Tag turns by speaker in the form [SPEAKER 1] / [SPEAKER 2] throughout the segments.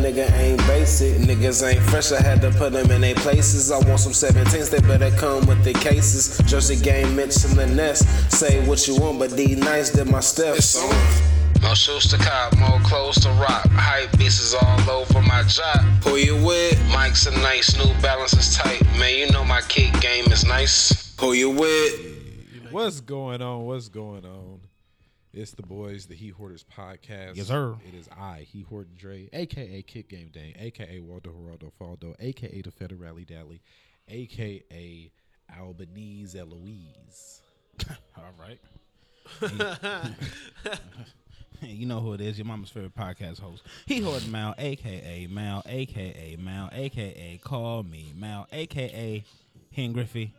[SPEAKER 1] nigga ain't basic. Niggas ain't fresh, I had to put them in their places. I want some 17s, they better come with the cases. Jersey game, Mitch in the nest. Say what you want, but D nice did my steps.
[SPEAKER 2] More shoes to cop, more clothes to rock. Hype pieces all over my job.
[SPEAKER 1] Who you with?
[SPEAKER 2] Mike's a nice, new balance is tight. Man, you know my kick game is nice.
[SPEAKER 1] Who you with?
[SPEAKER 3] What's going on? What's going on? It's the boys, the Heat Hoarders podcast.
[SPEAKER 4] Yes, sir.
[SPEAKER 3] It is I, Heat Hoarder Dre, aka Kick Game Dang, aka Waldo Geraldo Faldo, aka the Federal Rally Dally, aka Albanese Eloise.
[SPEAKER 4] All right. you know who it is, your mama's favorite podcast host. He hoard Mal, aka Mal, aka Mal, aka Call Me Mal, aka Hen Griffey,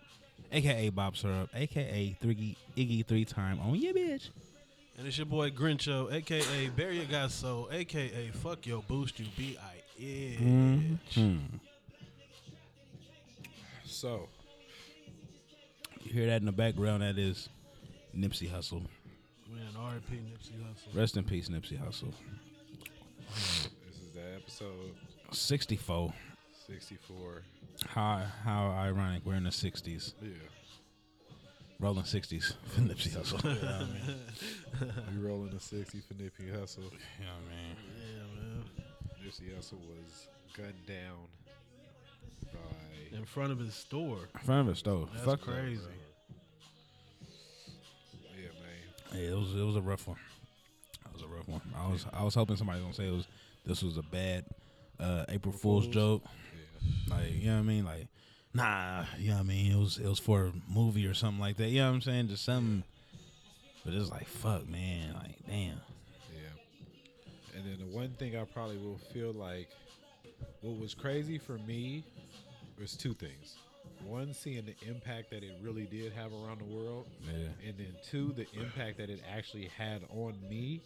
[SPEAKER 4] aka Bob Syrup, aka Thriggy, Iggy three time on your bitch.
[SPEAKER 5] And it's your boy Grincho, aka Bury Your Got Soul, aka Fuck Your Boost You B I Itch.
[SPEAKER 4] Mm-hmm.
[SPEAKER 3] So,
[SPEAKER 4] You hear that in the background? That is Nipsey Hussle.
[SPEAKER 5] Man, RP Nipsey Hussle.
[SPEAKER 4] Rest in peace, Nipsey Hussle.
[SPEAKER 3] this is the episode
[SPEAKER 4] Sixty four.
[SPEAKER 3] 64.
[SPEAKER 4] How how ironic. We're in the sixties,
[SPEAKER 3] Yeah.
[SPEAKER 4] rolling sixties for Nipsey Hussle. you know what I mean?
[SPEAKER 3] We rolling the 60 for Nipsey Hustle.
[SPEAKER 4] You know what I mean?
[SPEAKER 3] Nipsey Hustle was gunned down by.
[SPEAKER 5] In front of his store.
[SPEAKER 4] In front of us though.
[SPEAKER 5] That's
[SPEAKER 4] Fuck that.
[SPEAKER 5] crazy.
[SPEAKER 3] Yeah, man.
[SPEAKER 4] Yeah, it was it was a rough one. It was a rough one. I was I was hoping somebody was gonna say it was this was a bad uh, April Fool's joke. Like you know what I mean? Like nah, you know what I mean? It was it was for a movie or something like that. You know what I'm saying? Just something. But it's like fuck, man. Like damn.
[SPEAKER 3] Yeah. And then the one thing I probably will feel like what was crazy for me was two things. One, seeing the impact that it really did have around the world.
[SPEAKER 4] Yeah.
[SPEAKER 3] And then two, the impact that it actually had on me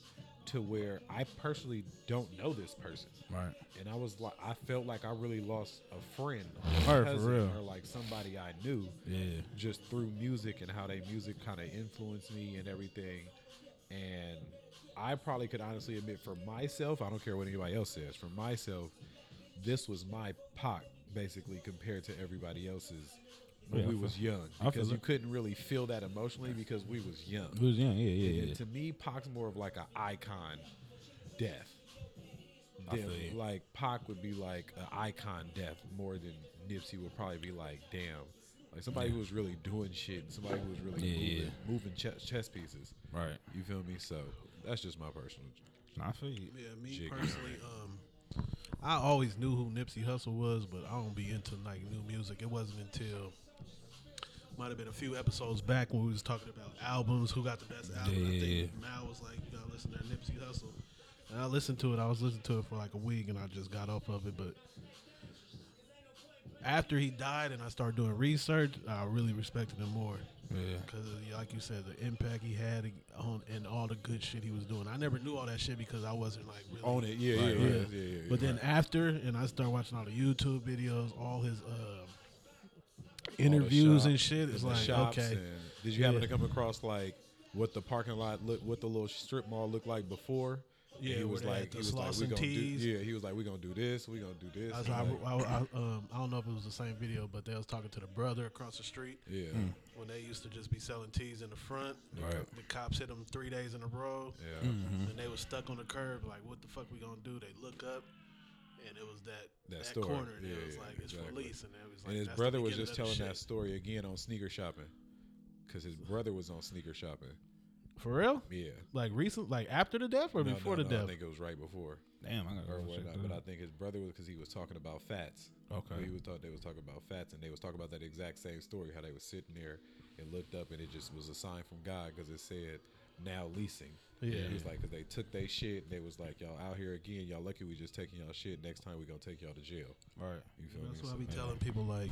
[SPEAKER 3] to where I personally don't know this person.
[SPEAKER 4] Right.
[SPEAKER 3] And I was like I felt like I really lost a friend or
[SPEAKER 4] Word,
[SPEAKER 3] a
[SPEAKER 4] for
[SPEAKER 3] cousin
[SPEAKER 4] real.
[SPEAKER 3] or like somebody I knew
[SPEAKER 4] Yeah.
[SPEAKER 3] just through music and how they music kind of influenced me and everything. And I probably could honestly admit for myself, I don't care what anybody else says, for myself, this was my pop basically compared to everybody else's when
[SPEAKER 4] Yeah, I
[SPEAKER 3] we
[SPEAKER 4] feel-
[SPEAKER 3] was young
[SPEAKER 4] I feel
[SPEAKER 3] because you
[SPEAKER 4] it.
[SPEAKER 3] couldn't really feel that emotionally because we was young.
[SPEAKER 4] It was young. Yeah. Yeah.
[SPEAKER 3] And
[SPEAKER 4] Yeah.
[SPEAKER 3] To me, Pac's more of like an icon death.
[SPEAKER 4] I
[SPEAKER 3] Than,
[SPEAKER 4] feel you.
[SPEAKER 3] like Pac would be like an icon death more than Nipsey would probably be like, damn. Like somebody who was really doing shit and somebody who was really
[SPEAKER 4] Yeah,
[SPEAKER 3] moving,
[SPEAKER 4] yeah.
[SPEAKER 3] moving chess, chess pieces.
[SPEAKER 4] Right.
[SPEAKER 3] You feel me? So that's just my personal.
[SPEAKER 4] Nah, I feel you.
[SPEAKER 5] Yeah, me
[SPEAKER 3] Jiggy.
[SPEAKER 5] personally, um, I always knew who Nipsey Hussle was, but I don't be into like new music. It wasn't until might have been a few episodes back when we was talking about albums, who got the best album. I
[SPEAKER 4] Yeah,
[SPEAKER 5] think Mal was like, you know, listen to Nipsey Hussle. And I listened to it. I was listening to it for like a week, and I just got off of it. But after he died, and I started doing research, I really respected him more.
[SPEAKER 4] Yeah.
[SPEAKER 5] Because, like you said, the impact he had on and all the good shit he was doing. I never knew all that shit because I wasn't like really
[SPEAKER 3] On it, yeah, yeah, yeah, yeah, yeah,
[SPEAKER 5] But then after, and I started watching all the YouTube videos, all his uh, interviews and shit. It's
[SPEAKER 3] in the
[SPEAKER 5] like
[SPEAKER 3] shops
[SPEAKER 5] okay,
[SPEAKER 3] and- did you happen
[SPEAKER 5] Yeah.
[SPEAKER 3] to come across like what the parking lot look, what the little strip mall looked like before? And
[SPEAKER 5] Yeah,
[SPEAKER 3] he
[SPEAKER 5] where
[SPEAKER 3] was
[SPEAKER 5] they had
[SPEAKER 3] like,
[SPEAKER 5] the
[SPEAKER 3] he was like,
[SPEAKER 5] slots
[SPEAKER 3] we
[SPEAKER 5] and
[SPEAKER 3] gonna do,
[SPEAKER 5] tees.
[SPEAKER 3] yeah, he was like, we gonna do this, we gonna do this.
[SPEAKER 5] I, was,
[SPEAKER 3] and
[SPEAKER 5] I,
[SPEAKER 3] like-
[SPEAKER 5] I, I- um, I don't know if it was the same video, but they was talking to the brother across the street
[SPEAKER 3] yeah,
[SPEAKER 5] when they used to just be selling teas in the front. The-
[SPEAKER 3] Right.
[SPEAKER 5] The cops hit them three days in a row,
[SPEAKER 3] yeah.
[SPEAKER 5] and they was stuck on the curb. Like, what the fuck we gonna do? They look up, and it was that
[SPEAKER 3] That
[SPEAKER 5] that,
[SPEAKER 3] store.
[SPEAKER 5] corner. And
[SPEAKER 3] Yeah,
[SPEAKER 5] it was
[SPEAKER 3] yeah,
[SPEAKER 5] like it's for
[SPEAKER 3] exactly.
[SPEAKER 5] lease, and it was like
[SPEAKER 3] and his
[SPEAKER 5] that's the
[SPEAKER 3] brother was
[SPEAKER 5] beginning
[SPEAKER 3] just
[SPEAKER 5] of the
[SPEAKER 3] telling that
[SPEAKER 5] shit.
[SPEAKER 3] story again on sneaker shopping because his brother was on sneaker shopping
[SPEAKER 5] For real?
[SPEAKER 3] Yeah.
[SPEAKER 5] Like recent? Like after the death or
[SPEAKER 3] No,
[SPEAKER 5] before
[SPEAKER 3] no,
[SPEAKER 5] the
[SPEAKER 3] no, I
[SPEAKER 5] death?
[SPEAKER 3] think it was right before
[SPEAKER 4] Damn, I gotta
[SPEAKER 3] or
[SPEAKER 4] go check
[SPEAKER 3] whatnot.
[SPEAKER 4] that
[SPEAKER 3] But I
[SPEAKER 4] out.
[SPEAKER 3] think his brother was because he was talking about fats.
[SPEAKER 4] Mm. Okay.
[SPEAKER 3] He was thought they was talking about fats, and they was talking about that exact same story. How they was sitting there and looked up, and it just was a sign from God because it said now leasing.
[SPEAKER 5] Yeah.
[SPEAKER 3] He's like, 'Cause they took their shit. And they was like, y'all out here again. Y'all lucky we just taking y'all shit. Next time we gonna take y'all to jail.
[SPEAKER 4] Right.
[SPEAKER 3] You feel
[SPEAKER 5] That's
[SPEAKER 3] me?
[SPEAKER 5] why I
[SPEAKER 3] So-
[SPEAKER 5] be telling people like,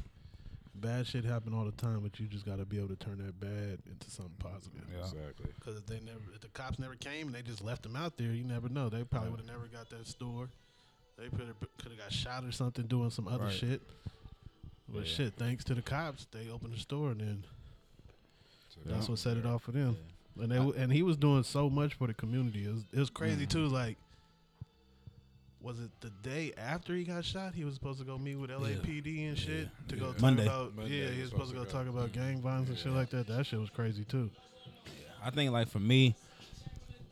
[SPEAKER 5] bad shit happen all the time, but you just got to be able to turn that bad into something positive.
[SPEAKER 4] Yeah.
[SPEAKER 3] Exactly.
[SPEAKER 5] Because if they never, if the cops never came and they just left them out there, you never know. They probably would have never got that store. They could have could have got shot or something doing some other
[SPEAKER 4] Right.
[SPEAKER 5] shit. But shit, thanks to the cops, they opened the store and then that's what set it off for them. And they w- and he was doing so much for the community. It was, it was
[SPEAKER 4] Mm-hmm.
[SPEAKER 5] crazy too. Like, was it the day after he got shot? He was supposed to go meet with LAPD and shit to go talk
[SPEAKER 4] Monday.
[SPEAKER 5] about.
[SPEAKER 3] Monday
[SPEAKER 5] yeah,
[SPEAKER 3] he
[SPEAKER 5] he
[SPEAKER 3] was
[SPEAKER 5] was supposed to go talk about gang violence and shit like that. That shit was crazy too.
[SPEAKER 4] I think like for me,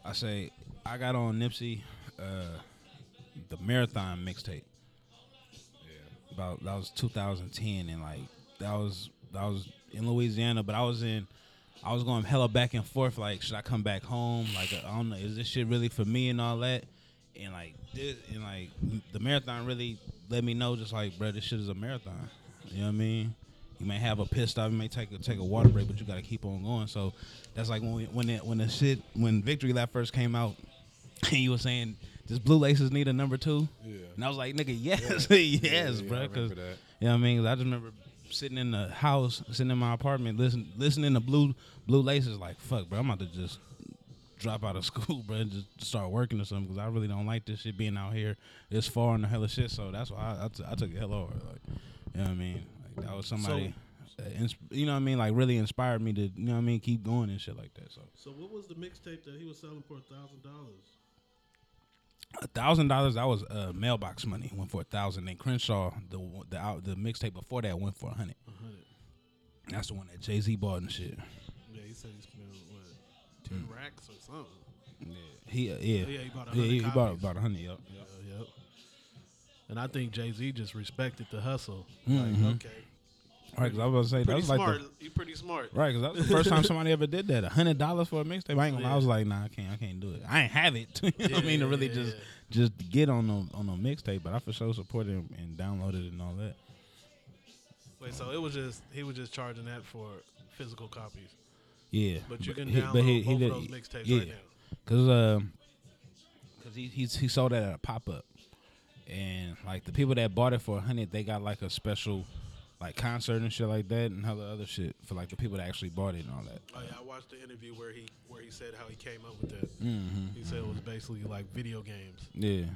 [SPEAKER 4] I say I got on Nipsey, uh, the marathon mixtape. Yeah. About that was 2010, and like that was that was in Louisiana, but I was in. I was going hella back and forth. Like, should I come back home? Like, I don't know. Is this shit really for me and all that? And like, this, and like, the marathon really let me know. Just like, bro, this shit is a marathon. You know what I mean? You may have a pissed off. You may take a take a water break, but you got to keep on going. So that's like when we, when it, when the shit when Victory Lap first came out, and you were saying does Blue Laces need a number two? Yeah. And I was like, nigga, yes, yes,
[SPEAKER 3] yeah, I
[SPEAKER 4] bro.
[SPEAKER 3] remember
[SPEAKER 4] Cause
[SPEAKER 3] that.
[SPEAKER 4] you know what I mean? 'Cause I just remember sitting in the house, sitting in my apartment, listen, listening to Blue Blue Laces. Like, fuck, bro, I'm about to just drop out of school, bro, and just start working or something. Because I really don't like this shit being out here this far and the hell of shit. So that's why I, I, t- I took it hell over. Like, you know what I mean? Like, that was somebody. that ins- you know what I mean? Like really inspired me to, you know what I mean? Keep going and shit like that. So
[SPEAKER 5] So what was the mixtape that he was selling for a thousand dollars?
[SPEAKER 4] a thousand dollars. That was uh, mailbox money. Went for a thousand. And Crenshaw, the one- the out, the mixtape before that went for a hundred. That's the one that Jay Z bought and shit.
[SPEAKER 5] Yeah, he said he spent what ten racks or something.
[SPEAKER 4] He uh, yeah
[SPEAKER 5] Oh, yeah, he bought a
[SPEAKER 4] yeah
[SPEAKER 5] hundred
[SPEAKER 4] he, bought
[SPEAKER 5] copies.
[SPEAKER 4] about a hundred. Yep.
[SPEAKER 5] Yeah, yep. And I think Jay Z just respected the hustle. Like, okay,
[SPEAKER 4] Right, because I was gonna say that
[SPEAKER 5] pretty
[SPEAKER 4] was like
[SPEAKER 5] smart.
[SPEAKER 4] the,
[SPEAKER 5] you pretty smart.
[SPEAKER 4] right because that was the first time somebody ever did that. A hundred dollars for a mixtape. I ain't gonna. lie. I was like, nah, I can't. I can't do it. I ain't have it. you know what I mean, to really
[SPEAKER 5] yeah,
[SPEAKER 4] just just get on a, on a mixtape. But I for sure supported him and downloaded it and all that.
[SPEAKER 5] Wait, so it was just he was just charging that for physical copies.
[SPEAKER 4] Yeah,
[SPEAKER 5] But you can download both of those mixtapes right now.
[SPEAKER 4] Cause um, cause he he's, he sold that at a pop up, and like the people that bought it for a hundred, they got like a special, like concert and shit like that, and other other shit for like the people that actually bought it and all that.
[SPEAKER 5] Oh yeah, I watched the interview where he where he said how he came up with that. He said it was basically like video games,
[SPEAKER 4] Yeah,
[SPEAKER 5] and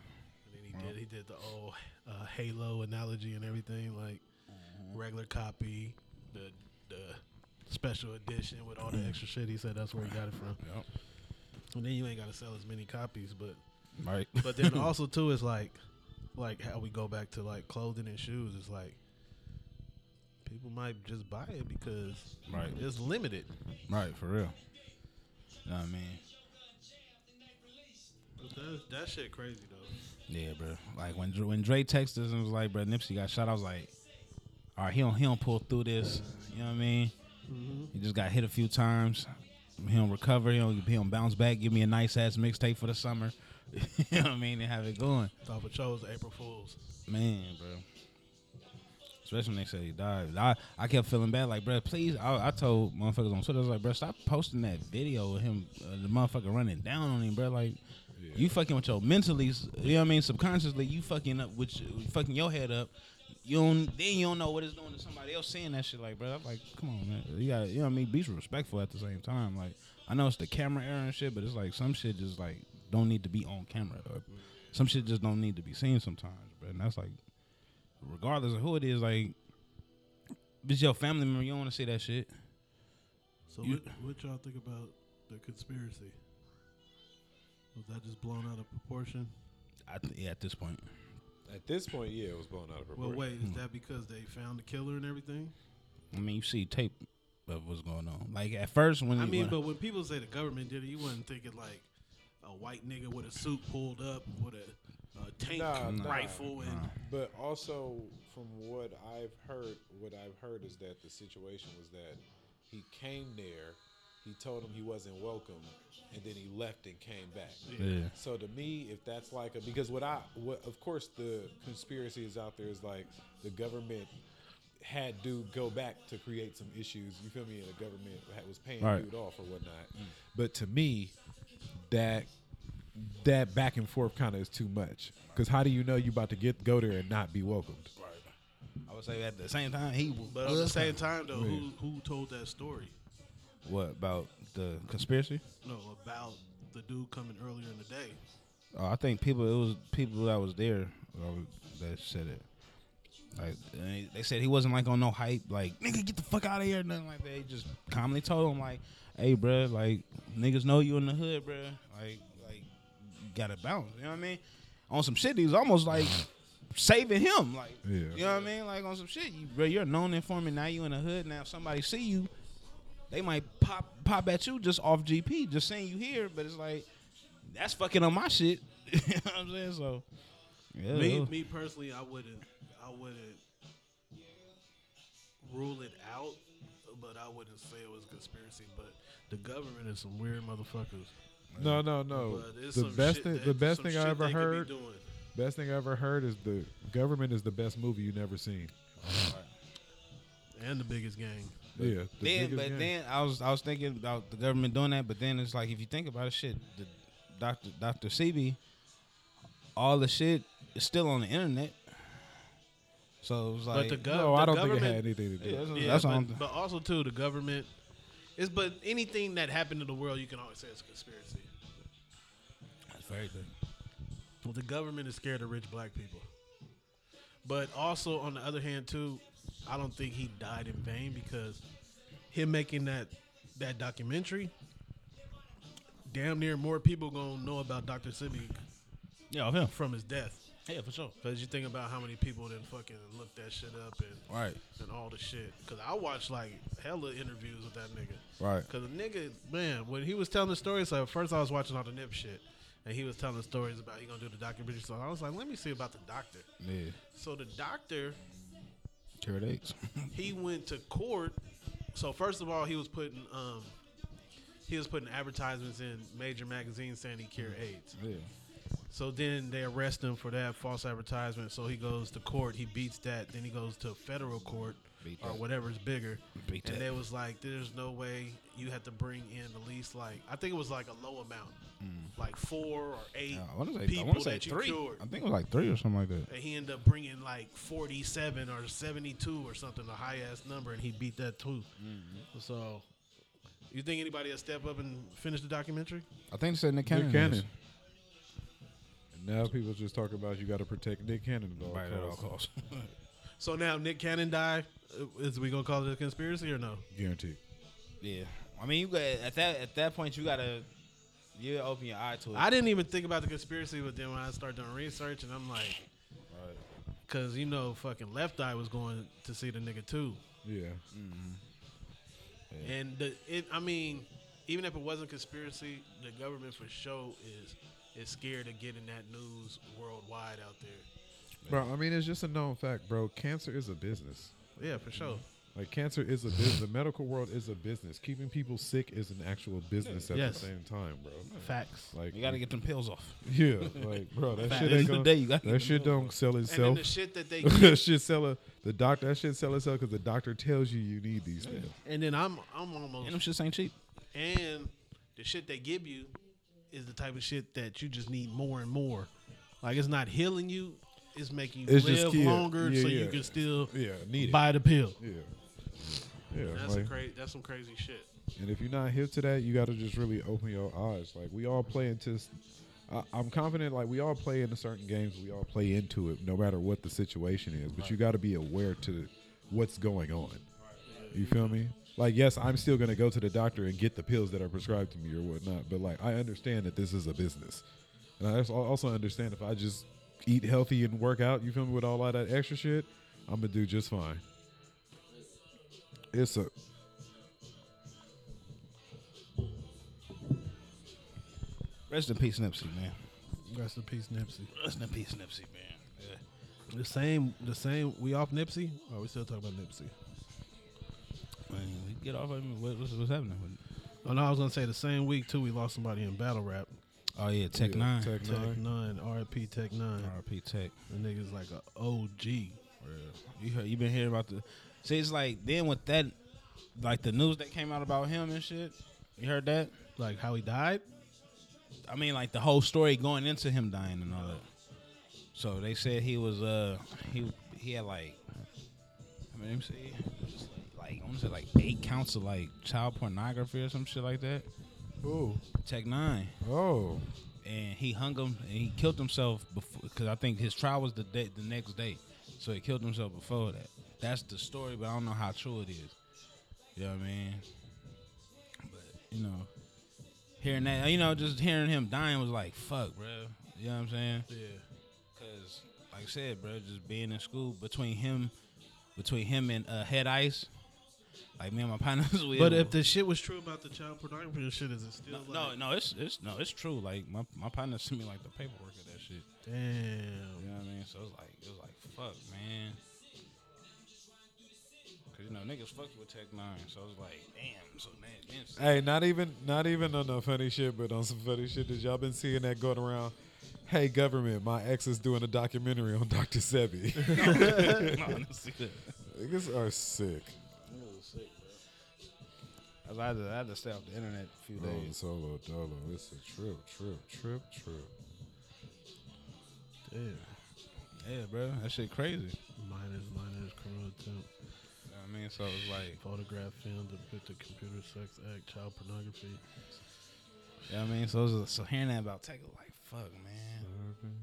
[SPEAKER 5] then he did he did the old uh, Halo analogy and everything, like regular copy, the the special edition with all the extra shit. He said that's where he got it from. And then you ain't gotta sell as many copies, but
[SPEAKER 4] right.
[SPEAKER 5] But then also too is like like how we go back to like clothing and shoes. It's like people might just buy it because
[SPEAKER 4] Right.
[SPEAKER 5] it's limited.
[SPEAKER 4] right for real. You know what I mean?
[SPEAKER 5] That, that shit crazy though.
[SPEAKER 4] Yeah, bro. Like when Dre- when Dre texted us and was like, "Bro, Nipsey got shot," I was like, "All right, he don't he don't pull through this." You know what I mean? He just got hit a few times. He don't recover. He don't, he don't bounce back. Give me a nice ass mixtape for the summer. you know what I mean? And have it going,
[SPEAKER 5] Top of shows April Fools.
[SPEAKER 4] man, bro. Especially when they say he died. I, I kept feeling bad. Like, bro, please. I, I told motherfuckers on Twitter, I was like, bro, stop posting that video of him, uh, the motherfucker running down on him, bro. Like, you fucking with your mentally, you know what I mean? Subconsciously, you fucking up with you fucking your head up. You don't, then you don't know what it's doing to somebody else seeing that shit. Like, bro, I'm like, come on, man. You got, to you know what I mean? Be respectful at the same time. Like, I know it's the camera error and shit, but it's like some shit just like don't need to be on camera. Or some shit just don't need to be seen sometimes, bro. And that's like, regardless of who it is, like, if it's your family member, you don't want to see that shit.
[SPEAKER 5] So
[SPEAKER 4] You-
[SPEAKER 5] what y'all think about the conspiracy? Was that just blown out of proportion?
[SPEAKER 4] I th- yeah, at this point,
[SPEAKER 3] At this point, yeah, it was blown out of
[SPEAKER 5] Well,
[SPEAKER 3] proportion. Hmm.
[SPEAKER 5] wait, is that because they found the killer and everything?
[SPEAKER 4] I mean, you see tape of what's going on. Like at first, when
[SPEAKER 5] I
[SPEAKER 4] you-
[SPEAKER 5] mean,
[SPEAKER 4] when-
[SPEAKER 5] but when people say the government did it, you wasn't thinking like a white nigga with a suit pulled up with a, a tank
[SPEAKER 3] Nah, nah,
[SPEAKER 5] rifle and
[SPEAKER 3] But also, from what I've heard, what I've heard is that the situation was that he came there, He told him he wasn't welcome, and then he left and came back.
[SPEAKER 4] Yeah.
[SPEAKER 3] So to me, if that's like a because what I what of course the conspiracy is out there is like the government had dude go back to create some issues. You feel me? And the government had, was paying
[SPEAKER 4] Right.
[SPEAKER 3] dude off or whatnot. But to me, that that back and forth kind of is too much. Because how do you know you about to get go there and not be welcomed?
[SPEAKER 4] I would say at the same time he was.
[SPEAKER 5] But at the same time, though, who who told that story?
[SPEAKER 4] what about the conspiracy?
[SPEAKER 5] No, about the dude coming earlier in the day.
[SPEAKER 4] Oh, I think people. It was people that was there um, that said it. Like they- they said he wasn't like on no hype. Like nigga, get the fuck out of here. Nothing like that. He just calmly told him like, hey, bruh, like niggas know you in the hood, bruh. Like like you gotta bounce. You know what I mean? On some shit, he was almost like saving him. Like
[SPEAKER 3] Yeah.
[SPEAKER 4] you know what I mean? Like on some shit, you, bro, you're a known informant. Now you in the hood. Now if somebody see you, they might pop pop at you just off GP, just saying you here. But it's like that's fucking on my shit. you know what I'm saying? So yeah, it
[SPEAKER 3] Uh-huh.
[SPEAKER 5] Me,
[SPEAKER 4] was-
[SPEAKER 5] me personally, I wouldn't, I wouldn't rule it out, but I wouldn't say it was conspiracy. But the government is some weird motherfuckers.
[SPEAKER 3] No, no, no.
[SPEAKER 5] But it's
[SPEAKER 3] The
[SPEAKER 5] some
[SPEAKER 3] best
[SPEAKER 5] shit
[SPEAKER 3] thing,
[SPEAKER 5] that-
[SPEAKER 3] the best
[SPEAKER 5] some
[SPEAKER 3] thing
[SPEAKER 5] shit
[SPEAKER 3] I
[SPEAKER 5] they
[SPEAKER 3] ever
[SPEAKER 5] could be
[SPEAKER 3] heard,
[SPEAKER 5] doing.
[SPEAKER 3] best thing I ever heard is the government is the best movie you never seen.
[SPEAKER 5] and the biggest gang.
[SPEAKER 3] Yeah. the
[SPEAKER 4] then,
[SPEAKER 3] biggest
[SPEAKER 4] but
[SPEAKER 3] game.
[SPEAKER 4] then I was I was thinking about the government doing that, but then it's like if you think about it, shit, the doctor Doctor CB, all the shit is still on the internet. So it was like
[SPEAKER 5] But the, gov-
[SPEAKER 3] no, Oh, I
[SPEAKER 5] the
[SPEAKER 3] don't think it
[SPEAKER 5] government,
[SPEAKER 3] had anything to do. with it.
[SPEAKER 5] Yeah,
[SPEAKER 4] That's
[SPEAKER 5] but,
[SPEAKER 4] all I'm-
[SPEAKER 5] but also too, the government is. But anything that happened in the world, you can always say it's a conspiracy. Well, the government is scared of rich black people. But also on the other hand too, I don't think he died in vain because him making that that documentary, damn near more people gonna know about Dr. Sibi
[SPEAKER 4] yeah, of him.
[SPEAKER 5] from his death.
[SPEAKER 4] Yeah, for sure.
[SPEAKER 5] Cause you think about how many people then fucking looked that shit up and
[SPEAKER 4] Right.
[SPEAKER 5] and all the shit. Cause I watched like hella interviews with that nigga.
[SPEAKER 4] Right.
[SPEAKER 5] Cause the nigga, man, when he was telling the stories, like first I was watching all the Nip shit, and he was telling the stories about he gonna do the documentary. So I was like, let me see about the doctor.
[SPEAKER 4] Yeah.
[SPEAKER 5] So the doctor,
[SPEAKER 4] Terror dates.
[SPEAKER 5] he went to court. So first of all, he was putting um, he was putting advertisements in major magazines saying he cured AIDS.
[SPEAKER 4] yeah.
[SPEAKER 5] So then they arrest him for that false advertisement. So he goes to court. He beats that. Then he goes to federal court
[SPEAKER 4] Beat
[SPEAKER 5] or
[SPEAKER 4] that.
[SPEAKER 5] whatever's bigger.
[SPEAKER 4] Beat
[SPEAKER 5] and
[SPEAKER 4] that.
[SPEAKER 5] they was like, "There's no way you had to bring in at least like I think it was like a low amount, like four or eight
[SPEAKER 4] Mm. I want to say I
[SPEAKER 5] people
[SPEAKER 4] want to say
[SPEAKER 5] that
[SPEAKER 4] three.
[SPEAKER 5] you cured."
[SPEAKER 4] I think it was like three or something like that.
[SPEAKER 5] And he ended up bringing like 47 or 72 or something, a high ass number, and he beat that too.
[SPEAKER 4] Mm-hmm.
[SPEAKER 5] So, you think anybody will step up and finish the documentary?
[SPEAKER 4] I think they said Nick Cannon.
[SPEAKER 3] Nick Cannon. And now people just talk about you got to protect Nick Cannon at all
[SPEAKER 4] Right at all
[SPEAKER 3] costs.
[SPEAKER 4] costs.
[SPEAKER 5] So now Nick Cannon died. Uh, Is we gonna call it a conspiracy or no?
[SPEAKER 3] Guaranteed.
[SPEAKER 4] yeah. I mean, you got at that at that point you gotta you gotta open your eye to it.
[SPEAKER 5] I didn't even think about the conspiracy, but then when I started doing research, and I'm like, because you know, fucking Left Eye was going to see the nigga too,
[SPEAKER 3] Yeah.
[SPEAKER 5] and the, it, I mean, even if it wasn't conspiracy, the government for sure is is scared of getting that news worldwide out there.
[SPEAKER 3] Mm. Bro, I mean, it's just a known fact, bro. Cancer is a business.
[SPEAKER 5] Yeah, for sure.
[SPEAKER 3] Like, cancer is a business. The medical world is a business. Keeping people sick is an actual business at
[SPEAKER 5] Yes.
[SPEAKER 3] the same time, bro.
[SPEAKER 5] Facts.
[SPEAKER 3] Like,
[SPEAKER 4] you gotta get them pills off.
[SPEAKER 3] yeah, like, bro, that shit
[SPEAKER 4] This is
[SPEAKER 3] ain't
[SPEAKER 4] the
[SPEAKER 3] gonna,
[SPEAKER 4] day you gotta get the
[SPEAKER 3] That shit
[SPEAKER 4] pill,
[SPEAKER 3] don't sell
[SPEAKER 5] And then
[SPEAKER 3] itself.
[SPEAKER 5] the shit that they
[SPEAKER 3] that shit sell a, the doctor. That shit sell itself because the doctor tells you you need these things.
[SPEAKER 5] and then I'm I'm
[SPEAKER 4] And them
[SPEAKER 5] almost
[SPEAKER 4] shits ain't cheap.
[SPEAKER 5] and the shit they give you is the type of shit that you just need more and more. Like it's not healing you, it's making you
[SPEAKER 3] It's just
[SPEAKER 5] live
[SPEAKER 3] kill.
[SPEAKER 5] longer
[SPEAKER 3] Yeah,
[SPEAKER 5] so
[SPEAKER 3] yeah.
[SPEAKER 5] you can still
[SPEAKER 3] Yeah, need it.
[SPEAKER 5] buy the pill.
[SPEAKER 3] Yeah, yeah.
[SPEAKER 5] That's a
[SPEAKER 3] like-
[SPEAKER 5] crazy. That's some crazy shit.
[SPEAKER 3] And if you're not hip to that, you got to just really open your eyes. Like we all play into. s- I, am confident. Like we all play into certain games. We all play into it, no matter what the situation is. But you got to be aware to what's going on. You feel me? Like yes, I'm still gonna go to the doctor and get the pills that are prescribed to me or whatnot. But like I understand that this is a business, and I als- also understand if I just eat healthy and work out. You feel me? With all of that extra shit, I'm gonna do just fine. It's a
[SPEAKER 4] Rest in peace, Nipsey, man.
[SPEAKER 5] Rest in peace, Nipsey.
[SPEAKER 4] Rest in peace, Nipsey, man. Yeah.
[SPEAKER 5] The same. The same. Oh, We off Nipsey? Or we still talking about Nipsey?
[SPEAKER 4] Man, we get off of him. What, what's, what's happening?
[SPEAKER 5] Oh, no, I was gonna say the same week too. We lost somebody in battle rap.
[SPEAKER 4] Oh yeah, Tech Nine.
[SPEAKER 3] Tech
[SPEAKER 5] Tech
[SPEAKER 3] Nine.
[SPEAKER 5] Nine, RP Tech Nine.
[SPEAKER 4] RP Tech.
[SPEAKER 5] The nigga's like a OG.
[SPEAKER 4] You heard, you been hearing about the. See, it's like then with that, like the news that came out about him and shit. You heard that?
[SPEAKER 5] Like how he died.
[SPEAKER 4] I mean, like the whole story going into him dying and all that. So they said he was uh he he had like I mean let me see just like, like I want to say like eight counts of like child pornography or some shit like that.
[SPEAKER 3] Ooh.
[SPEAKER 4] Tech Nine
[SPEAKER 3] Oh.
[SPEAKER 4] and he hung him and he killed himself before because I think his trial was the day the next day, so he killed himself before that. That's the story, but I don't know how true it is. You know what I mean? But you know, hearing that, you know, just hearing him dying was like fuck, bro. You know what I'm saying?
[SPEAKER 5] Yeah.
[SPEAKER 4] Cause like I said, bro, just being in school between him, between him and uh, Head Ice, like me and my partners. we-
[SPEAKER 5] But if the shit was true about the child pornography and shit, is it still like
[SPEAKER 4] no, no, it's it's no, it's true. Like my my partner sent me like the paperwork of that shit.
[SPEAKER 5] damn?
[SPEAKER 4] You know what I mean? So it was like it was like fuck, man. Cause you know niggas fucked with Tech Nine, so it was like damn. So man, then so-
[SPEAKER 3] Hey, not even not even on no funny shit, but on some funny shit that y'all been seeing that going around. Hey, government, my ex is doing a documentary on Dr. Sebi.
[SPEAKER 4] no, that's good.
[SPEAKER 3] Niggas are sick.
[SPEAKER 4] I was- I had, to, I had to stay off the internet a few
[SPEAKER 3] Oh,
[SPEAKER 4] days.
[SPEAKER 3] solo dolo. It's a trip, trip, trip, trip.
[SPEAKER 4] Yeah, bro, that shit crazy.
[SPEAKER 5] Minors, minors, criminal attempt,
[SPEAKER 4] You know what I mean, so it was like,
[SPEAKER 5] photograph, film, depicted computer sex act, child
[SPEAKER 4] you
[SPEAKER 5] pornography.
[SPEAKER 4] know what I mean, so it was, so hearing that about Tech, it was like fuck, man.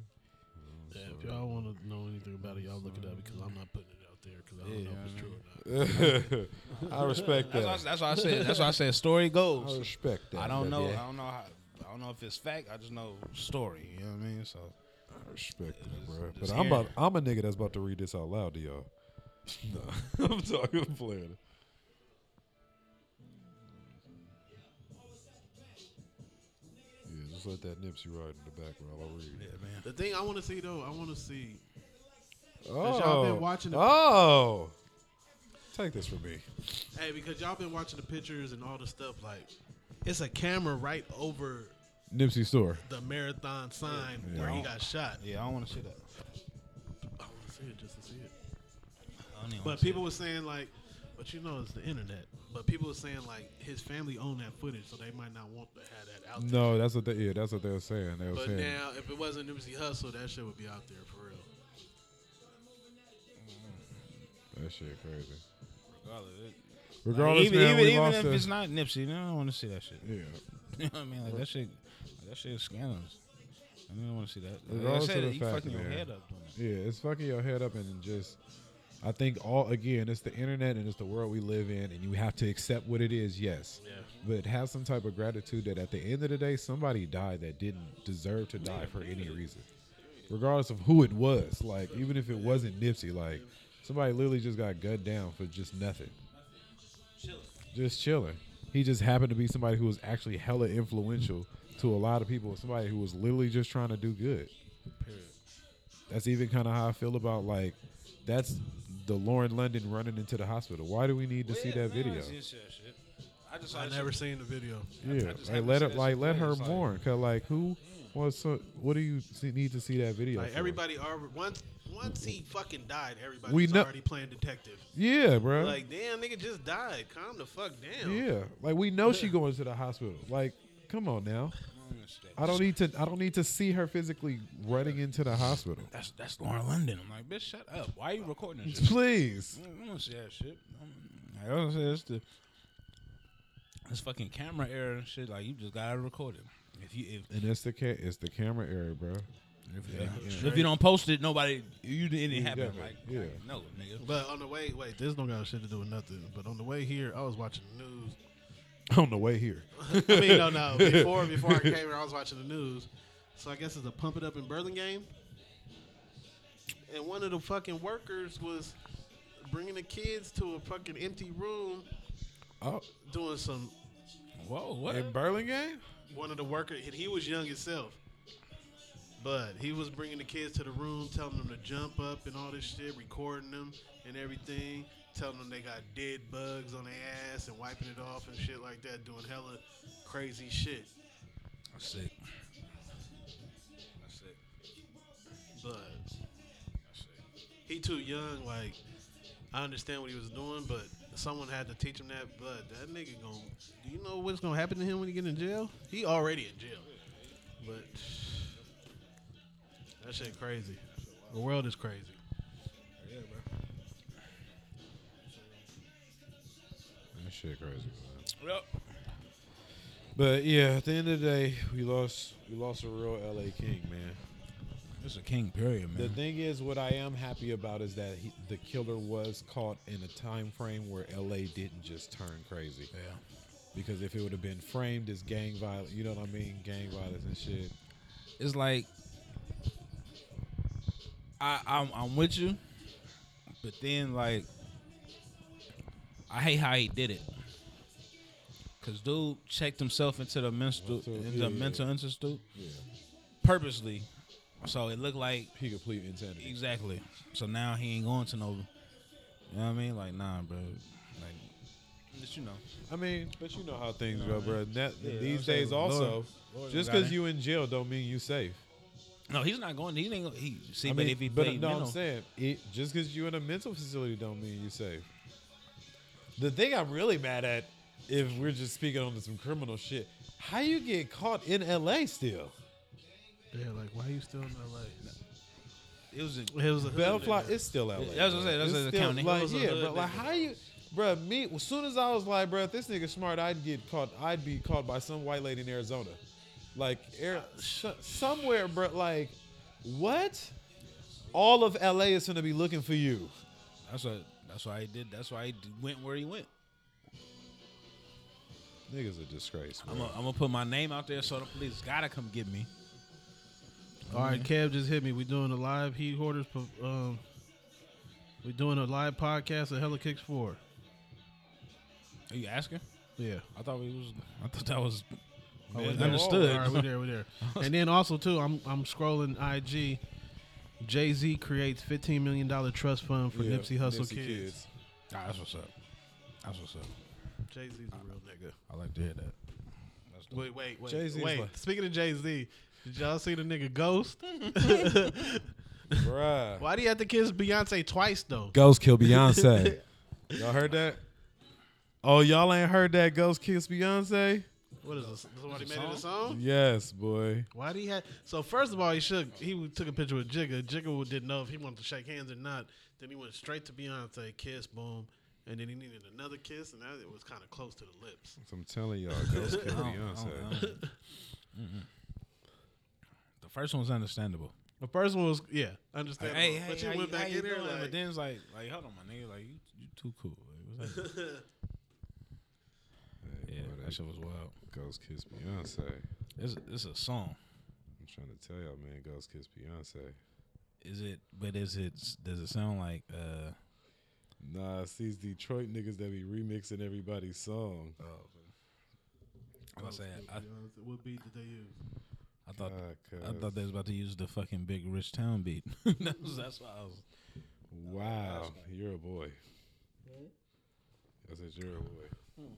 [SPEAKER 5] Yeah, if y'all want to know anything about it, y'all look it up because I'm not putting it out there because I don't know if it's true or not.
[SPEAKER 3] I respect
[SPEAKER 4] That's, why I,
[SPEAKER 3] that.
[SPEAKER 4] that's why I said. That's why I said story
[SPEAKER 3] I
[SPEAKER 4] goes.
[SPEAKER 3] respect that.
[SPEAKER 4] I don't know. I
[SPEAKER 3] baby.
[SPEAKER 4] don't know. How, I don't know if it's fact. I just know story. You know what I mean? So
[SPEAKER 3] I respect that, bro.
[SPEAKER 4] just
[SPEAKER 3] But I'm
[SPEAKER 4] hearing
[SPEAKER 3] about, I'm a nigga that's about to read this out loud to y'all. No, I'm talking I'm playing. Yeah, just let that Nipsey ride in the background. I'll read.
[SPEAKER 5] The thing I want to see though, I want to see.
[SPEAKER 3] Oh,
[SPEAKER 5] y'all been watching the-
[SPEAKER 3] oh, take this from me.
[SPEAKER 5] Hey, because y'all been watching the pictures and all the stuff. Like, it's a camera right over
[SPEAKER 3] Nipsey store.
[SPEAKER 5] the marathon sign where he got shot.
[SPEAKER 4] yeah, I don't want to see that.
[SPEAKER 5] I want to see it just to see it.
[SPEAKER 4] I don't even wanna
[SPEAKER 5] But
[SPEAKER 4] see
[SPEAKER 5] people were saying like, but you know it's the internet. But people were saying like his family owned that footage, so they might not want to have that out there.
[SPEAKER 3] No, that's what they. Yeah, that's what they were saying. They were
[SPEAKER 5] But
[SPEAKER 3] saying.
[SPEAKER 5] now, if it wasn't Nipsey Hussle, that shit would be out there for real.
[SPEAKER 3] That shit crazy.
[SPEAKER 4] it. Regardless, it-
[SPEAKER 3] Regardless,
[SPEAKER 4] even
[SPEAKER 3] man,
[SPEAKER 4] even,
[SPEAKER 3] we
[SPEAKER 4] even
[SPEAKER 3] lost
[SPEAKER 4] if
[SPEAKER 3] a-
[SPEAKER 4] it's not Nipsey, no, I don't want to see that shit.
[SPEAKER 3] yeah.
[SPEAKER 4] You know what I mean? Like that shit, like, that shit is scandalous. I don't want to see that. Like I
[SPEAKER 3] Regardless of
[SPEAKER 4] said,
[SPEAKER 3] the
[SPEAKER 4] you
[SPEAKER 3] fact,
[SPEAKER 4] fucking your
[SPEAKER 3] man.
[SPEAKER 4] head up doing that.
[SPEAKER 3] Yeah, it's fucking your head up and just. I think all again, it's the internet and it's the world we live in, and you have to accept what it is. Yes, yeah. But have some type of gratitude that at the end of the day, somebody died that didn't deserve to die for any reason, regardless of who it was. Like even if it wasn't Nipsey, like somebody literally just got gunned down for just nothing, just chilling. He just happened to be somebody who was actually hella influential to a lot of people. Somebody who was literally just trying to do good that's even kind of how I feel about like that's the Lauren London running into the hospital. Why do we need to see
[SPEAKER 4] Yeah,
[SPEAKER 3] that
[SPEAKER 4] man, I
[SPEAKER 3] video?
[SPEAKER 4] ain't seen that shit. I just
[SPEAKER 5] I
[SPEAKER 4] like
[SPEAKER 5] never seen the video.
[SPEAKER 3] Yeah,
[SPEAKER 4] just
[SPEAKER 3] like
[SPEAKER 4] haven't
[SPEAKER 3] let
[SPEAKER 4] seen
[SPEAKER 3] her
[SPEAKER 4] that
[SPEAKER 3] like
[SPEAKER 4] shit
[SPEAKER 3] let
[SPEAKER 4] play.
[SPEAKER 3] her
[SPEAKER 4] It's like-
[SPEAKER 3] mourn. Cause like who wants so what do you see, need to see that video?
[SPEAKER 5] Like
[SPEAKER 3] for?
[SPEAKER 5] everybody already once once he fucking died, everybody
[SPEAKER 3] We
[SPEAKER 5] was
[SPEAKER 3] know-
[SPEAKER 5] already playing detective.
[SPEAKER 3] Yeah, bro.
[SPEAKER 5] Like damn, nigga just died. Calm the fuck down.
[SPEAKER 3] yeah, like we know she going to the hospital. Like, come on now. I don't need to. I don't need to see her physically running into the hospital.
[SPEAKER 4] That's that's Lauren London. I'm like, bitch, shut up. Why are you recording this? shit?
[SPEAKER 3] Please.
[SPEAKER 4] I don't want to see that shit. I don't say it's the this fucking camera error and shit. Like you just gotta record it. If you if
[SPEAKER 3] And it's the ca- it's the camera error, bro.
[SPEAKER 4] if, if you don't post it, nobody you it didn't happen.
[SPEAKER 3] got it.
[SPEAKER 4] Like
[SPEAKER 3] Yeah.
[SPEAKER 4] like, no nigga.
[SPEAKER 5] But on the way, wait, this don't got shit to do with nothing. But on the way here, I was watching the news.
[SPEAKER 3] On the way here.
[SPEAKER 5] I mean, no, no. Before before I came here, I was watching the news. So I guess it's a pump it up in Burlingame. And one of the fucking workers was bringing the kids to a fucking empty room,
[SPEAKER 3] Oh,
[SPEAKER 5] doing some.
[SPEAKER 4] Whoa, what?
[SPEAKER 3] in Burlingame.
[SPEAKER 5] One of the workers, and he was young himself. But he was bringing the kids to the room, telling them to jump up and all this shit, recording them and everything, telling them they got dead bugs on their ass and wiping it off and shit like that, doing hella crazy shit.
[SPEAKER 4] That's sick. That's sick.
[SPEAKER 5] But
[SPEAKER 4] That's sick.
[SPEAKER 5] he too young. Like I understand what he was doing, but someone had to teach him that. But that nigga gonna. Do you know what's gonna happen to him when he get in jail? He already in jail. But that shit crazy. The world is crazy.
[SPEAKER 4] Yeah, bro.
[SPEAKER 3] That shit crazy, man.
[SPEAKER 4] Yep.
[SPEAKER 3] But yeah, at the end of the day, we lost we lost a real LA king, man.
[SPEAKER 4] It's a king period, man.
[SPEAKER 3] The thing is, what I am happy about is that he, the killer was caught in a time frame where LA didn't just turn crazy.
[SPEAKER 4] yeah.
[SPEAKER 3] Because if it would have been framed as gang violence, you know what I mean, gang violence and shit.
[SPEAKER 4] it's like I I'm, I'm with you, but then like I hate how he did it. Cause dude checked himself into the mental
[SPEAKER 3] Mental-
[SPEAKER 4] into
[SPEAKER 3] yeah.
[SPEAKER 4] the mental institute
[SPEAKER 3] Yeah,
[SPEAKER 4] purposely, so it looked like
[SPEAKER 3] he complete insanity.
[SPEAKER 4] exactly. So now he ain't going to no. You know what I mean? Like nah, bro. Like, just, you know.
[SPEAKER 3] I mean, but you know how things go, bro. That,
[SPEAKER 4] Yeah,
[SPEAKER 3] these
[SPEAKER 4] I'm saying,
[SPEAKER 3] days,
[SPEAKER 4] Lord-
[SPEAKER 3] also,
[SPEAKER 4] Lord
[SPEAKER 3] just
[SPEAKER 4] got
[SPEAKER 3] because
[SPEAKER 4] it.
[SPEAKER 3] you in jail don't mean you safe.
[SPEAKER 4] No, he's not going. He ain't. gonna- He see,
[SPEAKER 3] I
[SPEAKER 4] but
[SPEAKER 3] mean,
[SPEAKER 4] if he
[SPEAKER 3] but uh,
[SPEAKER 4] played
[SPEAKER 3] no,
[SPEAKER 4] mental,
[SPEAKER 3] I'm saying it, just because you in a mental facility don't mean you safe. The thing I'm really mad at, if we're just speaking on some criminal shit, how you get caught in L.A. still?
[SPEAKER 5] Yeah, like why you still in LA?
[SPEAKER 4] it was a,
[SPEAKER 5] It was a hood
[SPEAKER 3] Bellflower
[SPEAKER 5] nigga.
[SPEAKER 3] is still L.A.
[SPEAKER 4] That's what I'm saying, that's
[SPEAKER 3] It's
[SPEAKER 4] the
[SPEAKER 3] still,
[SPEAKER 4] county.
[SPEAKER 3] Like,
[SPEAKER 5] Those are
[SPEAKER 3] yeah,
[SPEAKER 5] hood
[SPEAKER 3] bro. Like
[SPEAKER 5] niggas.
[SPEAKER 3] how you, bro? Me, as soon as I was like, bro, if this nigga smart, I'd get caught. I'd be caught by some white lady in Arizona, like air, sh- somewhere, bro. Like what? All of L.A. is gonna be looking for you.
[SPEAKER 4] that's what. That's why he did. That's why he d- went where he went.
[SPEAKER 3] Niggas a disgrace.
[SPEAKER 4] I'm gonna put my name out there so the police gotta come get me.
[SPEAKER 5] All right, Kev just hit me. We doing a live Heat Hoarders. po- Um, we doing a live podcast of Hella Kicks Four.
[SPEAKER 4] Are you asking?
[SPEAKER 5] Yeah.
[SPEAKER 4] I thought we was. I thought that was.
[SPEAKER 5] Oh,
[SPEAKER 4] Yeah,
[SPEAKER 5] we there.
[SPEAKER 4] understood.
[SPEAKER 5] All right, we there, we there. And then also too, I'm I'm scrolling IG. Jay Z creates fifteen million dollar trust fund for Nipsey Hustle kids.
[SPEAKER 4] Nah, that's what's up. That's what's up.
[SPEAKER 5] Jay Z's a real nigga.
[SPEAKER 4] I like to hear that.
[SPEAKER 5] Wait, wait, wait,
[SPEAKER 3] Jay-Z's
[SPEAKER 5] wait.
[SPEAKER 3] like-
[SPEAKER 5] Speaking of Jay Z, did y'all see the nigga Ghost?
[SPEAKER 3] Bruh.
[SPEAKER 5] Why do you have to kiss Beyonce twice though?
[SPEAKER 3] Ghost kill Beyonce. y'all heard that? Oh, y'all ain't heard that Ghost Kiss Beyonce?
[SPEAKER 5] What is this? Somebody made it a song?
[SPEAKER 3] Yes, boy.
[SPEAKER 5] Why do he have? So first of all, he shook. He took a picture with Jigga. Jigga didn't know if he wanted to shake hands or not. Then he went straight to Beyonce, kiss, boom, and then he needed another kiss, and that it was kind of close to the lips.
[SPEAKER 3] I'm telling y'all, Ghost kill Beyonce.
[SPEAKER 4] The first one's understandable.
[SPEAKER 5] The first one was yeah, understandable.
[SPEAKER 4] Hey, hey,
[SPEAKER 5] but you
[SPEAKER 4] how
[SPEAKER 5] went
[SPEAKER 4] you-
[SPEAKER 5] back
[SPEAKER 4] how you
[SPEAKER 5] in there,
[SPEAKER 4] doing?
[SPEAKER 5] like,
[SPEAKER 4] but then it's like, like, hold on, my nigga, like, you, you too cool. Like, what's that? yeah, that shit was wild.
[SPEAKER 3] Ghost Kiss Beyonce. I'm
[SPEAKER 4] It's, it's a song.
[SPEAKER 3] trying to tell y'all, man, Ghost Kiss Beyonce.
[SPEAKER 4] Is it? But is it? Does it sound like? uh
[SPEAKER 3] Nah, it's these Detroit niggas that be remixing everybody's song.
[SPEAKER 4] I'm gonna say, I,
[SPEAKER 5] what beat did they use?
[SPEAKER 4] I thought
[SPEAKER 3] God,
[SPEAKER 4] I
[SPEAKER 3] cuz.
[SPEAKER 4] thought they was about to use the fucking big rich town beat. that was, that's why I was.
[SPEAKER 3] Wow, you're a boy. I said you're a boy.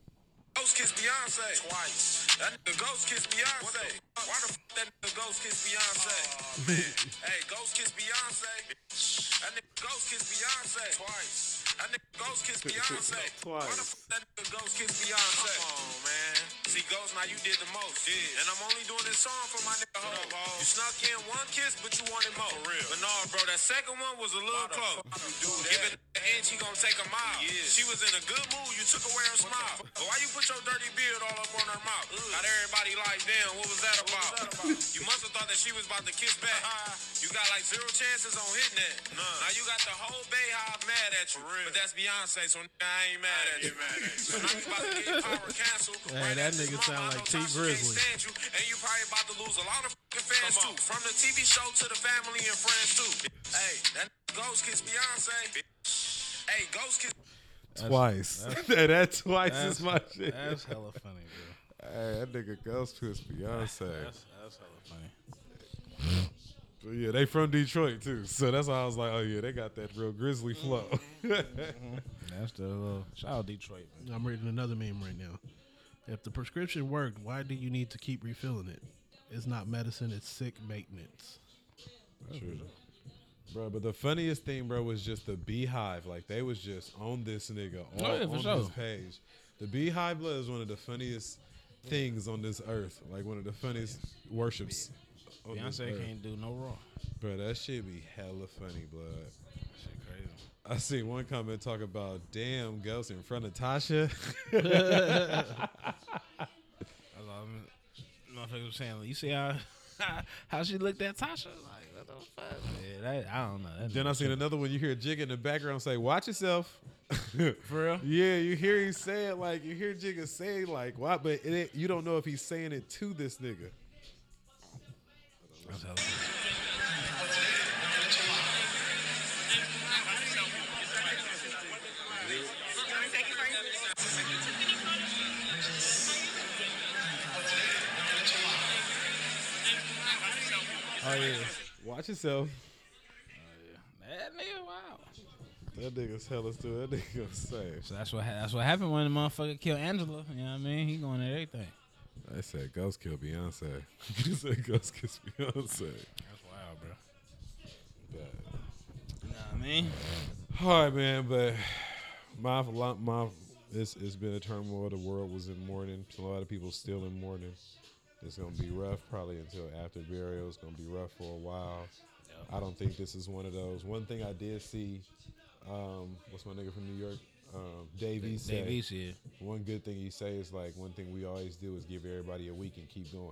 [SPEAKER 6] Ghost kiss Beyonce. Twice. That nigga ghost kiss Beyonce. Why the fuck that nigga ghost kiss Beyonce? man. hey, ghost kiss Beyonce. That nigga ghost kiss Beyonce. Twice. That nigga ghost kiss Beyonce. Twice. Why the fuck that nigga ghost kiss Beyonce? Come on, man. See, Ghost, now you did the most. And I'm only doing this song for my nigga Ho. You snuck in one kiss, but you wanted more. For real. But no, bro, that second one was a little close. Giving the inch, he gonna take a mile. She was in a good mood, you took away her smile. But why you put your dirty beard all up on her mouth? Not everybody like, damn, what was that about? you must have thought that she was about to kiss back. You got like zero chances on hitting that. Now you got the whole Bay Hive mad at you. But that's Beyonce, so nigga, I ain't mad at you. so now you about to get power canceled.
[SPEAKER 5] Hey, that nigga sound like T. Grizzly.
[SPEAKER 6] stand you, and you probably about to lose a lot of fucking fans too. From the TV show to the family and friends too. Hey, that ghost kiss Beyonce. Hey, ghost kiss.
[SPEAKER 3] Twice. that twice
[SPEAKER 4] That's-
[SPEAKER 3] is my shit.
[SPEAKER 4] That's hella funny, bro.
[SPEAKER 3] Hey, that nigga Ghost Kiss Beyonce.
[SPEAKER 4] That's hella funny.
[SPEAKER 3] So, yeah, they from Detroit too, so that's why I was like, oh yeah, they got that real grizzly flow.
[SPEAKER 4] Mm. That's the uh, shout out Detroit. Man.
[SPEAKER 5] I'm reading another meme right now. If the prescription worked, why do you need to keep refilling it? It's not medicine, it's sick maintenance.
[SPEAKER 3] Bro, but the funniest thing, bro, was just the Beehive. Like they was just on this nigga all
[SPEAKER 4] Oh, yeah, for
[SPEAKER 3] on
[SPEAKER 4] sure.
[SPEAKER 3] this page. The Beehive blood is one of the funniest things on this earth. Like one of the funniest worships. on this
[SPEAKER 4] Beyonce
[SPEAKER 3] earth.
[SPEAKER 4] can't do no wrong.
[SPEAKER 3] Bro, Oh, that shit be hella funny, blood.
[SPEAKER 4] Shit crazy.
[SPEAKER 3] I see one comment talk about damn ghost in front of Tasha.
[SPEAKER 4] That's all I'm. Motherfuckers was saying, like, you see how how she looked at Tasha? Like, what the fuck? Yeah, that, I don't know. That
[SPEAKER 3] then I
[SPEAKER 4] nigga
[SPEAKER 3] seen another one. You hear Jig in the background say, "Watch yourself."
[SPEAKER 4] For real?
[SPEAKER 3] Yeah, you hear he say it like you hear Jigga say like why, but it, ain't- you don't know if he's saying it to this nigga.
[SPEAKER 4] That's hella-
[SPEAKER 3] Oh yeah, watch yourself.
[SPEAKER 4] That nigga, wow.
[SPEAKER 3] That nigga's hella stupid. That nigga safe.
[SPEAKER 4] So that's what ha- that's what happened when the motherfucker killed Angela. You know what I mean? He going at everything.
[SPEAKER 3] I said Ghost kill Beyonce. you said Ghost kiss Beyonce.
[SPEAKER 4] That's wild, bro.
[SPEAKER 3] But-
[SPEAKER 4] You know what I mean?
[SPEAKER 3] All right, man. But my lo- my it's it's been a turmoil. The world was in mourning. A lot of people still in mourning. It's gonna be rough probably until after burial. It's gonna be rough for a while. I don't think this is one of those. One thing I did see, um, what's my nigga from New York, um, Davey said.
[SPEAKER 4] Davies here.
[SPEAKER 3] One good thing he say is like one thing we always do is give everybody a week and keep going.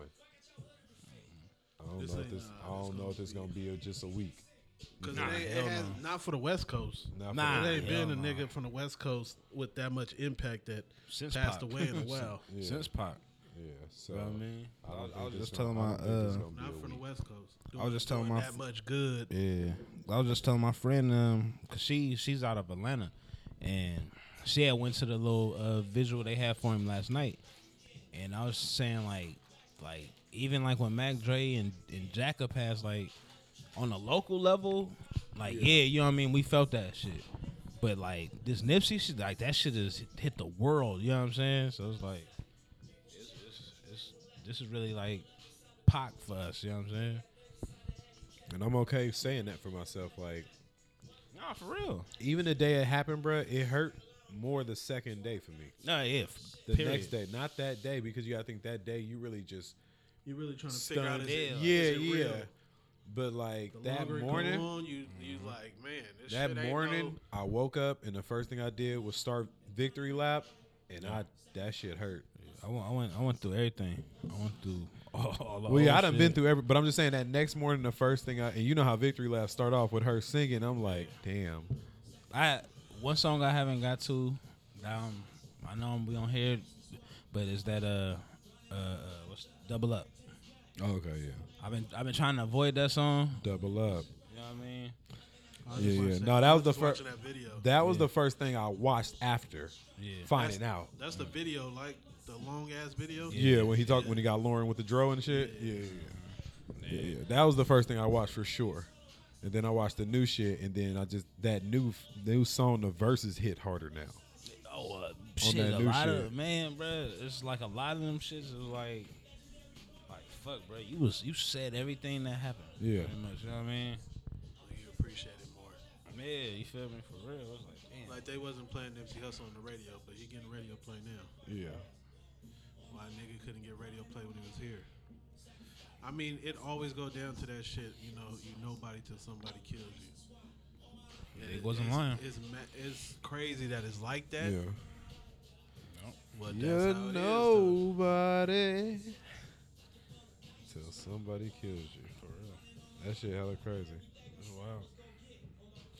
[SPEAKER 3] I don't
[SPEAKER 5] This
[SPEAKER 3] know if
[SPEAKER 5] ain't-
[SPEAKER 3] this.
[SPEAKER 5] nah,
[SPEAKER 3] I don't
[SPEAKER 5] this
[SPEAKER 3] know
[SPEAKER 5] gonna
[SPEAKER 3] if it's gonna be a, just a week.
[SPEAKER 5] Because
[SPEAKER 4] Nah,
[SPEAKER 5] it,
[SPEAKER 4] hell
[SPEAKER 5] has
[SPEAKER 4] no.
[SPEAKER 5] not for the West Coast.
[SPEAKER 3] Not for
[SPEAKER 4] Nah.
[SPEAKER 5] It ain't
[SPEAKER 4] hell
[SPEAKER 5] been a
[SPEAKER 4] no.
[SPEAKER 5] nigga from the West Coast with that much impact that
[SPEAKER 4] Since
[SPEAKER 5] passed
[SPEAKER 4] Pac.
[SPEAKER 5] away in a while.
[SPEAKER 3] Yeah.
[SPEAKER 4] Since Pac.
[SPEAKER 3] Yeah, so
[SPEAKER 4] You know what I mean?
[SPEAKER 3] I, don't
[SPEAKER 4] I was- I
[SPEAKER 3] think
[SPEAKER 4] was
[SPEAKER 3] this
[SPEAKER 4] just
[SPEAKER 3] gonna-
[SPEAKER 4] telling
[SPEAKER 3] I
[SPEAKER 4] my,
[SPEAKER 3] don't think this
[SPEAKER 4] uh,
[SPEAKER 3] gonna be
[SPEAKER 5] Not
[SPEAKER 3] a
[SPEAKER 5] from the
[SPEAKER 3] week.
[SPEAKER 5] West Coast.
[SPEAKER 4] I was just telling
[SPEAKER 5] doing
[SPEAKER 4] my
[SPEAKER 5] that
[SPEAKER 4] f-
[SPEAKER 5] much good.
[SPEAKER 4] Yeah, I was just telling my friend um, cause she she's out of Atlanta, and she had went to the little uh, visual they had for him last night, and I was saying like, like even like when Mac Dre and and Jacka passed, like on a local level, like yeah. you know what I mean, we felt that shit, but like this Nipsey shit, like that shit has hit the world, you know what I'm saying? So it's like, it's, it's, it's, this is really like Pac for us, you know what I'm saying?
[SPEAKER 3] And I'm okay saying that for myself. Like,
[SPEAKER 4] Nah, for real.
[SPEAKER 3] even the day it happened, bruh, it hurt more the second day for me.
[SPEAKER 4] No, yeah. f-
[SPEAKER 3] The
[SPEAKER 4] period.
[SPEAKER 3] next day, not that day, because you gotta think that day you really just
[SPEAKER 5] You're really trying to figure out
[SPEAKER 3] stunned.
[SPEAKER 5] is it,
[SPEAKER 3] yeah,
[SPEAKER 5] is it
[SPEAKER 3] yeah.
[SPEAKER 5] real?
[SPEAKER 3] But like
[SPEAKER 5] The
[SPEAKER 3] that
[SPEAKER 5] longer it go
[SPEAKER 3] morning,
[SPEAKER 5] on, you you
[SPEAKER 4] Mm-hmm.
[SPEAKER 5] like man. This
[SPEAKER 3] that
[SPEAKER 5] shit ain't
[SPEAKER 3] morning,
[SPEAKER 5] no-
[SPEAKER 3] I woke up and the first thing I did was start victory lap, and I that shit hurt.
[SPEAKER 4] I went, I went, I went through everything. I went through all, all the
[SPEAKER 3] Well, yeah,
[SPEAKER 4] whole
[SPEAKER 3] I done been
[SPEAKER 4] shit.
[SPEAKER 3] through every, but I'm just saying that next morning, the first thing I, and you know how victory laps start off with her singing. I'm like, damn,
[SPEAKER 4] I one song I haven't got to. Um, I know we don't hear, it, but it's that uh, uh, uh, what's double up?
[SPEAKER 3] Oh, okay, yeah.
[SPEAKER 4] I've been, I've been trying to avoid that song.
[SPEAKER 3] Double up.
[SPEAKER 4] You know what I mean?
[SPEAKER 5] I just
[SPEAKER 3] Yeah,
[SPEAKER 5] wanna
[SPEAKER 3] yeah.
[SPEAKER 5] say,
[SPEAKER 3] No, that
[SPEAKER 5] I
[SPEAKER 3] was the
[SPEAKER 5] just watching
[SPEAKER 3] first.
[SPEAKER 5] That video.
[SPEAKER 3] That was the first thing I watched after
[SPEAKER 4] Yeah.
[SPEAKER 3] finding out.
[SPEAKER 5] That's the video, like the long ass video.
[SPEAKER 3] Yeah, when he talked, when he got Lauren with the dro and shit. Yeah, yeah, yeah. yeah, yeah. That was the first thing I watched for sure. And then I watched the new shit, and then I just that new new song, the verses hit harder now.
[SPEAKER 4] Oh, uh, shit,
[SPEAKER 3] that
[SPEAKER 4] a
[SPEAKER 3] new
[SPEAKER 4] lot
[SPEAKER 3] shit.
[SPEAKER 4] of man, bro. It's like a lot of them shits is like, like fuck, bro. You was, you said everything that happened.
[SPEAKER 3] Yeah.
[SPEAKER 4] pretty much. You know what I mean?
[SPEAKER 5] Oh, You appreciate it more.
[SPEAKER 4] Yeah, you feel me for real? It's like, damn.
[SPEAKER 5] Like they wasn't playing Nipsey Hussle on the radio, but he getting radio play now.
[SPEAKER 3] Yeah,
[SPEAKER 5] Why a nigga couldn't get radio play when he was here? I mean, it always go down to that shit. You know, you nobody till somebody kills you. And
[SPEAKER 4] he wasn't
[SPEAKER 5] it's,
[SPEAKER 4] lying.
[SPEAKER 5] It's, ma- it's crazy that it's like that.
[SPEAKER 3] yeah.
[SPEAKER 5] But that's
[SPEAKER 3] You're
[SPEAKER 5] how it is, though.
[SPEAKER 3] nobody till somebody kills you. For real, that shit hella crazy. Wow.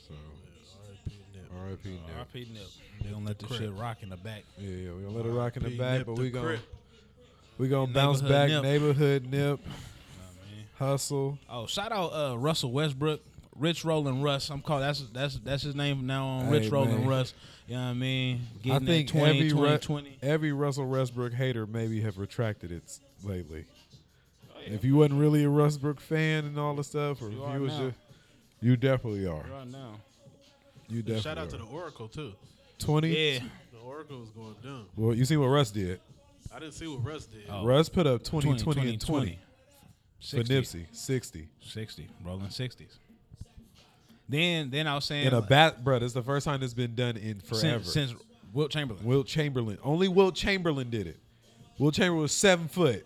[SPEAKER 3] So,
[SPEAKER 5] R.I.P. Nip.
[SPEAKER 3] R.I.P. Nip.
[SPEAKER 4] RP Nip. They don't let this
[SPEAKER 5] Crip.
[SPEAKER 4] shit rock in the back.
[SPEAKER 3] Yeah, yeah, we gonna let it rock in the
[SPEAKER 5] R.I.P.
[SPEAKER 3] back,
[SPEAKER 5] Nip
[SPEAKER 3] but
[SPEAKER 5] the
[SPEAKER 3] we gonna
[SPEAKER 5] Crip.
[SPEAKER 3] we gonna bounce
[SPEAKER 4] Neighborhood
[SPEAKER 3] back.
[SPEAKER 4] nip.
[SPEAKER 3] Neighborhood nip, hustle.
[SPEAKER 4] Oh, shout out uh, Russell Westbrook, Rich Rolling Russ. I'm called that's that's that's his name from now on.
[SPEAKER 3] Hey,
[SPEAKER 4] Rich Rolling
[SPEAKER 3] man.
[SPEAKER 4] Russ. You know what I mean? Getting
[SPEAKER 3] I think
[SPEAKER 4] that 20,
[SPEAKER 3] every
[SPEAKER 4] 20,
[SPEAKER 3] Ru-
[SPEAKER 4] 20.
[SPEAKER 3] every Russell Westbrook hater maybe have retracted it s- lately.
[SPEAKER 4] Oh
[SPEAKER 3] If you wasn't really a Rustbrook fan and all the stuff, or
[SPEAKER 4] You
[SPEAKER 3] if
[SPEAKER 4] are
[SPEAKER 3] you was
[SPEAKER 4] now.
[SPEAKER 3] just, you definitely are.
[SPEAKER 4] Right now.
[SPEAKER 3] You definitely
[SPEAKER 5] Shout out to
[SPEAKER 3] are.
[SPEAKER 5] the Oracle too.
[SPEAKER 3] twenty.
[SPEAKER 4] Yeah.
[SPEAKER 5] The Oracle was going dumb.
[SPEAKER 3] Well, you see what Russ did.
[SPEAKER 5] I didn't see what Russ did.
[SPEAKER 4] Oh,
[SPEAKER 3] Russ put up 20, 20,
[SPEAKER 4] 20,
[SPEAKER 3] and 20,
[SPEAKER 4] 60,
[SPEAKER 3] for Nipsey, 60.
[SPEAKER 4] 60. Rolling 60s. Then then I was saying
[SPEAKER 3] In a
[SPEAKER 4] like,
[SPEAKER 3] bat, bruh, it's the first time it's been done in forever.
[SPEAKER 4] since, since Wilt Chamberlain.
[SPEAKER 3] Wilt Chamberlain. Only Wilt Chamberlain did it. Wilt Chamberlain was seven foot.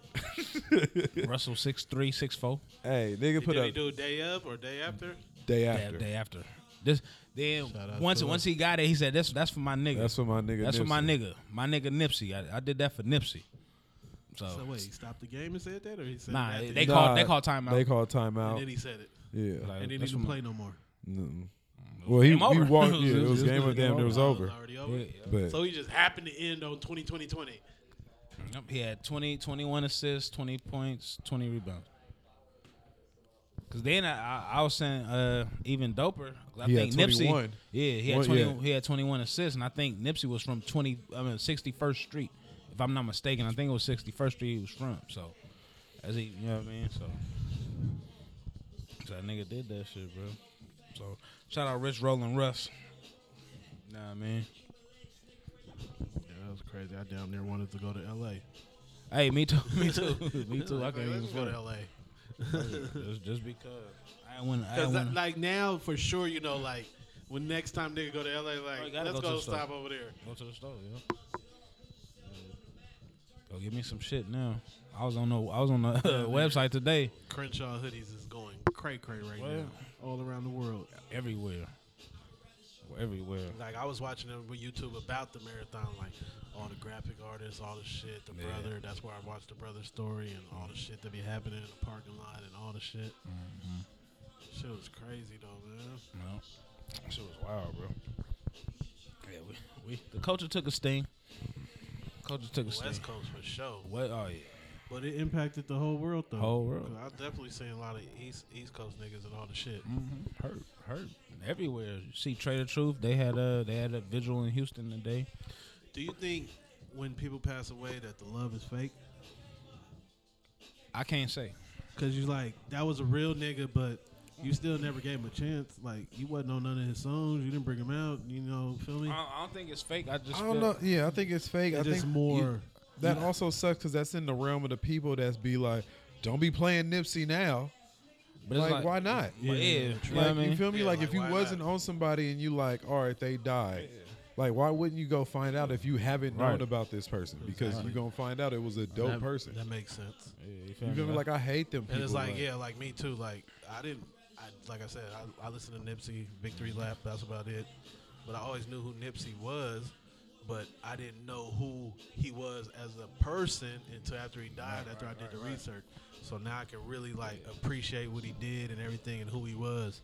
[SPEAKER 4] Russell 6'3", 6'4".
[SPEAKER 3] Hey, nigga put
[SPEAKER 5] did
[SPEAKER 3] up
[SPEAKER 5] they do it day up or day after?
[SPEAKER 3] day
[SPEAKER 4] That
[SPEAKER 3] after.
[SPEAKER 4] day after. This then
[SPEAKER 5] Shout out
[SPEAKER 4] once
[SPEAKER 5] to
[SPEAKER 4] once he got it, he said that's that's for my nigga.
[SPEAKER 3] That's for my nigga.
[SPEAKER 4] That's for my
[SPEAKER 3] Nipsey.
[SPEAKER 4] nigga. My nigga Nipsey. I, I did that for Nipsey. So,
[SPEAKER 5] So wait, he stopped the game and said that, or he said
[SPEAKER 4] nah,
[SPEAKER 5] it after?
[SPEAKER 4] they
[SPEAKER 3] Nah,
[SPEAKER 4] called they called timeout.
[SPEAKER 3] They called
[SPEAKER 5] and
[SPEAKER 3] timeout.
[SPEAKER 5] then he said it,
[SPEAKER 3] yeah.
[SPEAKER 4] Like,
[SPEAKER 5] and then he
[SPEAKER 4] that's
[SPEAKER 5] didn't
[SPEAKER 4] for my-
[SPEAKER 5] play no more.
[SPEAKER 3] well, he,
[SPEAKER 4] Game
[SPEAKER 3] he
[SPEAKER 4] over.
[SPEAKER 3] walked.
[SPEAKER 4] It was-
[SPEAKER 3] Yeah,
[SPEAKER 4] it
[SPEAKER 3] it was
[SPEAKER 4] was
[SPEAKER 3] game
[SPEAKER 4] good.
[SPEAKER 3] of damn. It was
[SPEAKER 5] Oh, it was
[SPEAKER 3] over.
[SPEAKER 5] already over.
[SPEAKER 4] Yeah, yeah.
[SPEAKER 3] But
[SPEAKER 5] So he just happened to end on 20, 20, 20.
[SPEAKER 4] Yep, He had 20, 21 assists, 20 points, 20 rebounds. Because then I, I, I was saying uh, even doper. 'cause I
[SPEAKER 3] He had
[SPEAKER 4] think Nipsey.
[SPEAKER 3] 21.
[SPEAKER 4] Yeah, he had,
[SPEAKER 3] Well,
[SPEAKER 4] 20,
[SPEAKER 3] yeah.
[SPEAKER 4] he had 21 assists, and I think Nipsey was from 20, I mean, 61st Street, if I'm not mistaken. I think it was 61st Street he was from. So, as he, you know what I mean? So, so that nigga did that shit, bro. So, shout out Rich Rolling Russ. Nah, man.
[SPEAKER 5] Yeah, that was crazy. I damn near wanted to go to L.A.
[SPEAKER 4] Hey, me too. Me too. me too. I can't even
[SPEAKER 5] Let's go
[SPEAKER 4] front.
[SPEAKER 5] to L.A.
[SPEAKER 4] just, just because I went, I
[SPEAKER 5] Because
[SPEAKER 4] went.
[SPEAKER 5] like now, for sure, you know, like when next time nigga go to L.A.,
[SPEAKER 4] you
[SPEAKER 5] like
[SPEAKER 4] gotta
[SPEAKER 5] let's
[SPEAKER 4] go to
[SPEAKER 5] go
[SPEAKER 4] the store.
[SPEAKER 5] stop over there.
[SPEAKER 4] go to the store, yo. Go give me some shit now. I was on the I was on the uh, website today.
[SPEAKER 5] Crenshaw hoodies is going cray cray right now, all around the world.
[SPEAKER 4] Everywhere, everywhere.
[SPEAKER 5] Like I was watching them with YouTube about the marathon, like all the graphic artists, all the shit, the brother. That's where I watched the brother story and all the shit that be happening in the parking lot and all the shit.
[SPEAKER 4] Mm-hmm.
[SPEAKER 5] Shit was crazy though, man.
[SPEAKER 4] No, shit was wild, bro. Yeah, we, we the culture took a sting. Culture took a sting.
[SPEAKER 5] West Coast for sure,
[SPEAKER 4] What? Oh yeah.
[SPEAKER 5] but it impacted the whole world though.
[SPEAKER 4] Whole world.
[SPEAKER 5] 'Cause I've definitely seen a lot of East East Coast niggas and all the shit.
[SPEAKER 4] Hurt, hurt everywhere. You see, Trader Truth, they had a they had a vigil in Houston today.
[SPEAKER 5] Do you think when people pass away that the love is fake?
[SPEAKER 4] I can't say.
[SPEAKER 5] Cause you like that was a real nigga, but you still never gave him a chance. Like you wasn't on none of his songs. You didn't bring him out. You know, feel me?
[SPEAKER 4] I don't, I don't think it's fake. I just
[SPEAKER 3] I
[SPEAKER 4] feel-
[SPEAKER 3] don't know. Yeah, I think it's fake. I
[SPEAKER 5] It's just
[SPEAKER 3] think
[SPEAKER 5] more.
[SPEAKER 3] you- that also sucks because that's in the realm of the people that's be like, don't be playing Nipsey now.
[SPEAKER 4] But it's
[SPEAKER 3] like, why not?
[SPEAKER 4] Yeah, yeah,
[SPEAKER 5] Like,
[SPEAKER 4] you know
[SPEAKER 3] Like,
[SPEAKER 4] what I mean?
[SPEAKER 3] You feel me?
[SPEAKER 5] Yeah,
[SPEAKER 3] like,
[SPEAKER 5] like,
[SPEAKER 3] if you
[SPEAKER 5] why
[SPEAKER 3] wasn't
[SPEAKER 5] not?
[SPEAKER 3] on somebody and you like, all right, they died. Like, why wouldn't you go find out if you haven't known
[SPEAKER 4] Right.
[SPEAKER 3] about this person? Because you're gonna find out it was a dope
[SPEAKER 5] that,
[SPEAKER 3] person.
[SPEAKER 5] That makes sense.
[SPEAKER 3] you feel me? Like I hate them. People.
[SPEAKER 5] And it's like, yeah, like me too. Like I didn't, I, like I said, I, I listened to Nipsey, Victory Lap. That's about it. But I always knew who Nipsey was, but I didn't know who he was as a person until after he died. after I did the research, so now I can really like appreciate what he did and everything and who he was.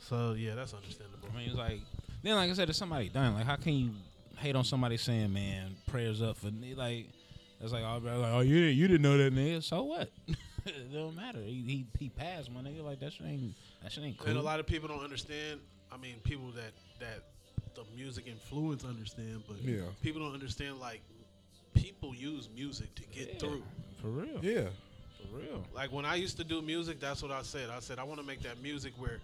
[SPEAKER 5] So yeah, that's understandable.
[SPEAKER 4] I mean, it's like then, like I said, it's somebody dying. Like, how can you hate on somebody saying, "Man, prayers up for me"? Like, it's like, oh, bro, like, oh, you didn't, you didn't know that nigga. So what? it don't matter. He, he he passed, my nigga. Like that shit ain't that shit ain't cool.
[SPEAKER 5] And a lot of people don't understand. I mean, people that that the music influence understand, but
[SPEAKER 3] Yeah.
[SPEAKER 5] people don't understand like people use music to get through.
[SPEAKER 4] for real,
[SPEAKER 3] yeah.
[SPEAKER 4] for real.
[SPEAKER 5] Like when I used to do music, that's what I said. I said I want to make that music where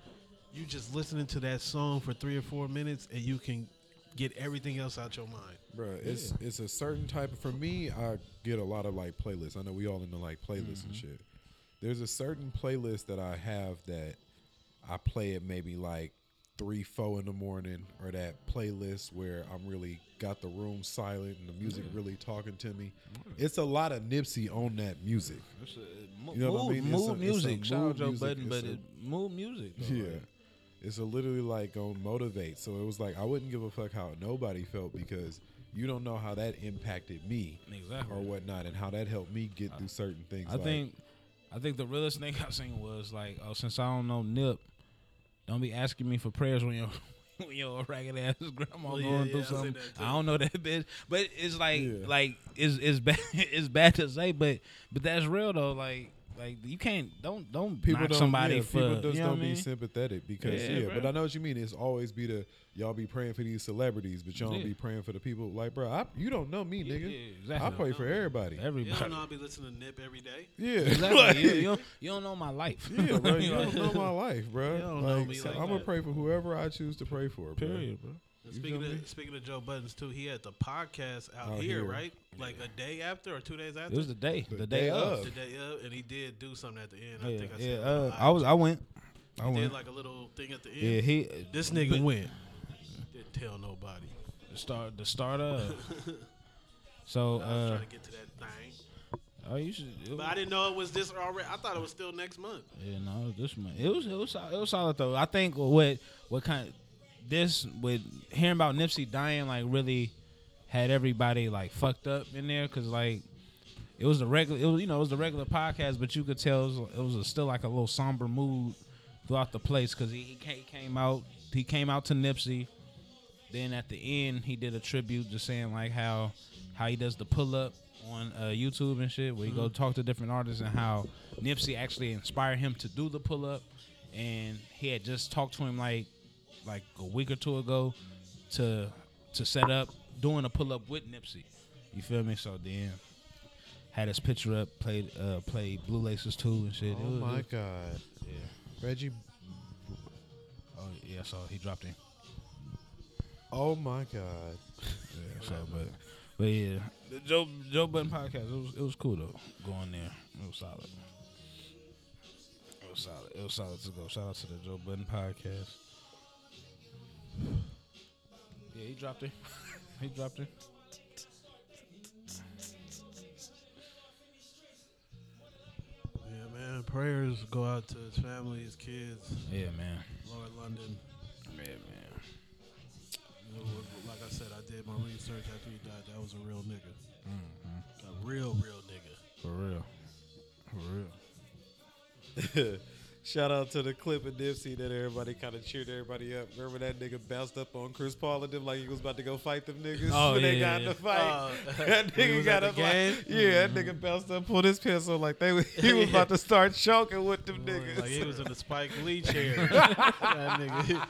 [SPEAKER 5] you just listening to that song for three or four minutes and you can get everything else out your mind.
[SPEAKER 3] Bruh, it's it's a certain type of for me, I get a lot of like playlists. I know we all into like playlists and shit. There's a certain playlist that I have that I play at maybe like three, four in the morning, or that playlist where I'm really got the room silent and the music really talking to me. It's a lot of Nipsey on that music.
[SPEAKER 4] Mo-
[SPEAKER 3] You know what I
[SPEAKER 4] mood,
[SPEAKER 3] mean? It's
[SPEAKER 4] mood
[SPEAKER 3] a- it's a
[SPEAKER 4] music. Shout out
[SPEAKER 3] mood
[SPEAKER 4] Joe
[SPEAKER 3] music.
[SPEAKER 4] Budden, but
[SPEAKER 3] It's a-
[SPEAKER 4] it, mood music. Though,
[SPEAKER 3] Yeah.
[SPEAKER 4] like,
[SPEAKER 3] It's a literally like gonna motivate. So it was like I wouldn't give a fuck how nobody felt because you don't know how that impacted me
[SPEAKER 4] Exactly.
[SPEAKER 3] or whatnot and how that helped me get through certain things.
[SPEAKER 4] I
[SPEAKER 3] like,
[SPEAKER 4] think I think the realest thing I've seen was like, oh, since I don't know Nip, don't be asking me for prayers when your when your ragged ass grandma
[SPEAKER 5] yeah,
[SPEAKER 4] going through
[SPEAKER 5] yeah, I seen
[SPEAKER 4] something.
[SPEAKER 5] that too.
[SPEAKER 4] I don't know that bitch, but it's like
[SPEAKER 3] Yeah.
[SPEAKER 4] like it's it's bad it's bad to say, but but that's real though. Like Like you can't don't don't
[SPEAKER 3] people
[SPEAKER 4] knock
[SPEAKER 3] don't,
[SPEAKER 4] somebody
[SPEAKER 3] yeah,
[SPEAKER 4] for
[SPEAKER 3] people just
[SPEAKER 4] you know
[SPEAKER 3] don't
[SPEAKER 4] what I mean?
[SPEAKER 3] be sympathetic because
[SPEAKER 4] Yeah,
[SPEAKER 3] yeah,
[SPEAKER 4] bro.
[SPEAKER 3] but I know what you mean. It's always be the y'all be praying for these celebrities, but y'all
[SPEAKER 4] Yeah.
[SPEAKER 3] don't be praying for the people. Like, bro, I, you don't know me, nigga.
[SPEAKER 4] yeah, exactly.
[SPEAKER 3] I pray for everybody.
[SPEAKER 5] You
[SPEAKER 4] Everybody.
[SPEAKER 5] don't know I'll be listening to Nip every day.
[SPEAKER 3] yeah,
[SPEAKER 4] Exactly. you, you don't, you don't know my life.
[SPEAKER 3] yeah, bro. You
[SPEAKER 4] You
[SPEAKER 3] don't
[SPEAKER 4] know?
[SPEAKER 3] know my life, bro.
[SPEAKER 5] don't know
[SPEAKER 3] like,
[SPEAKER 5] me
[SPEAKER 3] so
[SPEAKER 5] like
[SPEAKER 3] I'm gonna
[SPEAKER 5] that.
[SPEAKER 3] pray for whoever I choose to pray for. Bro.
[SPEAKER 4] Period, bro.
[SPEAKER 5] And speaking of speaking of Joe Buttons too, he had the podcast out
[SPEAKER 3] Out
[SPEAKER 5] here,
[SPEAKER 3] here.
[SPEAKER 5] right? Like a day after or two days after.
[SPEAKER 4] It was the day, the, day, of.
[SPEAKER 5] the day of, and he did do something at the end. I
[SPEAKER 4] Yeah,
[SPEAKER 5] think I
[SPEAKER 4] yeah.
[SPEAKER 5] said
[SPEAKER 4] Uh,
[SPEAKER 5] I,
[SPEAKER 4] I was. I went. I
[SPEAKER 5] did
[SPEAKER 4] went.
[SPEAKER 5] like a little thing at the end.
[SPEAKER 4] Yeah, he
[SPEAKER 5] This nigga went. Didn't tell nobody.
[SPEAKER 4] the start the start of. So,
[SPEAKER 5] I was
[SPEAKER 4] uh,
[SPEAKER 5] trying to get to that thing,
[SPEAKER 4] oh, you should. It,
[SPEAKER 5] but I didn't know it was this already. I thought it was still next month.
[SPEAKER 4] yeah, no, this man, it was it was sol- it was solid though. I think what what kind of, this with hearing about Nipsey dying like really had everybody like fucked up in there because like it was the regular it was you know it was the regular podcast, but you could tell it was, it was a, still like a little somber mood throughout the place because he, he ca- he came out he came out to Nipsey. Then at the end, he did a tribute, just saying like how how he does the pull up on uh, YouTube and shit, where he go
[SPEAKER 3] Mm-hmm.
[SPEAKER 4] talk to different artists and how Nipsey actually inspired him to do the pull up, and he had just talked to him like like a week or two ago to to set up doing a pull up with Nipsey. You feel me? So then had his picture up, played uh played Blue Laces too and shit.
[SPEAKER 3] Oh
[SPEAKER 4] It was-
[SPEAKER 3] my god, Reggie.
[SPEAKER 4] oh yeah, so he dropped in.
[SPEAKER 3] Oh my god.
[SPEAKER 4] Yeah, so but but yeah, the Joe Joe Button podcast. It was it was cool though. Going there, it was solid. It was solid. It was solid to go. Shout out to the Joe Button podcast. Yeah, he dropped it. He dropped it.
[SPEAKER 5] Yeah, man. Prayers go out to his family, his kids,
[SPEAKER 4] Yeah, man.
[SPEAKER 5] Lord London.
[SPEAKER 4] Yeah, man.
[SPEAKER 5] You know, Like I said, I did my research after he died. That was a real nigga. A real, real nigga.
[SPEAKER 4] For real. For real.
[SPEAKER 3] Shout out to the clip of Nipsey that everybody kind of cheered everybody up. Remember that nigga bounced up on Chris Paul and them like he was about to go fight them niggas
[SPEAKER 4] Oh,
[SPEAKER 3] when they
[SPEAKER 4] yeah,
[SPEAKER 3] got in
[SPEAKER 4] yeah.
[SPEAKER 3] the fight. that
[SPEAKER 5] Oh. he
[SPEAKER 3] nigga
[SPEAKER 5] was
[SPEAKER 3] got
[SPEAKER 5] at the
[SPEAKER 3] up like, yeah, that
[SPEAKER 5] game?
[SPEAKER 3] nigga bounced up, pulled his pencil like they was- he was
[SPEAKER 5] Yeah.
[SPEAKER 3] about to start choking with them niggas.
[SPEAKER 5] Like he was in the Spike Lee chair. that nigga,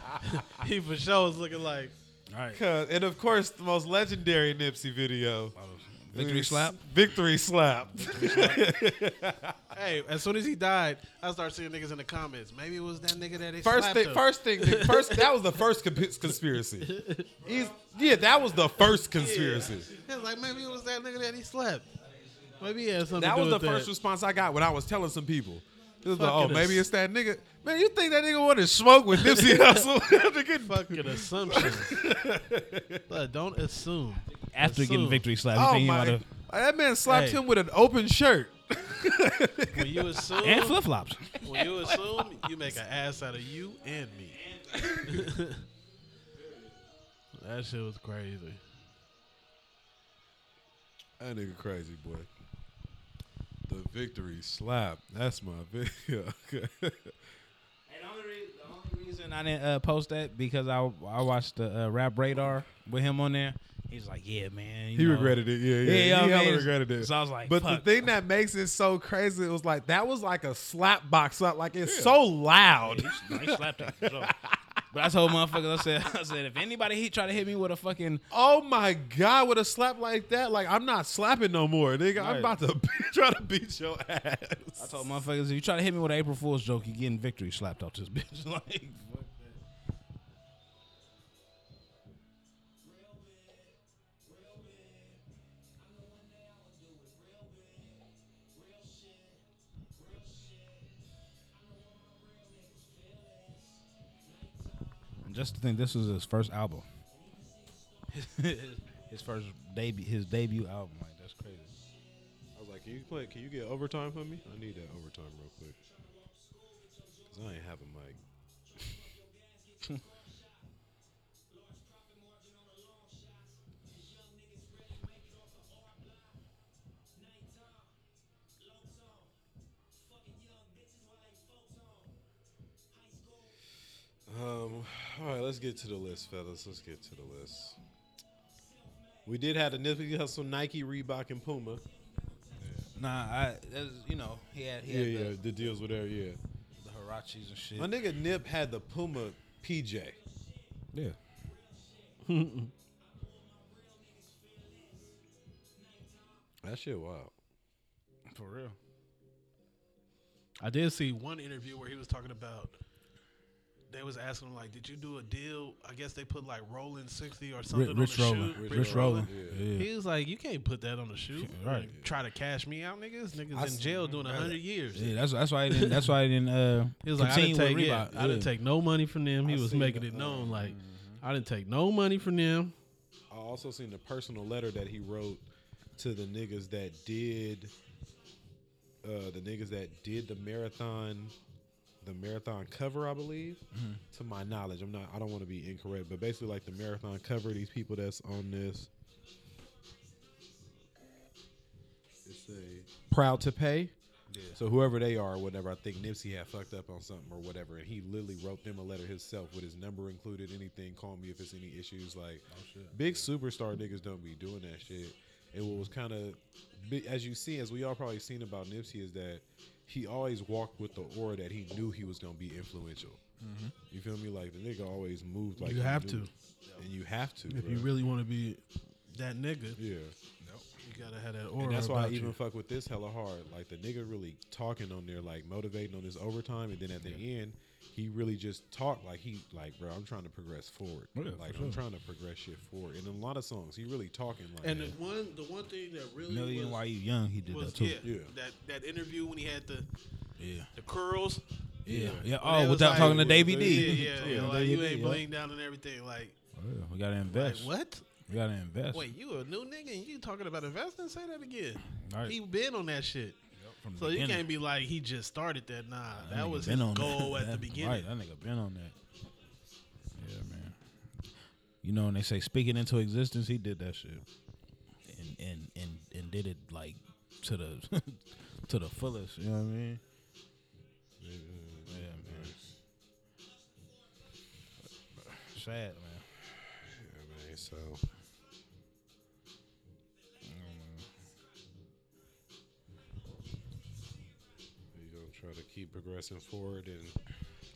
[SPEAKER 5] he, for sure was looking like
[SPEAKER 4] All right.
[SPEAKER 3] 'Cause- Uh, and of course, the most legendary Nipsey video,
[SPEAKER 4] Victory
[SPEAKER 3] is
[SPEAKER 4] slap.
[SPEAKER 3] Victory slap.
[SPEAKER 5] Hey, as soon as he died, I started seeing niggas in the comments. Maybe it was that nigga that they
[SPEAKER 3] First
[SPEAKER 5] slapped
[SPEAKER 3] thing,
[SPEAKER 5] him.
[SPEAKER 3] first thing, first that was the first cons- conspiracy. He's, yeah, that was the first conspiracy.
[SPEAKER 5] It's like maybe it was that nigga that he slept. Maybe he had something.
[SPEAKER 3] That
[SPEAKER 5] to do
[SPEAKER 3] was the
[SPEAKER 5] with
[SPEAKER 3] first
[SPEAKER 5] that.
[SPEAKER 3] response I got when I was telling some people. It was like, oh,
[SPEAKER 5] Fucking
[SPEAKER 3] maybe
[SPEAKER 5] ass-
[SPEAKER 3] it's that nigga. Man, you think that nigga wanted to smoke with Nipsey Hussle? After getting-
[SPEAKER 5] fucking assumption. Look, don't assume.
[SPEAKER 4] After getting
[SPEAKER 5] Assume.
[SPEAKER 4] victory slap, you
[SPEAKER 3] oh
[SPEAKER 4] think he
[SPEAKER 3] my!
[SPEAKER 4] might've-
[SPEAKER 3] That man slapped
[SPEAKER 5] Hey.
[SPEAKER 3] him with an open shirt.
[SPEAKER 5] When you assume,
[SPEAKER 4] and flip flops.
[SPEAKER 5] when you assume, you make an ass out of you and me. that shit was crazy.
[SPEAKER 3] That nigga crazy boy. The victory slap. That's my video.
[SPEAKER 4] And the only, re- the only reason I didn't uh, post that because I I watched the uh, rap radar with him on there. He's like, yeah, man. you
[SPEAKER 3] he
[SPEAKER 4] know."
[SPEAKER 3] regretted it. Yeah,
[SPEAKER 4] Yeah,
[SPEAKER 3] yeah.
[SPEAKER 4] yeah, I
[SPEAKER 3] he
[SPEAKER 4] mean,
[SPEAKER 3] hella
[SPEAKER 4] it's-
[SPEAKER 3] regretted it.
[SPEAKER 4] so I was like,
[SPEAKER 3] but
[SPEAKER 4] fuck.
[SPEAKER 3] the thing that makes it so crazy, it was like that was like a slap box. Like it's so loud.
[SPEAKER 4] He, he oh, slapped it. So. But I told motherfuckers, I said, I said, if anybody he try to hit me with a fucking,
[SPEAKER 3] Oh my God, with a slap like that, like I'm not slapping no more, nigga.
[SPEAKER 4] Right.
[SPEAKER 3] I'm about to try to beat your ass.
[SPEAKER 4] I told motherfuckers, if you try to hit me with an April Fool's joke, you getting victory slapped off this bitch. like, fuck that. And Just to think, this was his first album. his first debut, his debut album. Like that's crazy.
[SPEAKER 3] I was like, can you play? Can you get overtime for me? I need that overtime real quick. Cause I ain't have a mic. Um, all right, let's get to the list, fellas. Let's get to the list. We did have the Nipsey Hustle, Nike, Reebok, and Puma.
[SPEAKER 4] Nah, I that's, you know he had he
[SPEAKER 3] Yeah,
[SPEAKER 4] had
[SPEAKER 3] yeah,
[SPEAKER 4] the,
[SPEAKER 3] the deals were there. Yeah,
[SPEAKER 4] the Hirachis and shit.
[SPEAKER 7] My nigga Nip had the Puma PJ.
[SPEAKER 3] yeah.
[SPEAKER 7] That shit wild.
[SPEAKER 4] For real.
[SPEAKER 5] I did see one interview where he was talking about they was asking him like, "Did you do a deal?" I guess they put like Rolling sixty or
[SPEAKER 4] Rich,
[SPEAKER 5] something on
[SPEAKER 4] Rich
[SPEAKER 5] the
[SPEAKER 4] Rolling.
[SPEAKER 5] shoe.
[SPEAKER 4] Rich, Rolling. Yeah.
[SPEAKER 5] He was like, "You can't put that on the shoe.
[SPEAKER 4] Right.
[SPEAKER 5] Try to cash me out, niggas. Niggas in jail doing hundred years."
[SPEAKER 4] Yeah, that's that's why I didn't. That's why I didn't. Uh,
[SPEAKER 5] He was like, I didn't
[SPEAKER 4] continue
[SPEAKER 5] take,
[SPEAKER 4] with
[SPEAKER 5] yeah,
[SPEAKER 4] Reebok.
[SPEAKER 5] I didn't take no money from them. He was making it known,
[SPEAKER 4] Mm-hmm.
[SPEAKER 5] like, I didn't take no money from them.
[SPEAKER 3] I also seen the personal letter that he wrote to the niggas that did uh the niggas that did the marathon the marathon cover, I believe.
[SPEAKER 4] Mm-hmm.
[SPEAKER 3] To my knowledge. I'm not I don't want to be incorrect, but basically like the marathon cover, these people that's on this. It's a proud to pay. So whoever they are, whatever, I think Nipsey had fucked up on something or whatever, and he literally wrote them a letter himself with his number included. Anything, call me if it's any issues. Like,
[SPEAKER 5] Oh,
[SPEAKER 3] big superstar niggas don't be doing that shit. And what was kind of, as you see, as we all probably seen about Nipsey, is that he always walked with the aura that he knew he was gonna be influential. You feel me? Like the nigga always moved like
[SPEAKER 5] Mm-hmm. You
[SPEAKER 3] he
[SPEAKER 5] have
[SPEAKER 3] knew-
[SPEAKER 5] to.
[SPEAKER 3] and you have to.
[SPEAKER 5] If you
[SPEAKER 3] bruh.
[SPEAKER 5] really want to be that nigga, you
[SPEAKER 3] yeah.
[SPEAKER 5] gotta have that aura.
[SPEAKER 3] And that's why I
[SPEAKER 5] about
[SPEAKER 3] even
[SPEAKER 5] you.
[SPEAKER 3] fuck with this hella hard. Like the nigga really talking on there, like motivating on this overtime, and then at the end, he really just talked like he like, bro, I'm trying to progress forward.
[SPEAKER 4] yeah,
[SPEAKER 3] like
[SPEAKER 4] for
[SPEAKER 3] I'm
[SPEAKER 4] sure.
[SPEAKER 3] trying to progress shit forward. And in a lot of songs, he really talking like.
[SPEAKER 5] And the one, the one thing that really
[SPEAKER 4] Million
[SPEAKER 5] was,
[SPEAKER 4] while you young, he did
[SPEAKER 5] was
[SPEAKER 4] that too.
[SPEAKER 5] yeah,
[SPEAKER 3] Yeah.
[SPEAKER 5] that that interview when he had the
[SPEAKER 4] Yeah.
[SPEAKER 5] the curls.
[SPEAKER 4] Yeah. yeah.
[SPEAKER 5] They
[SPEAKER 4] Oh,
[SPEAKER 5] was
[SPEAKER 4] without
[SPEAKER 5] like-
[SPEAKER 4] talking to Davey
[SPEAKER 5] yeah,
[SPEAKER 4] D.
[SPEAKER 5] yeah, yeah,
[SPEAKER 4] Talking to
[SPEAKER 5] like
[SPEAKER 4] Davey
[SPEAKER 5] you
[SPEAKER 4] D,
[SPEAKER 5] ain't
[SPEAKER 4] yeah.
[SPEAKER 5] bling down and everything. Like,
[SPEAKER 4] For real. We gotta
[SPEAKER 5] like
[SPEAKER 4] invest.
[SPEAKER 5] what?
[SPEAKER 4] We gotta invest.
[SPEAKER 5] Wait, you a new nigga and you talking about investing? Say that again.
[SPEAKER 4] Right.
[SPEAKER 5] He been on that shit.
[SPEAKER 4] From the
[SPEAKER 5] So you
[SPEAKER 4] beginning.
[SPEAKER 5] can't be like he just started that. Nah, that,
[SPEAKER 4] nigga
[SPEAKER 5] was
[SPEAKER 4] been
[SPEAKER 5] his
[SPEAKER 4] on that.
[SPEAKER 5] goal at the
[SPEAKER 4] That-
[SPEAKER 5] beginning.
[SPEAKER 4] Right, that nigga been on that. Yeah, man. You know, and they say speaking into existence, he did that shit, and and and and did it like to the to the fullest. You know what I mean? Yeah, man. Sad, man.
[SPEAKER 3] Yeah, man, so you gonna try to keep progressing forward, and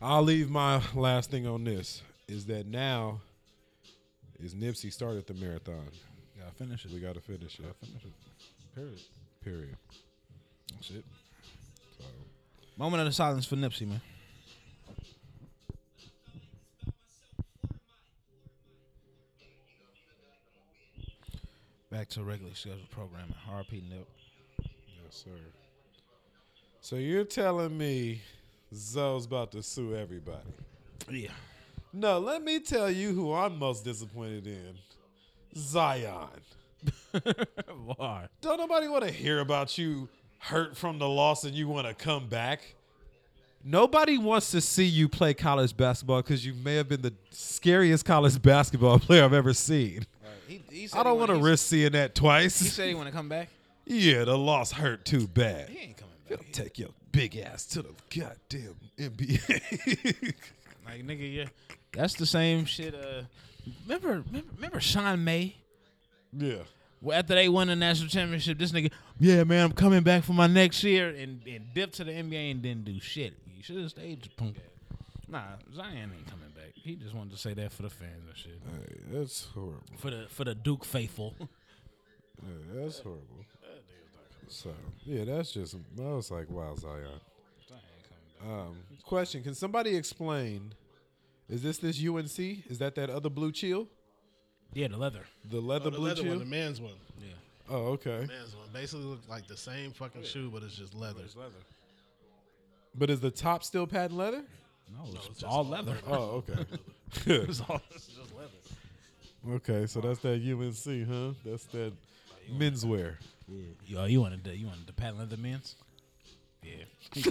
[SPEAKER 3] I'll leave my last thing on this is that now is Nipsey started the marathon.
[SPEAKER 4] Gotta finish it.
[SPEAKER 3] We gotta finish it.
[SPEAKER 4] finish it.
[SPEAKER 3] Period. Period.
[SPEAKER 4] That's it. Moment of the silence for Nipsey, man. Back to regularly scheduled programming. RP Nip.
[SPEAKER 3] Yes, sir. So you're telling me Zoe's about to sue everybody?
[SPEAKER 4] Yeah.
[SPEAKER 3] No, let me tell you who I'm most disappointed in. Zion.
[SPEAKER 4] Why?
[SPEAKER 3] Don't nobody want to hear about you hurt from the loss and you want to come back. Nobody wants to see you play college basketball because you may have been the scariest college basketball player I've ever seen.
[SPEAKER 4] He, he said
[SPEAKER 3] I don't
[SPEAKER 4] he
[SPEAKER 3] want
[SPEAKER 4] wanna-
[SPEAKER 3] to
[SPEAKER 4] he-
[SPEAKER 3] risk seeing that
[SPEAKER 4] He
[SPEAKER 3] twice.
[SPEAKER 4] said he want to come back.
[SPEAKER 3] Yeah, the loss hurt too bad.
[SPEAKER 4] He ain't coming back.
[SPEAKER 3] Take your big ass to the goddamn NBA.
[SPEAKER 4] Like nigga, yeah. That's the same shit. Uh, remember, remember, remember Sean May.
[SPEAKER 3] yeah.
[SPEAKER 4] Well, after they won the national championship, this nigga, yeah, man, I'm coming back for my next year and, and dipped to the NBA and didn't do shit. You should have stayed, you punk. ass. Nah, Zion ain't coming back. He just wanted to say that for the fans and shit.
[SPEAKER 3] That's horrible.
[SPEAKER 4] For the for the Duke faithful.
[SPEAKER 3] that's horrible. So, yeah, that's just, I was like, wow, Zion. Um, question Can somebody explain? Is this this UNC? Is that that other blue chill?
[SPEAKER 4] yeah, the leather.
[SPEAKER 3] The leather
[SPEAKER 5] Oh, the
[SPEAKER 3] blue
[SPEAKER 5] leather
[SPEAKER 3] chill?
[SPEAKER 5] one, the man's one,
[SPEAKER 3] oh, okay.
[SPEAKER 5] man's one. Basically, looks like the same fucking shoe, but it's just leather.
[SPEAKER 4] leather.
[SPEAKER 3] But is the top still patent leather?
[SPEAKER 4] No, it's,
[SPEAKER 5] it's just
[SPEAKER 4] all leather.
[SPEAKER 3] Oh, okay.
[SPEAKER 4] it's all it's just leather.
[SPEAKER 3] okay, so that's that UNC, huh? That's that menswear.
[SPEAKER 4] Yo, you wanted the you wanted the patent leather men's? Yeah.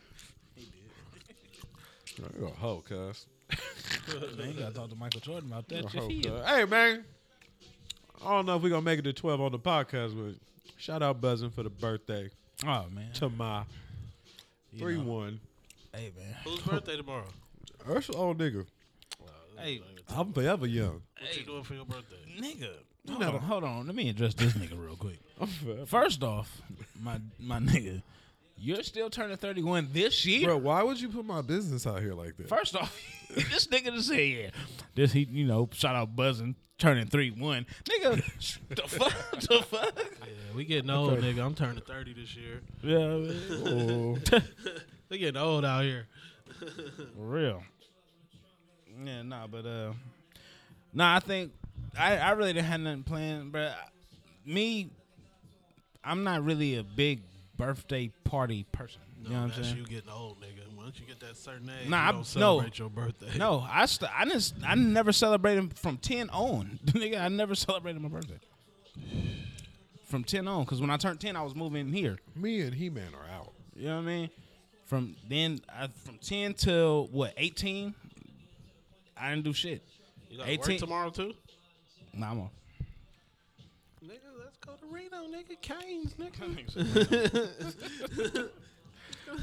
[SPEAKER 3] You're a hoe, cuz.
[SPEAKER 4] man, you gotta talk to Michael Jordan about
[SPEAKER 3] You're
[SPEAKER 4] that.
[SPEAKER 3] a
[SPEAKER 4] shit.
[SPEAKER 3] hoe,
[SPEAKER 4] He
[SPEAKER 3] cuz.
[SPEAKER 4] is-
[SPEAKER 3] Hey, man. I don't know if we're going to make it to 12 on the podcast, but shout out Buzzing for the birthday
[SPEAKER 4] Oh man.
[SPEAKER 3] to my 3 1.
[SPEAKER 4] Hey man.
[SPEAKER 5] Whose birthday tomorrow?
[SPEAKER 3] Urshel old nigga.
[SPEAKER 4] Hey,
[SPEAKER 3] I'm forever young.
[SPEAKER 5] What you doing for your birthday?
[SPEAKER 4] nigga. Hold on, hold on. Let me address this nigga real quick. First off, my my nigga, you're still turning 31 this year.
[SPEAKER 3] Bro, why would you put my business out here like that?
[SPEAKER 4] First off, this nigga just said, yeah, this he, you know, shout out buzzing, turning three one, nigga. sh- the fuck, the fuck.
[SPEAKER 5] Yeah, we getting old, nigga. I'm turning 30 this year.
[SPEAKER 4] Yeah, man.
[SPEAKER 3] Oh,
[SPEAKER 5] We getting old out here.
[SPEAKER 4] for real. Yeah, nah, but uh, nah, I think I I really didn't have nothing planned, but me, I'm not really a big birthday party person. You know what I'm
[SPEAKER 5] That's
[SPEAKER 4] saying?
[SPEAKER 5] you getting old, nigga. Once you get that certain age,
[SPEAKER 4] Nah,
[SPEAKER 5] you
[SPEAKER 4] I-
[SPEAKER 5] don't
[SPEAKER 4] no.
[SPEAKER 5] celebrate your birthday.
[SPEAKER 4] No, I st- I didn't s- I never celebrated from ten on. Nigga, I never celebrated my birthday. From ten on, because when I turned ten, I was moving here.
[SPEAKER 3] me and He Man are out.
[SPEAKER 4] You know what I mean? From then, I, from ten till what eighteen, I didn't do shit.
[SPEAKER 5] You got work
[SPEAKER 4] 18
[SPEAKER 5] tomorrow too?
[SPEAKER 4] Nah, I'm off.
[SPEAKER 5] Nigga, let's go to Reno, nigga. Canes, nigga.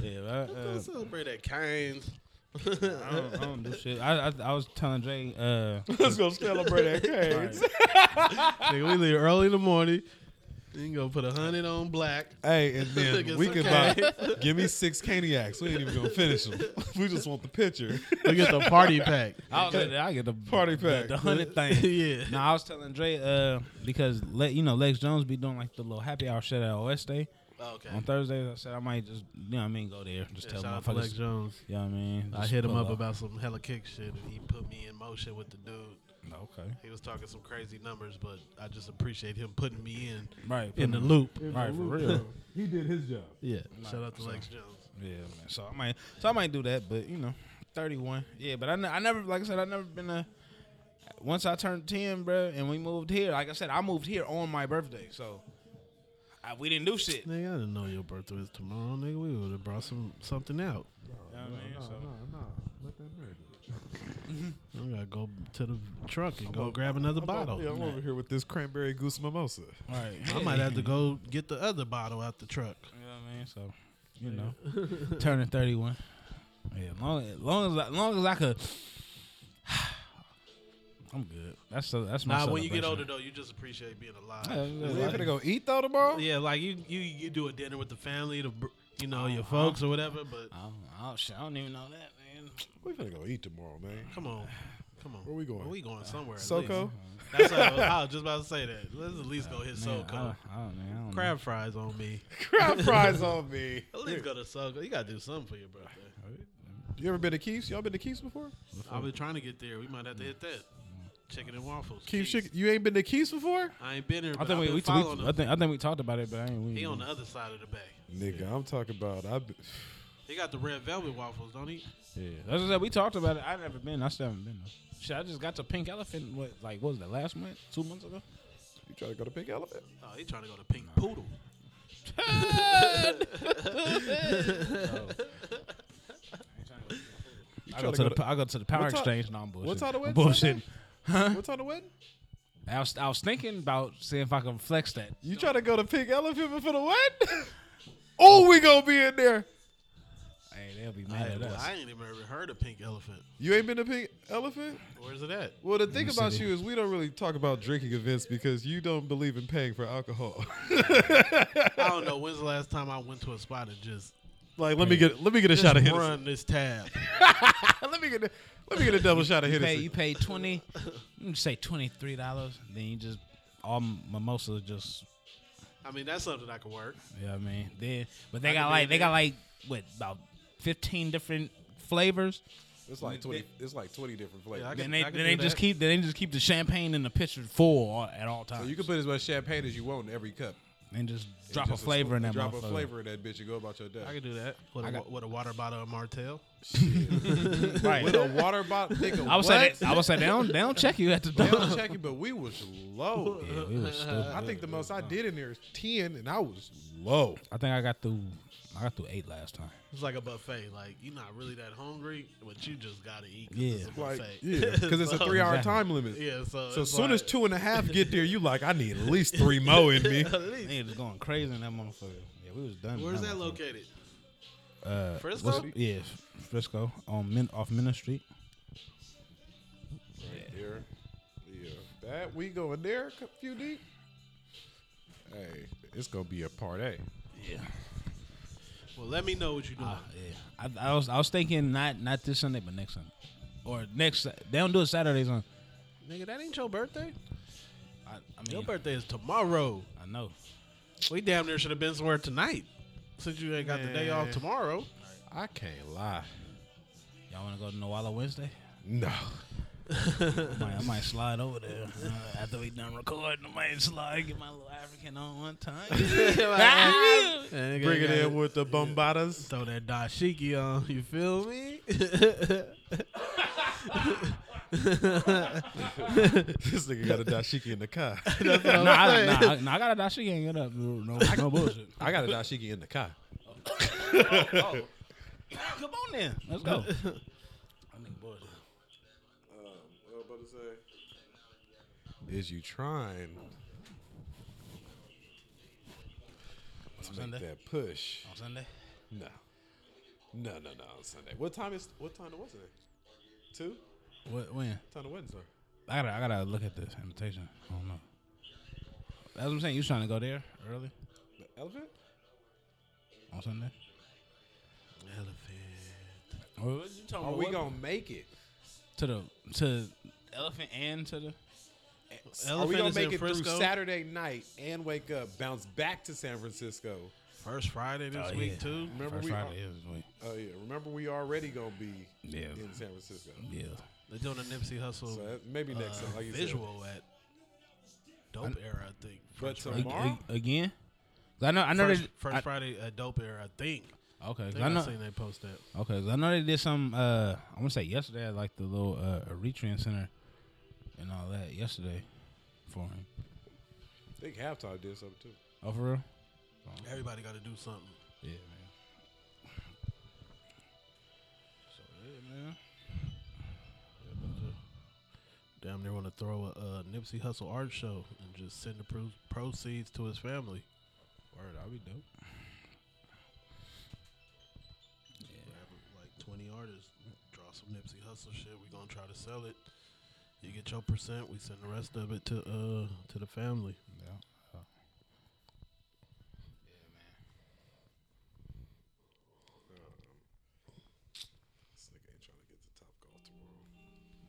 [SPEAKER 4] Yeah, I, uh,
[SPEAKER 5] Let's celebrate at Canes.
[SPEAKER 4] I, don't, I don't do shit. I, I I was telling Jay, uh,
[SPEAKER 3] Let's go celebrate that
[SPEAKER 5] nigga, we leave early in the morning. You can go put a hundred on black.
[SPEAKER 4] uh,
[SPEAKER 3] Hey, and then
[SPEAKER 5] It's
[SPEAKER 3] we can
[SPEAKER 5] okay.
[SPEAKER 3] buy. Give me six Caniacs. We ain't even gonna finish them. We just want the picture.
[SPEAKER 5] We get the party pack.
[SPEAKER 4] I was like, Oh, I get the
[SPEAKER 3] Party pack.
[SPEAKER 4] the, the hundred thing.
[SPEAKER 5] Yeah.
[SPEAKER 4] No, I was telling Dre uh, because let you know Lex Jones be doing like the little happy hour shit at OS Day
[SPEAKER 5] Okay.
[SPEAKER 4] on Thursdays. I said I might just you know what I mean go there just
[SPEAKER 5] Shout
[SPEAKER 4] tell
[SPEAKER 5] out to Lex
[SPEAKER 4] motherfuckers. You
[SPEAKER 5] Jones.
[SPEAKER 4] know what I mean?
[SPEAKER 5] I
[SPEAKER 4] Just
[SPEAKER 5] hit him
[SPEAKER 4] pull
[SPEAKER 5] up about some hella kick shit, and he put me in motion with the dude.
[SPEAKER 4] okay.
[SPEAKER 5] He was talking some crazy numbers, but I just appreciate him putting me in
[SPEAKER 4] Right
[SPEAKER 5] in the loop.
[SPEAKER 4] Right for real.
[SPEAKER 3] He did his job.
[SPEAKER 5] Yeah. Shout out to Lex Jones.
[SPEAKER 4] yeah, man. So I might so I might do that, but you know, thirty one. Yeah, but I, ne- I never like I said I never been a. Once I turned ten, bro, and we moved here. Like I said, I moved here on my birthday, so I, we didn't do shit. You know
[SPEAKER 5] Nigga, I didn't know your birthday was tomorrow, nigga. We would have brought some something out.
[SPEAKER 4] what I mean? So-
[SPEAKER 5] I gotta go to the trunk and go grab another bottle.
[SPEAKER 3] Yeah, I'm over here with this cranberry goose mimosa.
[SPEAKER 4] Right.
[SPEAKER 5] I might have to go get the other bottle out the truck.
[SPEAKER 4] You know what I mean? So, you know, turning 31. Yeah, long, as long as I- long as I could, I'm good. That's the, that's my.
[SPEAKER 5] Nah, when you get older
[SPEAKER 4] celebration.
[SPEAKER 5] though, you just appreciate being
[SPEAKER 4] Yeah,
[SPEAKER 5] alive.
[SPEAKER 4] yeah,
[SPEAKER 3] We ain't
[SPEAKER 4] like-
[SPEAKER 3] gonna go eat though tomorrow.
[SPEAKER 5] Yeah, like you, you, you do a dinner with the family, the br- you know
[SPEAKER 4] Uh-huh.
[SPEAKER 5] your folks or whatever. But
[SPEAKER 4] I don't, I don't- shit, I don't even know that, man.
[SPEAKER 3] We finna go eat tomorrow, man.
[SPEAKER 5] come on, come on,
[SPEAKER 3] Where Oh, we going?
[SPEAKER 5] We going somewhere. at
[SPEAKER 3] Soko.
[SPEAKER 5] least. That's what I was, I was just about to say that. Let's at least go hit
[SPEAKER 4] Man, I
[SPEAKER 5] Soco.
[SPEAKER 4] don't- I don't, man, I don't
[SPEAKER 5] Crab fries on me.
[SPEAKER 3] Crab fries on me.
[SPEAKER 5] At least go to Soco. You gotta do something for your birthday.
[SPEAKER 3] You ever been to Keith's? Y'all been to Keith's before?
[SPEAKER 5] I've been trying to get there. We might have to hit that.
[SPEAKER 4] Mm.
[SPEAKER 5] Chicken and waffles.
[SPEAKER 3] Keith's
[SPEAKER 5] Keith's.
[SPEAKER 3] chicken. You ain't been to Keith's before?
[SPEAKER 5] I ain't been there.
[SPEAKER 4] Know. I
[SPEAKER 5] But
[SPEAKER 4] think we,
[SPEAKER 5] been
[SPEAKER 4] we,
[SPEAKER 5] following
[SPEAKER 4] we I
[SPEAKER 5] him.
[SPEAKER 4] think I think we talked about it, but I ain't. We,
[SPEAKER 5] He on the other side of the bay.
[SPEAKER 3] Nigga, I'm talking about. I've been,
[SPEAKER 5] He got the red velvet waffles, don't he?
[SPEAKER 4] yeah, that's what I said. We talked about it. I never been. I still haven't been. Though. Shit, I just got to Pink Elephant. What like what was that last month? Two months ago.
[SPEAKER 3] you try to go to Pink Elephant?
[SPEAKER 5] Oh, he trying to go to Pink Poodle.
[SPEAKER 3] You
[SPEAKER 4] I
[SPEAKER 3] tryna
[SPEAKER 4] go to the I go to the Power
[SPEAKER 3] What's up-
[SPEAKER 4] Exchange. No, I'm bullshitting.
[SPEAKER 3] what's all the
[SPEAKER 4] I'm
[SPEAKER 3] website
[SPEAKER 4] bullshitting.
[SPEAKER 3] now? What's on the wedding?
[SPEAKER 4] I was, I was thinking about seeing if I can flex that.
[SPEAKER 3] You try to go to Pink Elephant for the wedding? oh, we gonna be in there.
[SPEAKER 4] Hey, they'll be
[SPEAKER 5] I,
[SPEAKER 4] mad at us.
[SPEAKER 5] I ain't even ever heard of Pink Elephant.
[SPEAKER 3] You ain't been to Pink Elephant?
[SPEAKER 5] Where's it at?
[SPEAKER 3] Well, the thing about you is we don't really talk about drinking events because you don't believe in paying for alcohol.
[SPEAKER 5] I don't know. When's the last time I went to a spot and just
[SPEAKER 3] like, let me get let me get a shot of
[SPEAKER 5] just
[SPEAKER 3] Hennessy.
[SPEAKER 5] run this tab?
[SPEAKER 3] Let me get a, let me get a double shot of
[SPEAKER 4] You pay,
[SPEAKER 3] Hennessy.
[SPEAKER 4] you pay twenty, you say twenty three dollars, then you just all mimosas just
[SPEAKER 5] I mean, that's something I could work.
[SPEAKER 4] yeah, you know what I mean. Then but they
[SPEAKER 5] I
[SPEAKER 4] got
[SPEAKER 5] can
[SPEAKER 4] like
[SPEAKER 5] do
[SPEAKER 4] they
[SPEAKER 5] that.
[SPEAKER 4] got like what about fifteen different flavors.
[SPEAKER 3] It's like twenty. It's like twenty different flavors.
[SPEAKER 5] Yeah, I
[SPEAKER 4] Then
[SPEAKER 5] can-
[SPEAKER 4] they
[SPEAKER 5] I can
[SPEAKER 4] then
[SPEAKER 5] do
[SPEAKER 4] they just
[SPEAKER 5] that.
[SPEAKER 4] keep then they just keep the champagne in the pitcher full all, at all times.
[SPEAKER 3] So you can put as much champagne as you want in every cup.
[SPEAKER 4] and just drop
[SPEAKER 3] Just
[SPEAKER 4] a flavor in that
[SPEAKER 3] Drop a
[SPEAKER 4] motherfucker.
[SPEAKER 3] flavor in that bitch and go about your day.
[SPEAKER 5] I could do that. With, a, wa- with a water bottle of Martell.
[SPEAKER 4] Right.
[SPEAKER 3] With a water bottle, nigga,
[SPEAKER 4] I would
[SPEAKER 3] what?
[SPEAKER 4] say that, I would say they don't they don't check you at the
[SPEAKER 3] They
[SPEAKER 4] door.
[SPEAKER 3] don't check you, but we was low.
[SPEAKER 4] Yeah, we was stupid.
[SPEAKER 3] I think the most Oh, I did in there is ten, and I was low.
[SPEAKER 4] I think I got through I got through eight last time.
[SPEAKER 5] It's like a buffet. Like you're not really that hungry, but you just gotta eat. 'cause
[SPEAKER 4] Yeah.
[SPEAKER 5] it's a buffet.
[SPEAKER 3] Like, yeah, because it's a three-hour
[SPEAKER 4] Exactly.
[SPEAKER 3] time limit.
[SPEAKER 5] Yeah, so
[SPEAKER 3] So as
[SPEAKER 5] it's
[SPEAKER 3] soon as
[SPEAKER 5] like-
[SPEAKER 3] two and a half get there, you like, I need at least three more in me.
[SPEAKER 4] Nigga just going crazy in that motherfucker. Yeah, we was done. in
[SPEAKER 5] Where's that
[SPEAKER 4] motherfucker.
[SPEAKER 5] located?
[SPEAKER 4] Uh,
[SPEAKER 5] Frisco?
[SPEAKER 4] what's- Yeah, Frisco on Min- off Minna Street.
[SPEAKER 3] Yeah, yeah. That we going there, few deep. Hey, it's gonna be a part A.
[SPEAKER 5] Well, let me know what you're doing.
[SPEAKER 4] Yeah, I, I was I was thinking not not this Sunday, but next Sunday, or next. They don't do it Saturdays on.
[SPEAKER 5] Nigga, that ain't your birthday.
[SPEAKER 4] I, I
[SPEAKER 5] Your
[SPEAKER 4] mean,
[SPEAKER 5] birthday is tomorrow.
[SPEAKER 4] I know.
[SPEAKER 5] We damn near should have been somewhere tonight. Since you ain't got the day off tomorrow.
[SPEAKER 3] I can't lie.
[SPEAKER 4] Y'all want to go to Nawala Wednesday?
[SPEAKER 3] No,
[SPEAKER 4] I might, I might slide over there uh, after we done recording. I might slide get my little African on one time.
[SPEAKER 3] bring it in with the bombadas.
[SPEAKER 5] Throw that dashiki on, you feel me?
[SPEAKER 3] this nigga got a dashiki in the car.
[SPEAKER 4] nah, I, nah, I- nah, I got a dashiki ain't get up. No, no, no bullshit.
[SPEAKER 3] I got a dashiki in the car.
[SPEAKER 4] Come on then, let's go.
[SPEAKER 3] Is you trying to
[SPEAKER 4] Sunday?
[SPEAKER 3] make that push?
[SPEAKER 4] On Sunday,
[SPEAKER 3] No, no, no, no. On Sunday. What time is? What time was it? Two.
[SPEAKER 4] what when?
[SPEAKER 3] Time to Wednesday.
[SPEAKER 4] I gotta, I gotta look at this invitation. I don't know. That's what I'm saying. You trying to go there early
[SPEAKER 3] The elephant.
[SPEAKER 4] on Sunday? Elephant. What you talking
[SPEAKER 3] Are
[SPEAKER 4] about?
[SPEAKER 3] we
[SPEAKER 4] What-
[SPEAKER 3] gonna make it?
[SPEAKER 4] to the to elephant and to the?
[SPEAKER 3] Are we
[SPEAKER 5] Elephant
[SPEAKER 3] gonna
[SPEAKER 5] is
[SPEAKER 3] make
[SPEAKER 5] in
[SPEAKER 3] it through
[SPEAKER 5] Frisco?
[SPEAKER 3] Saturday night and wake up, bounce back to San Francisco?
[SPEAKER 5] First Friday this
[SPEAKER 3] Oh,
[SPEAKER 5] week, too.
[SPEAKER 3] Remember
[SPEAKER 4] First
[SPEAKER 3] we?
[SPEAKER 4] Friday is this week.
[SPEAKER 3] Oh yeah. Remember we already gonna be
[SPEAKER 4] Yeah.
[SPEAKER 3] in San Francisco.
[SPEAKER 4] Yeah.
[SPEAKER 5] They're doing a Nipsey Hustle
[SPEAKER 3] So that, maybe next time, like you said.
[SPEAKER 5] Uh, visual at Dope Era, I think.
[SPEAKER 3] But
[SPEAKER 5] First,
[SPEAKER 4] A-
[SPEAKER 3] tomorrow,
[SPEAKER 4] a- again. 'Cause I know. I know.
[SPEAKER 5] first,
[SPEAKER 4] they,
[SPEAKER 5] first
[SPEAKER 4] I-
[SPEAKER 5] Friday at Dope Era, I think.
[SPEAKER 4] Okay, 'cause
[SPEAKER 5] I
[SPEAKER 4] I
[SPEAKER 5] think I
[SPEAKER 4] know.
[SPEAKER 5] seen they post that.
[SPEAKER 4] Okay, 'cause I know they did some. Uh, I want to say yesterday, at like the little uh, Eritrean center and all that yesterday for him.
[SPEAKER 3] I think halftime did something too.
[SPEAKER 4] Oh, for real?
[SPEAKER 5] Everybody got to do something.
[SPEAKER 4] Yeah, man. So yeah, man.
[SPEAKER 5] Damn near want to throw a uh, Nipsey Hustle art show and just send the pro- proceeds to his family.
[SPEAKER 4] Word, I'll be dope.
[SPEAKER 5] Grab like 20 artists, draw some Nipsey Hustle shit. We're going to try to sell it. You get your percent, we send the rest of it to uh to the family.
[SPEAKER 4] Yeah.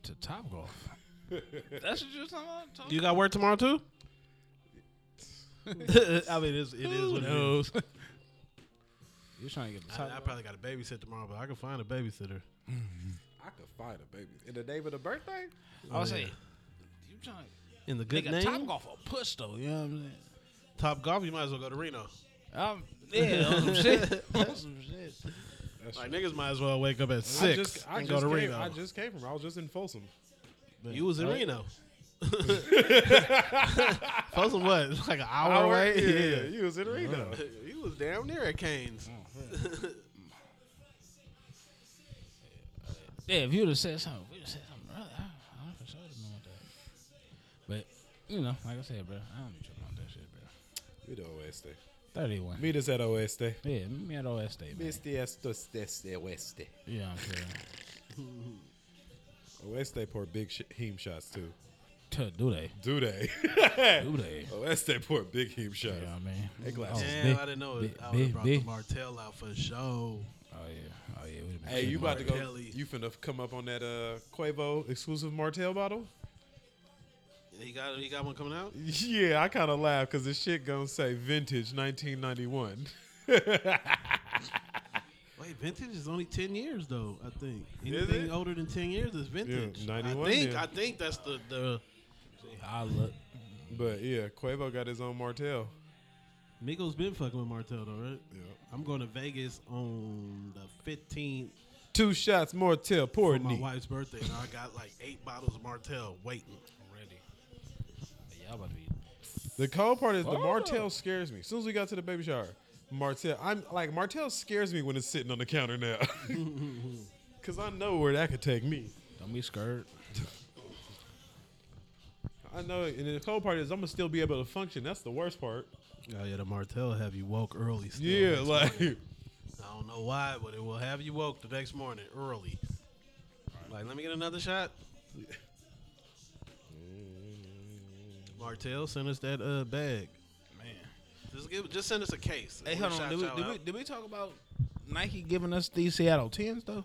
[SPEAKER 4] To Top Golf. That's what you're talking about. Top
[SPEAKER 5] You got work tomorrow too? I mean, it's, it is what it is.
[SPEAKER 4] You're trying to get the
[SPEAKER 5] I, I
[SPEAKER 4] top.
[SPEAKER 5] probably got a babysit tomorrow, but I can find a babysitter.
[SPEAKER 3] I could find a baby in the name of the birthday.
[SPEAKER 4] I was saying, you trying
[SPEAKER 5] In the
[SPEAKER 4] to
[SPEAKER 5] good
[SPEAKER 4] get
[SPEAKER 5] name,
[SPEAKER 4] Top Golf a push though. You know what I'm saying?
[SPEAKER 5] Top Golf, you might as well go to Reno.
[SPEAKER 4] I'm, yeah, on some shit. On some shit.
[SPEAKER 5] Like niggas might as well wake up at six
[SPEAKER 3] I just, I
[SPEAKER 5] and
[SPEAKER 3] just
[SPEAKER 5] go to
[SPEAKER 3] came,
[SPEAKER 5] Reno.
[SPEAKER 3] I just came from. I was just in Folsom.
[SPEAKER 5] you was in Reno. Folsom what? Like an hour, away?
[SPEAKER 3] Yeah, you was in
[SPEAKER 5] Uh-huh.
[SPEAKER 3] Reno.
[SPEAKER 5] you was damn near at
[SPEAKER 4] Oh,
[SPEAKER 5] Canes.
[SPEAKER 4] Yeah, if you would have said something, we would have said something earlier. I, I don't for sure would've known that. But you know, like I said, bro, I don't be tripping on that shit, bro.
[SPEAKER 3] We the Oeste.
[SPEAKER 4] Thirty-one.
[SPEAKER 3] Meet us at Oeste.
[SPEAKER 4] yeah, meet me at OS State, man.
[SPEAKER 3] Este estos desde oeste.
[SPEAKER 4] Yeah, I'm saying.
[SPEAKER 3] Oeste pour big sh- heme shots too.
[SPEAKER 4] Tuh, do they?
[SPEAKER 3] Do they?
[SPEAKER 4] Do they?
[SPEAKER 3] Oeste pour big heme shots.
[SPEAKER 4] You know what I mean? Hey,
[SPEAKER 3] glasses.
[SPEAKER 5] Damn, I didn't know it.
[SPEAKER 4] Big,
[SPEAKER 5] I would have
[SPEAKER 4] big,
[SPEAKER 5] brought
[SPEAKER 4] big.
[SPEAKER 5] the Martell out for the show.
[SPEAKER 4] Oh yeah, oh yeah. We'd have been
[SPEAKER 3] Hey,
[SPEAKER 4] tripping.
[SPEAKER 3] you about to go?
[SPEAKER 5] Kelly.
[SPEAKER 3] You finna come up on that uh Quavo exclusive Martell bottle?
[SPEAKER 5] He got he got one coming out.
[SPEAKER 3] Yeah, I kind of laugh because this shit gonna say vintage 1991.
[SPEAKER 5] Wait, vintage is only ten years though. I think
[SPEAKER 3] Is
[SPEAKER 5] anything
[SPEAKER 3] it?
[SPEAKER 5] older than ten years is vintage.
[SPEAKER 3] 91,
[SPEAKER 5] I think
[SPEAKER 3] yeah.
[SPEAKER 5] I think that's the the
[SPEAKER 4] I look.
[SPEAKER 3] But yeah, Quavo got his own Martell.
[SPEAKER 5] Migos been fucking with Martell though, right?
[SPEAKER 3] Yeah.
[SPEAKER 5] I'm going to Vegas on the fifteenth
[SPEAKER 3] Two shots Martell
[SPEAKER 5] for my
[SPEAKER 3] pouring me.
[SPEAKER 5] wife's birthday, and I got like eight bottles of Martell waiting.
[SPEAKER 4] Ready. Y'all about to be.
[SPEAKER 3] The cold part is the Martell scares me. As soon as we got to the baby shower, Martell, I'm like Martell scares me when it's sitting on the counter now, because I know where that could take me.
[SPEAKER 4] Don't be scared.
[SPEAKER 3] I know, and the cold part is I'm gonna still be able to function. That's the worst part.
[SPEAKER 5] Oh yeah, the Martell have you woke early. Still
[SPEAKER 3] Yeah,
[SPEAKER 5] next
[SPEAKER 3] like
[SPEAKER 5] morning. I don't know why, but it will have you woke the next morning early. Like, let me get another shot. Martell sent us that uh bag.
[SPEAKER 4] Man.
[SPEAKER 5] Just give, just send us a case.
[SPEAKER 4] Hey,
[SPEAKER 5] We'll
[SPEAKER 4] hold on.
[SPEAKER 5] shout
[SPEAKER 4] Did we,
[SPEAKER 5] y'all
[SPEAKER 4] did, we,
[SPEAKER 5] out.
[SPEAKER 4] did we talk about Nike giving us these Seattle 10s, though?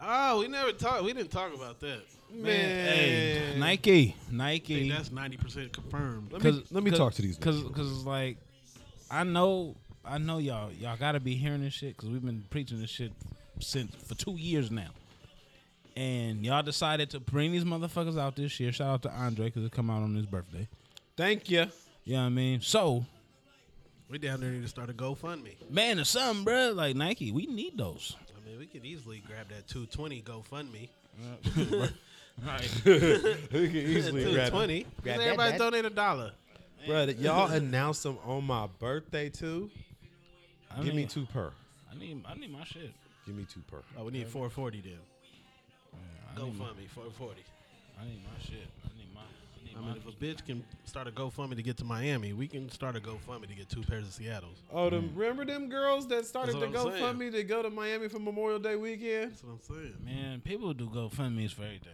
[SPEAKER 5] Oh, we never talked. We didn't talk about that. Man, hey,
[SPEAKER 4] Hey, Nike.
[SPEAKER 5] I think
[SPEAKER 4] Nike.
[SPEAKER 5] that's ninety percent confirmed.
[SPEAKER 3] Let me, let me talk to these
[SPEAKER 4] Because
[SPEAKER 3] niggas.
[SPEAKER 4] it's like, I know, I know y'all, y'all got to be hearing this shit because we've been preaching this shit since for two years now. And y'all decided to bring these motherfuckers out this year. Shout out to Andre because it come out on his birthday.
[SPEAKER 3] Thank you.
[SPEAKER 4] You know what I mean? So,
[SPEAKER 5] We down there need to start a GoFundMe.
[SPEAKER 4] man, or something, bro. Like, Nike, we need those.
[SPEAKER 5] I mean, we could easily grab that two twenty GoFundMe.
[SPEAKER 7] We can easily
[SPEAKER 5] Two
[SPEAKER 7] grab
[SPEAKER 5] twenty.
[SPEAKER 7] grab that
[SPEAKER 5] Everybody
[SPEAKER 7] back.
[SPEAKER 5] donate a dollar.
[SPEAKER 7] Bro, did y'all announce them on my birthday too?
[SPEAKER 4] I
[SPEAKER 7] Give me
[SPEAKER 4] mean,
[SPEAKER 7] two per.
[SPEAKER 4] I need, I need my shit.
[SPEAKER 7] Give me two per.
[SPEAKER 5] Oh, we need four forty then. GoFundMe four forty.
[SPEAKER 4] I need my shit. I need my. I need
[SPEAKER 5] I
[SPEAKER 4] my.
[SPEAKER 5] mean, if a bitch can start a GoFundMe to get to Miami, we can start a GoFundMe to get two pairs of Seattle's.
[SPEAKER 7] Oh, them, remember them girls that started to
[SPEAKER 5] That's
[SPEAKER 7] go
[SPEAKER 5] what I'm
[SPEAKER 7] fund me to go to Miami for Memorial Day weekend?
[SPEAKER 5] That's what I'm saying.
[SPEAKER 4] Man, people do GoFundMe's for everything.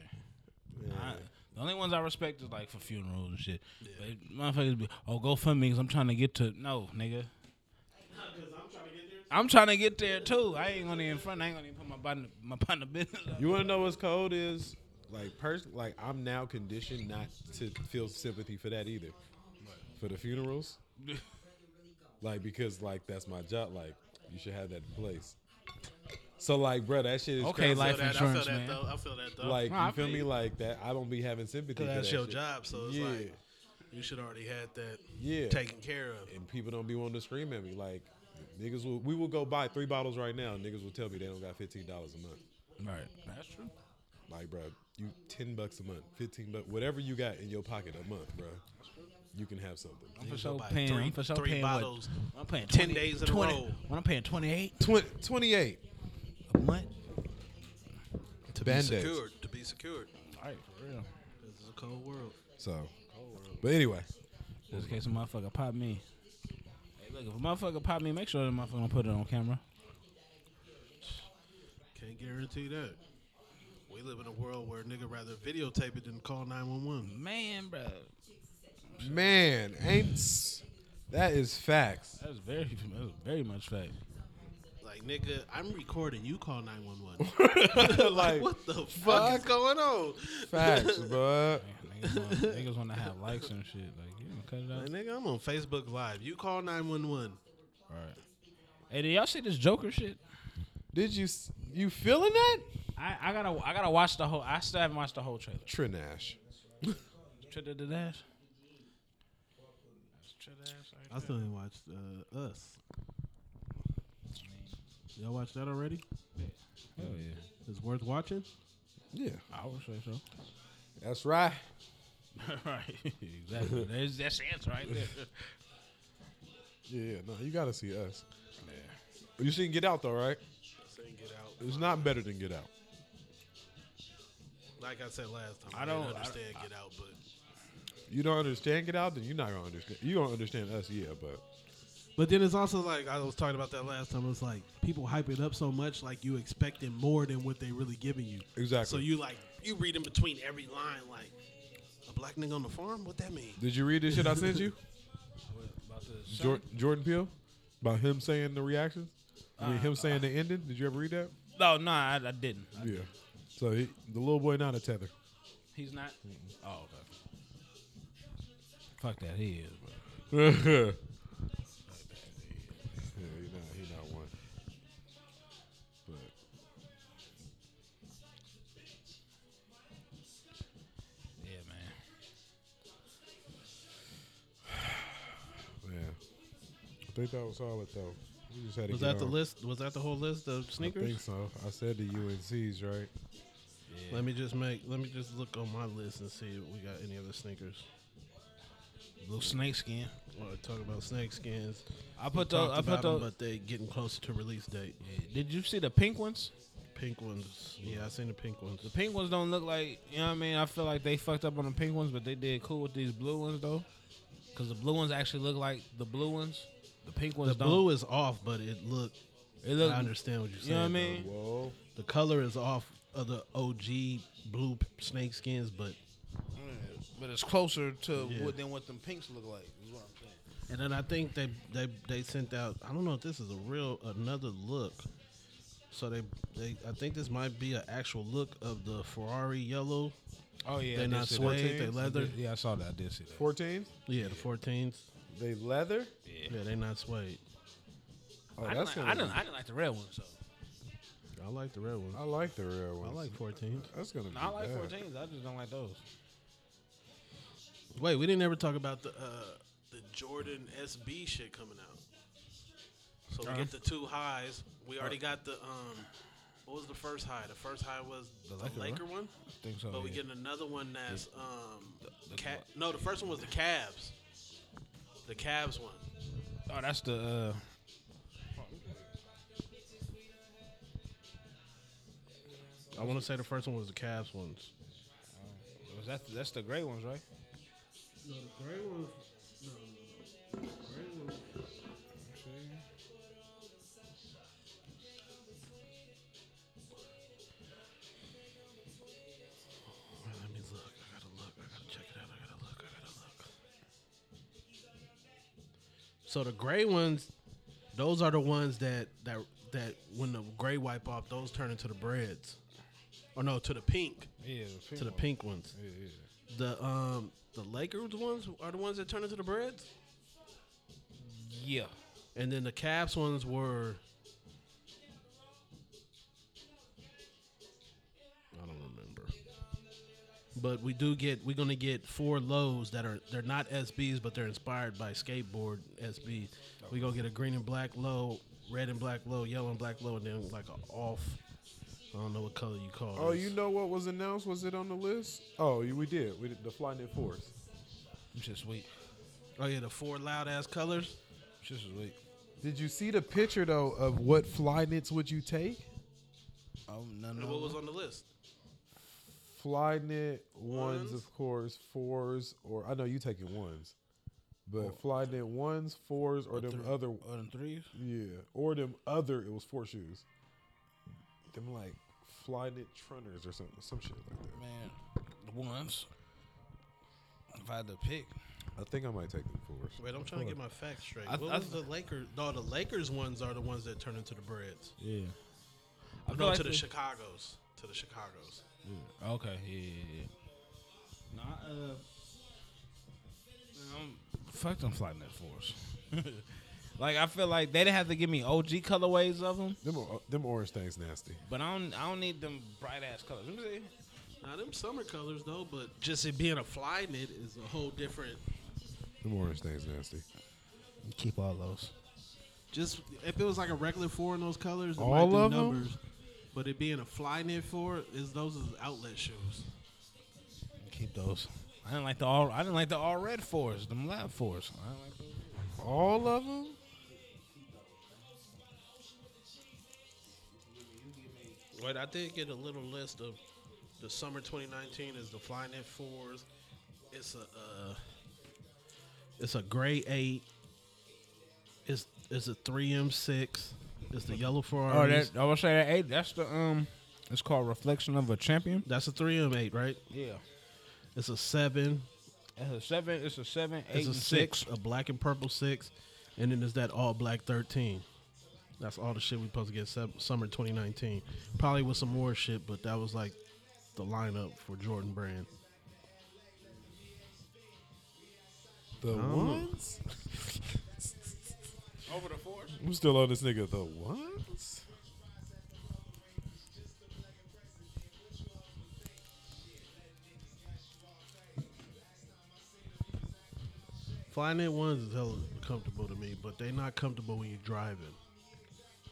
[SPEAKER 4] I, the only ones I respect is like for funerals and shit. But motherfuckers be, oh, GoFundMe because I'm trying to get to. No, nigga. I'm trying to get there too. I ain't gonna even front. I ain't gonna even put my button, my button of business. Up.
[SPEAKER 7] You want to know what's cold is like person like I'm now conditioned not to feel sympathy for that either. For the funerals, like because like that's my job. Like you should have that in place. So like, bro, that shit is
[SPEAKER 4] Okay,
[SPEAKER 7] crazy.
[SPEAKER 4] life
[SPEAKER 5] I feel
[SPEAKER 4] insurance,
[SPEAKER 5] that
[SPEAKER 4] man.
[SPEAKER 5] though. I feel that though.
[SPEAKER 7] like
[SPEAKER 4] Nah, I
[SPEAKER 7] you feel
[SPEAKER 4] feel
[SPEAKER 7] me?
[SPEAKER 4] you.
[SPEAKER 7] Like that, I don't be having sympathy.
[SPEAKER 5] Cause
[SPEAKER 7] for
[SPEAKER 5] that's
[SPEAKER 7] that
[SPEAKER 5] your
[SPEAKER 7] shit.
[SPEAKER 5] job, so it's
[SPEAKER 7] Yeah.
[SPEAKER 5] like you should already had that
[SPEAKER 7] Yeah.
[SPEAKER 5] taken care of.
[SPEAKER 7] and people don't be wanting to scream at me. Like niggas will, we will go buy three bottles right now. and Niggas will tell me they don't got fifteen dollars a month.
[SPEAKER 4] Right, that's true.
[SPEAKER 7] Like, bro, you ten bucks a month, fifteen bucks, whatever you got in your pocket a month, bro. You can have something.
[SPEAKER 4] I'm for sure
[SPEAKER 5] buy
[SPEAKER 4] paying.
[SPEAKER 5] three-
[SPEAKER 4] I'm for sure
[SPEAKER 5] three
[SPEAKER 4] paying
[SPEAKER 5] bottles,
[SPEAKER 4] what? I'm paying
[SPEAKER 5] 10
[SPEAKER 4] 20
[SPEAKER 5] days in a
[SPEAKER 4] 20
[SPEAKER 5] row.
[SPEAKER 4] When I'm paying 28
[SPEAKER 7] Twen- 28.
[SPEAKER 4] a month.
[SPEAKER 7] To
[SPEAKER 5] Secured to be secured.
[SPEAKER 4] All right, for real.
[SPEAKER 5] This is a cold world.
[SPEAKER 7] So, but anyway,
[SPEAKER 4] Just in case a motherfucker pop me. Hey, look, if a motherfucker pop me, make sure the motherfucker don't put it on camera.
[SPEAKER 5] Can't guarantee that. We live in a world where a nigga rather videotape it than call nine one one.
[SPEAKER 4] Man, bro,
[SPEAKER 7] man, ain't that is facts.
[SPEAKER 4] that's very, that's very much fact.
[SPEAKER 5] Like nigga, I'm recording. You call nine one one.
[SPEAKER 7] like
[SPEAKER 5] What the fuck is going on?
[SPEAKER 7] facts, bro.
[SPEAKER 4] Niggas wanna, niggas wanna have likes and shit. Like, you gonna cut it
[SPEAKER 5] Like,
[SPEAKER 4] out?
[SPEAKER 5] nigga, I'm on Facebook Live. You call nine one one.
[SPEAKER 4] All right. Hey, did y'all see this Joker shit?
[SPEAKER 7] Did you s- you feeling that?
[SPEAKER 4] I, I gotta I gotta watch the whole. I still haven't watched the whole trailer.
[SPEAKER 7] Trinash.
[SPEAKER 4] Trailer to dash.
[SPEAKER 5] I still ain't watched uh, Us. Y'all watched that already?
[SPEAKER 4] Hell yeah.
[SPEAKER 5] It's worth watching.
[SPEAKER 7] Yeah,
[SPEAKER 4] I would say so.
[SPEAKER 7] that's right.
[SPEAKER 4] right. exactly. There's, that's the answer right there.
[SPEAKER 7] Yeah, no, you gotta see us. You seen Get Out though, right?
[SPEAKER 5] Saying get out.
[SPEAKER 7] It's not better than Get Out.
[SPEAKER 5] Like I said last time,
[SPEAKER 4] I
[SPEAKER 5] I don't
[SPEAKER 4] don't- I-
[SPEAKER 5] understand Get Out, but
[SPEAKER 7] You don't understand Get Out, then you're not gonna understand. You don't understand us, yeah, but
[SPEAKER 5] but then it's also like I was talking about that last time. It's like people hype it up so much, like you expecting more than what they really giving you.
[SPEAKER 7] Exactly.
[SPEAKER 5] So you like you read in between every line, like a black nigga on the farm. What that mean?
[SPEAKER 7] did you read this shit I sent you?
[SPEAKER 4] About the
[SPEAKER 7] Jor- Jordan Peele about him saying the reactions. I
[SPEAKER 5] Uh,
[SPEAKER 7] mean, him saying the ending. Did you ever read that?
[SPEAKER 4] No, no, I, I didn't. I-
[SPEAKER 7] Yeah. So he, the little boy not a tether.
[SPEAKER 4] He's not. Oh, okay. Fuck that. He is, bro.
[SPEAKER 7] yeah, he not, he not one. But
[SPEAKER 4] Yeah, man.
[SPEAKER 7] yeah, I think that was all it though. We just had to
[SPEAKER 5] Was
[SPEAKER 7] get
[SPEAKER 5] that the
[SPEAKER 7] on.
[SPEAKER 5] list? Was that the whole list of
[SPEAKER 7] I think
[SPEAKER 5] sneakers?
[SPEAKER 7] so. I said the UNC's right.
[SPEAKER 5] Let me just make. Let me just look on my list and see if we got any other sneakers.
[SPEAKER 4] Little snake skin.
[SPEAKER 5] Well, talk about snake skins.
[SPEAKER 4] I put those.
[SPEAKER 5] Talked
[SPEAKER 4] I put
[SPEAKER 5] about 'em,
[SPEAKER 4] those.
[SPEAKER 5] but they getting closer to release date.
[SPEAKER 4] Did you see the pink ones?
[SPEAKER 5] Pink ones. Yeah, I seen the pink ones.
[SPEAKER 4] The pink ones don't look like you know what I mean. I feel like they fucked up on the pink ones, but they did cool with these blue ones though, because the blue ones actually look like the blue ones. The pink ones
[SPEAKER 5] The
[SPEAKER 4] don't.
[SPEAKER 5] blue is off, but it look.
[SPEAKER 4] it look.
[SPEAKER 5] I understand what you're saying.
[SPEAKER 4] You know what I
[SPEAKER 5] though.
[SPEAKER 4] mean?
[SPEAKER 7] Whoa.
[SPEAKER 5] The color is off of the OG blue p- snake skins, but
[SPEAKER 4] but it's closer to what than what them pinks look like. Is what I'm saying.
[SPEAKER 5] And then I think they they they sent out. I don't know if this is a real another look. So they they I think this might be an actual look of the Ferrari yellow.
[SPEAKER 4] Oh yeah,
[SPEAKER 5] They
[SPEAKER 4] I did
[SPEAKER 5] not
[SPEAKER 4] see that.
[SPEAKER 5] suede, they
[SPEAKER 4] I
[SPEAKER 5] leather.
[SPEAKER 4] did- Yeah, I saw that. I did see that.
[SPEAKER 7] 14s?
[SPEAKER 5] Yeah, the 14s.
[SPEAKER 7] They leather?
[SPEAKER 5] Yeah, they not suede.
[SPEAKER 7] Oh,
[SPEAKER 4] I, didn't
[SPEAKER 7] that's
[SPEAKER 4] like,
[SPEAKER 7] gonna
[SPEAKER 4] I, didn't, I didn't like the red one. So
[SPEAKER 5] I like the red one.
[SPEAKER 7] I like the rare
[SPEAKER 5] I
[SPEAKER 7] ones.
[SPEAKER 5] like 14s.
[SPEAKER 7] That's gonna be.
[SPEAKER 4] I like
[SPEAKER 7] bad.
[SPEAKER 4] 14s. I just don't like those.
[SPEAKER 5] Wait, we didn't ever talk about the uh, the Jordan SB shit coming out. So we get the two highs. We already got the um, what was the first high? The first high was the,
[SPEAKER 4] Laker
[SPEAKER 5] Laker,
[SPEAKER 4] one?
[SPEAKER 5] one.
[SPEAKER 4] think so.
[SPEAKER 5] But we
[SPEAKER 4] yeah.
[SPEAKER 5] getting another one that's um, Ca- no, the first one was the Cavs. The Cavs one.
[SPEAKER 4] Oh, that's the. Uh,
[SPEAKER 5] I want to say the first one was the Cavs ones.
[SPEAKER 4] was that that's the gray ones, right?
[SPEAKER 5] No, the gray one. Let me look. I gotta look. I gotta check it out. I gotta look. I gotta look. So the gray ones, those are the ones that that that when the gray wipe off, those turn into the breads. Or no, to the pink,
[SPEAKER 4] Yeah.
[SPEAKER 5] to the pink ones. The um the Lakers ones are the ones that turn into the breads,
[SPEAKER 4] Yeah.
[SPEAKER 5] and then the Cavs ones were. I don't remember. But we do get we're gonna get four lows that are they're not SBs but they're inspired by skateboard SBs. We gonna get a green and black low, red and black low, yellow and black low, and then like a off. I don't know what color you call.
[SPEAKER 7] Oh,
[SPEAKER 5] this.
[SPEAKER 7] you know what was announced? Was it on the list? Oh, you- we did. We did the Flyknit Force.
[SPEAKER 4] Just wait.
[SPEAKER 5] Oh yeah, the four loud ass colors.
[SPEAKER 4] Just wait.
[SPEAKER 7] Did you see the picture though of what Flyknits would you take?
[SPEAKER 4] Oh no
[SPEAKER 5] And
[SPEAKER 4] no.
[SPEAKER 5] What was on the list?
[SPEAKER 7] Flyknit
[SPEAKER 5] Ones?
[SPEAKER 7] ones, of course, fours, or I know you taking ones,
[SPEAKER 5] Oh.
[SPEAKER 7] but Flyknit ones, fours, or them other,
[SPEAKER 4] Oh, them threes.
[SPEAKER 7] yeah, or them other. It was four shoes. Them like Flyknit Trunners or something, some shit like that.
[SPEAKER 4] Man, the ones. If I had to pick,
[SPEAKER 7] I think I might take them fours.
[SPEAKER 5] Wait, I'm trying to get my facts straight.
[SPEAKER 4] I-
[SPEAKER 5] what
[SPEAKER 4] I-
[SPEAKER 5] was the Lakers? No, the Lakers ones are the ones that turn into the breads.
[SPEAKER 4] yeah.
[SPEAKER 5] I no, to the Chicago's. To the Chicago's.
[SPEAKER 4] Okay, yeah, yeah, yeah. No, I, uh, um, fuck them flight net fours. like I feel like they didn't have to give me OG colorways of them,
[SPEAKER 7] Them, o- them orange things nasty.
[SPEAKER 4] but I don't, I don't need them bright ass colors. Let me see.
[SPEAKER 5] Now them summer colors though, but just it being a fly knit is a whole different.
[SPEAKER 7] Them orange things nasty.
[SPEAKER 4] Keep all those.
[SPEAKER 5] Just if it was like a regular four in those colors, it
[SPEAKER 7] All
[SPEAKER 5] might do
[SPEAKER 7] of 'em?
[SPEAKER 5] numbers. But it being a fly knit four is those is outlet shoes.
[SPEAKER 4] Keep those. I didn't like the all. I didn't like the all red fours. Them lab fours. I didn't like those.
[SPEAKER 7] All of them.
[SPEAKER 5] Wait, I did get a little list of the summer 2019 is the Flyknit fours. It's a uh, it's a gray eight. It's it's a 3M six. It's the yellow
[SPEAKER 4] Oh,
[SPEAKER 5] Ferrari.
[SPEAKER 4] that I would say that eight. That's the um. It's called reflection of a champion.
[SPEAKER 5] That's a 3M eight, right?
[SPEAKER 4] Yeah.
[SPEAKER 5] It's a seven.
[SPEAKER 4] It's a seven. It's a seven. Eight
[SPEAKER 5] it's a
[SPEAKER 4] and
[SPEAKER 5] six,
[SPEAKER 4] six.
[SPEAKER 5] a black and purple six, and then there's that all black 13. That's all the shit we supposed to get sep- summer 2019. Probably with some more shit, but that was like the lineup for Jordan Brand.
[SPEAKER 7] The ones.
[SPEAKER 4] Over the fours.
[SPEAKER 7] I'm still on this nigga. The ones.
[SPEAKER 5] Flyknit ones is hella comfortable to me, but they not comfortable when you're driving.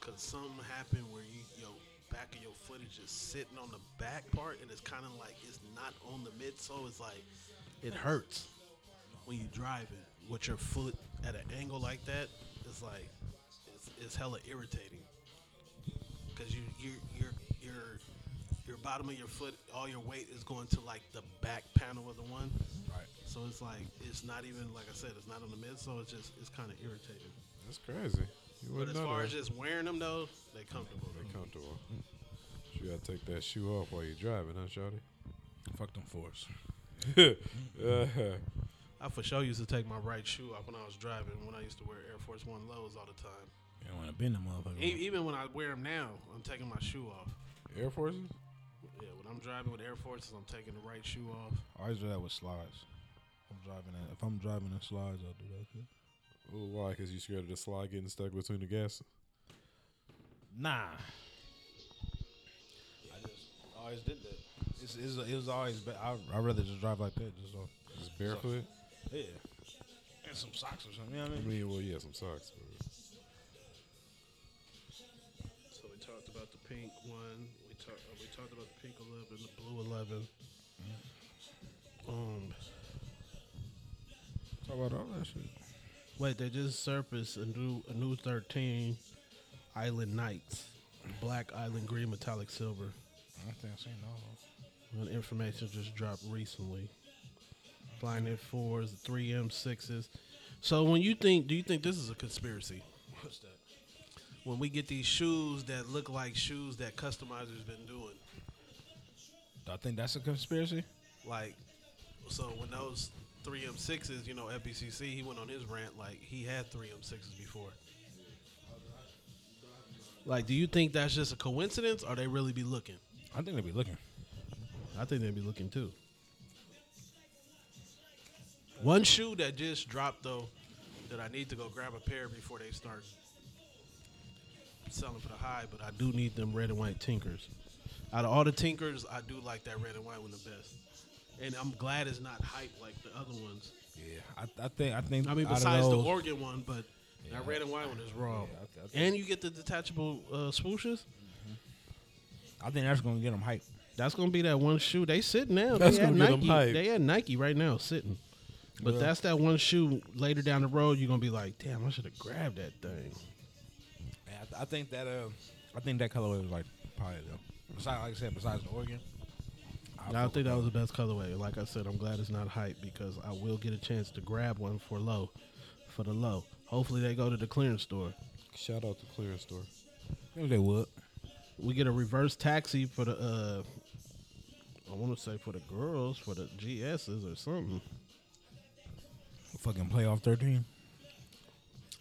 [SPEAKER 5] Cause something happened where you your back of your foot is just sitting on the back part, and it's kind of like it's not on the midsole. It's like it hurts when you driving with your foot at an angle like that. It's like it's, it's hella irritating. Cause you you your your your bottom of your foot, all your weight is going to like the back panel of the one. Right. So it's like it's not even like I said, it's not on the midsole. It's just it's kind of irritating.
[SPEAKER 7] That's crazy. You
[SPEAKER 5] But
[SPEAKER 7] wouldn't
[SPEAKER 5] as
[SPEAKER 7] know
[SPEAKER 5] far
[SPEAKER 7] that.
[SPEAKER 5] as just wearing them though, they comfortable.
[SPEAKER 7] They comfortable. You gotta take that shoe off while you're driving, huh, Shawty?
[SPEAKER 4] Fuck them fours.
[SPEAKER 7] Uh,
[SPEAKER 5] I for sure used to take my right shoe off when I was driving. When I used to wear Air Force One lows all the time.
[SPEAKER 4] You want to bend the motherfucker.
[SPEAKER 5] E- even when I wear them now, I'm taking my shoe off.
[SPEAKER 7] Air Forces?
[SPEAKER 5] Yeah, when I'm driving with Air Forces, I'm taking the right shoe off.
[SPEAKER 4] I always do that with slides. I'm driving in, if I'm driving in slides, I'll do that. Too.
[SPEAKER 7] Oh, why? Because you scared of the slide getting stuck between the gas?
[SPEAKER 4] Nah. I just always did that. It's, it's, it was always, but I I rather just drive like that. Just off.
[SPEAKER 7] It's barefoot?
[SPEAKER 4] Yeah. And some socks or something. You know what I
[SPEAKER 7] I
[SPEAKER 4] mean?
[SPEAKER 7] mean, well, yeah, some socks. But
[SPEAKER 5] So we talked about the pink one. We talked uh, we talked about the pink eleven, the blue eleven. Um,
[SPEAKER 4] Talk about all that shit.
[SPEAKER 5] wait, they just surfaced a new a new thirteen, Island Knights, black island green metallic silver.
[SPEAKER 4] I don't think I've seen all of
[SPEAKER 5] The information just dropped recently. Flying in fours, three M sixes. So when you think, do you think this is a conspiracy? What's that? When we get these shoes that look like shoes that customizers been doing,
[SPEAKER 4] them. I think that's a conspiracy.
[SPEAKER 5] like, so when those three M sixes, you know, FBCC, he went on his rant like he had three M sixes before. Like, do you think that's just a coincidence, or they really be looking?
[SPEAKER 4] I think they be looking.
[SPEAKER 5] I think they'd be looking too. One shoe that just dropped though, that I need to go grab a pair before they start selling for the high. But I do need them red and white Tinkers. Out of all the Tinkers, I do like that red and white one the best. And I'm glad it's not hype like the other ones.
[SPEAKER 4] Yeah. I, I think I think.
[SPEAKER 5] I mean,
[SPEAKER 4] out of
[SPEAKER 5] besides the
[SPEAKER 4] those-
[SPEAKER 5] Oregon one, but that red and white one is raw.
[SPEAKER 4] Yeah, I th- I think-
[SPEAKER 5] and you get the detachable uh, swooshes.
[SPEAKER 4] I think that's gonna get them hype.
[SPEAKER 5] That's gonna be that one shoe. They sit now.
[SPEAKER 7] That's
[SPEAKER 5] they at
[SPEAKER 7] gonna get
[SPEAKER 5] Nike.
[SPEAKER 7] 'em hype.
[SPEAKER 5] They at Nike right now sitting. But that's that one shoe later down the road you're gonna be like, damn, I should have grabbed that thing.
[SPEAKER 4] Yeah, I, th- I think that uh, I think that colorway was like probably though. Besides, like I said, besides the Oregon,
[SPEAKER 5] I don't think that was the best colorway. Like I said, I'm glad it's not hype because I will get a chance to grab one for low, for the low. Hopefully they go to the clearance store.
[SPEAKER 7] shout out to Clearance Store.
[SPEAKER 4] maybe they would.
[SPEAKER 5] We get a reverse taxi for the uh, I want to say for the girls for the GSs or something.
[SPEAKER 4] Fucking playoff thirteen.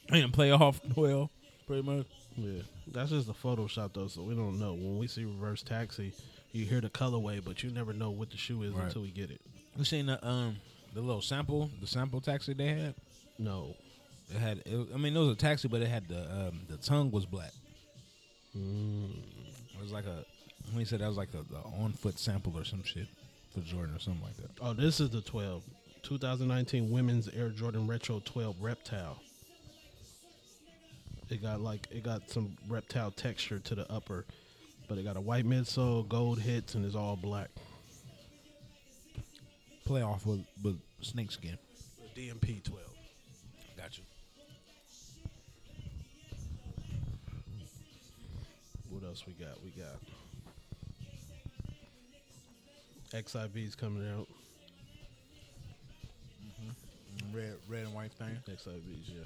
[SPEAKER 4] And playoff twelve, pretty much.
[SPEAKER 5] Yeah, that's just a Photoshop though, so we don't know. When we see reverse taxi, you hear the colorway, but you never know what the shoe is
[SPEAKER 4] Right.
[SPEAKER 5] until we get it.
[SPEAKER 4] You seen the um the little sample, the sample taxi they had.
[SPEAKER 5] No,
[SPEAKER 4] It had, it, was- I mean, it was a taxi, but it had the um the tongue was black.
[SPEAKER 5] Mm.
[SPEAKER 4] It was like a when he said that was like the, the on foot sample or some shit for Jordan or something like that.
[SPEAKER 5] oh, this is the 12, 2019 Women's Air Jordan Retro 12 Reptile. It got like it got some reptile texture to the upper, but it got a white midsole, gold hits, and it's all black.
[SPEAKER 4] Playoff with, with snake skin.
[SPEAKER 5] DMP 12.
[SPEAKER 4] Got you.
[SPEAKER 5] What else we got? We got XIV's coming out.
[SPEAKER 4] Mm-hmm. Red red and white thing.
[SPEAKER 5] XIVs, yeah.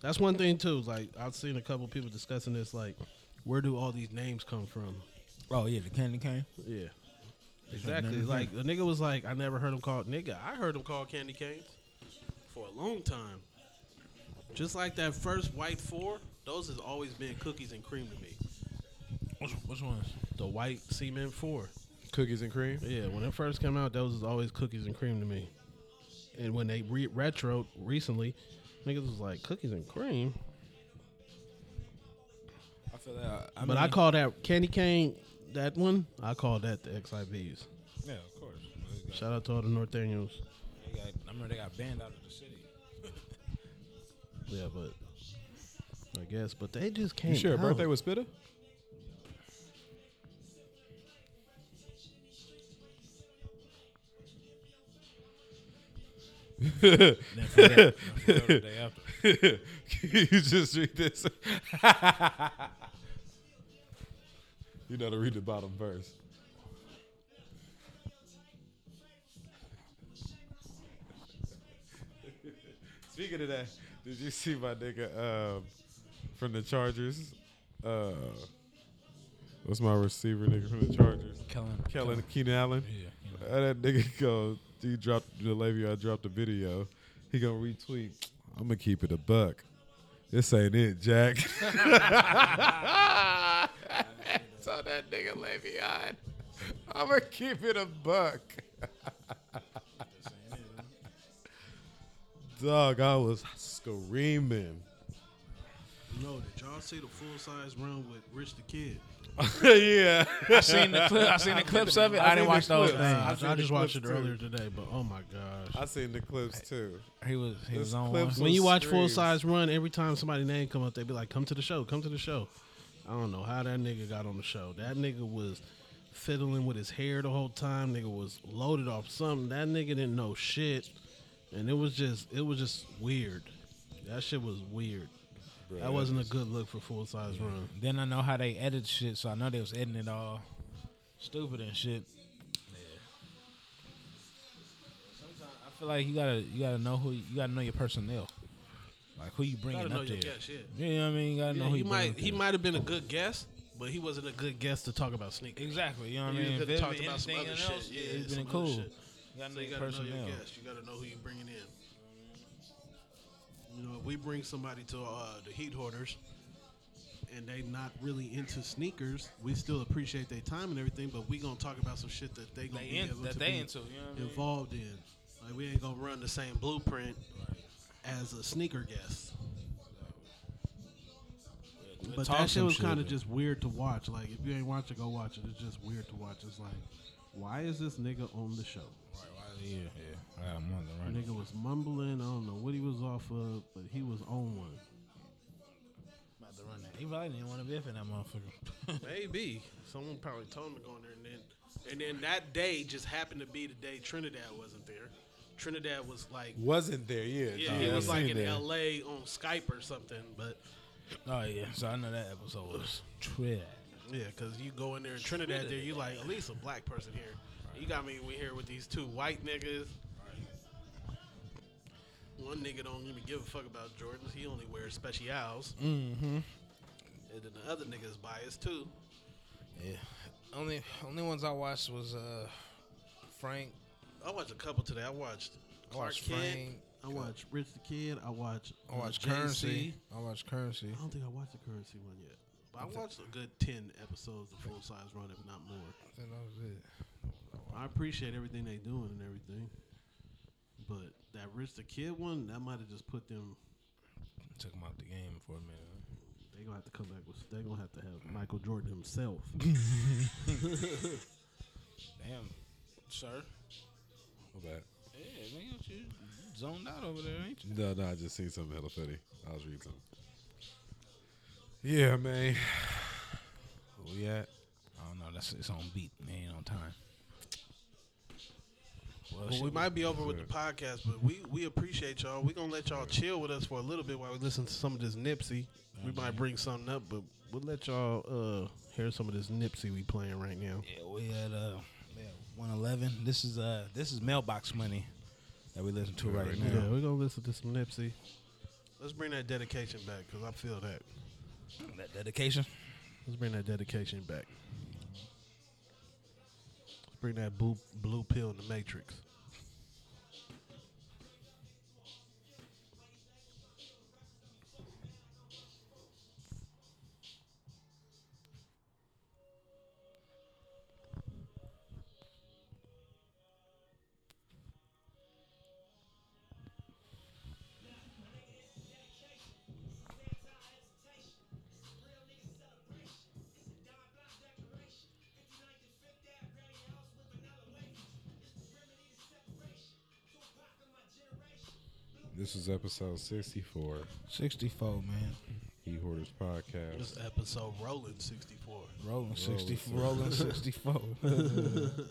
[SPEAKER 5] That's one thing too. Like I've seen a couple people discussing this. Like, where do all these names come from?
[SPEAKER 4] Oh yeah, the candy cane.
[SPEAKER 5] Yeah, exactly. Like the nigga was like, I never heard him called nigga. I heard him called candy canes for a long time. Just like that first white four, those has always been cookies and cream to me.
[SPEAKER 4] Which, which ones?
[SPEAKER 5] The white cement four.
[SPEAKER 7] Cookies and cream?
[SPEAKER 5] Yeah, when it first came out, those was always cookies and cream to me. And when they re- retro recently, niggas was like cookies and cream.
[SPEAKER 4] I feel that. I
[SPEAKER 5] but I call that candy cane. That one, I call that the XIVs.
[SPEAKER 4] Yeah, of course. They got,
[SPEAKER 5] Shout out to all the Northanians.
[SPEAKER 4] they got, I remember they got banned out of the city.
[SPEAKER 5] Yeah, but I guess, but they just came.
[SPEAKER 7] You share a
[SPEAKER 5] out.
[SPEAKER 7] birthday with Spitter?
[SPEAKER 4] Then forget, forget the day after.
[SPEAKER 7] Can you just read this? you know to read the bottom verse. Speaking of that, did you see my nigga um, from the Chargers? Uh, what's my receiver nigga from the Chargers?
[SPEAKER 4] Kellen.
[SPEAKER 7] Kellen Keenan Allen.
[SPEAKER 4] Yeah.
[SPEAKER 7] Uh, that nigga go He dropped the lady. I dropped the video. He gonna retweet. I'm gonna keep it a buck. This ain't it, Jack. Saw Oh, that nigga Le'Veon. I'm gonna keep it a buck. Dog, I was screaming.
[SPEAKER 5] No, did y'all see the full size run with Rich the Kid?
[SPEAKER 7] yeah.
[SPEAKER 4] I seen the clip. I seen the clips of it. I, didn't watch those
[SPEAKER 7] clips.
[SPEAKER 4] things.
[SPEAKER 7] I've seen
[SPEAKER 5] I
[SPEAKER 7] the
[SPEAKER 5] just watched it
[SPEAKER 7] clips, too.
[SPEAKER 5] earlier today, but oh my gosh.
[SPEAKER 7] I seen the clips too.
[SPEAKER 4] He was he
[SPEAKER 7] Those
[SPEAKER 4] was on
[SPEAKER 7] clips
[SPEAKER 4] one.
[SPEAKER 7] was-
[SPEAKER 5] When you watch
[SPEAKER 7] screams.
[SPEAKER 5] full size run, every time somebody's name come up, they be like, "Come to the show, come to the show." I don't know how that nigga got on the show. That nigga was fiddling with his hair the whole time. Nigga was loaded off something. That nigga didn't know shit, and it was just it was just weird. That shit was weird. that wasn't a good look for full size run.
[SPEAKER 4] Then I know how they edit shit, so I know they was editing it all stupid and shit. Sometimes I feel like you gotta you gotta know who you gotta know your personnel, like who you bringing
[SPEAKER 5] Gotta know
[SPEAKER 4] up
[SPEAKER 5] your
[SPEAKER 4] there.
[SPEAKER 5] guest, yeah.
[SPEAKER 4] You know what I mean? You gotta know
[SPEAKER 5] Yeah,
[SPEAKER 4] who
[SPEAKER 5] he
[SPEAKER 4] you
[SPEAKER 5] might
[SPEAKER 4] bringing
[SPEAKER 5] he
[SPEAKER 4] up
[SPEAKER 5] might have been a good guest, but he wasn't a good guest to talk about sneakers.
[SPEAKER 4] there. exactly. You know what I
[SPEAKER 5] You
[SPEAKER 4] mean?
[SPEAKER 5] could've
[SPEAKER 4] If it
[SPEAKER 5] talked
[SPEAKER 4] been
[SPEAKER 5] about some
[SPEAKER 4] anything
[SPEAKER 5] other shit,
[SPEAKER 4] else,
[SPEAKER 5] yeah,
[SPEAKER 4] it'd
[SPEAKER 5] some
[SPEAKER 4] been
[SPEAKER 5] other
[SPEAKER 4] cool.
[SPEAKER 5] shit.
[SPEAKER 4] You gotta know
[SPEAKER 5] So you
[SPEAKER 4] your
[SPEAKER 5] gotta know
[SPEAKER 4] personnel.
[SPEAKER 5] your guest. You gotta know who you're bringing in. You know, if we bring somebody to uh, the Heat Hoarders, and they not really into sneakers, we still appreciate their time and everything. But we gonna talk about some shit that they gonna
[SPEAKER 4] They
[SPEAKER 5] be
[SPEAKER 4] in-
[SPEAKER 5] able
[SPEAKER 4] that
[SPEAKER 5] to
[SPEAKER 4] they
[SPEAKER 5] be
[SPEAKER 4] into, you know what I mean?
[SPEAKER 5] involved in. Like we ain't gonna run the same blueprint as a sneaker guest. But
[SPEAKER 4] Talk
[SPEAKER 5] that shit
[SPEAKER 4] some
[SPEAKER 5] was
[SPEAKER 4] shit,
[SPEAKER 5] kind of
[SPEAKER 4] man.
[SPEAKER 5] just weird to watch. Like if you ain't watch it, go watch it. It's just weird to watch. It's like, why is this nigga on the show?
[SPEAKER 4] Yeah, yeah. I got one
[SPEAKER 5] The
[SPEAKER 4] right.
[SPEAKER 5] Nigga was mumbling. I don't know what he was off of, but he was on one.
[SPEAKER 4] About to run that. He probably didn't want to be up in that motherfucker.
[SPEAKER 5] Maybe someone probably told him to go in there, and then and then that day just happened to be the day Trinidad wasn't there. Trinidad was like,
[SPEAKER 7] Wasn't there, yeah.
[SPEAKER 5] yeah,
[SPEAKER 7] G,
[SPEAKER 5] he
[SPEAKER 7] I
[SPEAKER 5] was like
[SPEAKER 7] seen
[SPEAKER 5] in
[SPEAKER 7] that.
[SPEAKER 5] L.A. on Skype or something. But
[SPEAKER 4] oh yeah, so I know that episode was trash.
[SPEAKER 5] yeah, because you go in there in Trinidad, there you like at least a black person here. You got me we here with these two white niggas. One nigga don't even give a fuck about Jordans. He only wears specials. Mm-hmm. And then the other nigga's biased too.
[SPEAKER 4] Yeah. Only only ones I watched was uh Frank.
[SPEAKER 5] I watched a couple today. I watched
[SPEAKER 4] I
[SPEAKER 5] Clark
[SPEAKER 4] watched
[SPEAKER 5] Kid.
[SPEAKER 4] Frank.
[SPEAKER 5] I watched Rich the Kid. I watched.
[SPEAKER 4] I
[SPEAKER 5] uh,
[SPEAKER 4] watched
[SPEAKER 5] JC.
[SPEAKER 4] Currency. I watched Currency.
[SPEAKER 5] I don't think I watched the Currency one yet, but I watched a good ten episodes of Full Size Run, if not more.
[SPEAKER 4] That was it.
[SPEAKER 5] I appreciate everything they doing and everything, but that Rich the Kid one, that might have just put them.
[SPEAKER 4] Took him out the game for a minute.
[SPEAKER 5] They gonna have to come back with. They gonna have to have Michael Jordan himself.
[SPEAKER 4] Damn, sir.
[SPEAKER 7] My bad.
[SPEAKER 4] Yeah, man, you zoned out over there, ain't you?
[SPEAKER 7] No, no, I just seen something hella funny. I was reading something. Yeah, man. Where we at?
[SPEAKER 4] I don't know. That's it's on beat. Man, ain't on time. Well,
[SPEAKER 5] Well,
[SPEAKER 4] shit,
[SPEAKER 5] we might be over with the podcast, but we we appreciate y'all. We gonna let y'all chill with us for a little bit while we listen to some of this Nipsey. We might bring something up, but we'll let y'all uh hear some of this Nipsey we playing right now.
[SPEAKER 4] Yeah, we at uh, one eleven. This is uh, this is mailbox money that we listen to right,
[SPEAKER 5] Yeah,
[SPEAKER 4] now.
[SPEAKER 5] we're gonna listen to some Nipsey. Let's bring that dedication back because I feel that.
[SPEAKER 4] That dedication.
[SPEAKER 5] Let's bring that dedication back. Let's bring that blue blue pill in the Matrix.
[SPEAKER 7] This is episode 64,
[SPEAKER 4] Sixty-four, man.
[SPEAKER 7] He Hoarders Podcast.
[SPEAKER 5] This episode rolling sixty four.
[SPEAKER 4] Rolling sixty. Rolling sixty-four.
[SPEAKER 7] You know what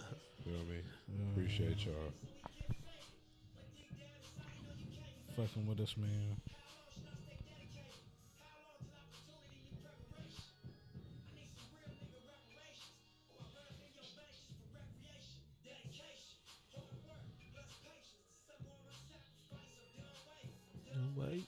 [SPEAKER 7] I mean?
[SPEAKER 4] Uh,
[SPEAKER 7] Appreciate y'all.
[SPEAKER 4] Fucking with us, man.
[SPEAKER 5] Wait.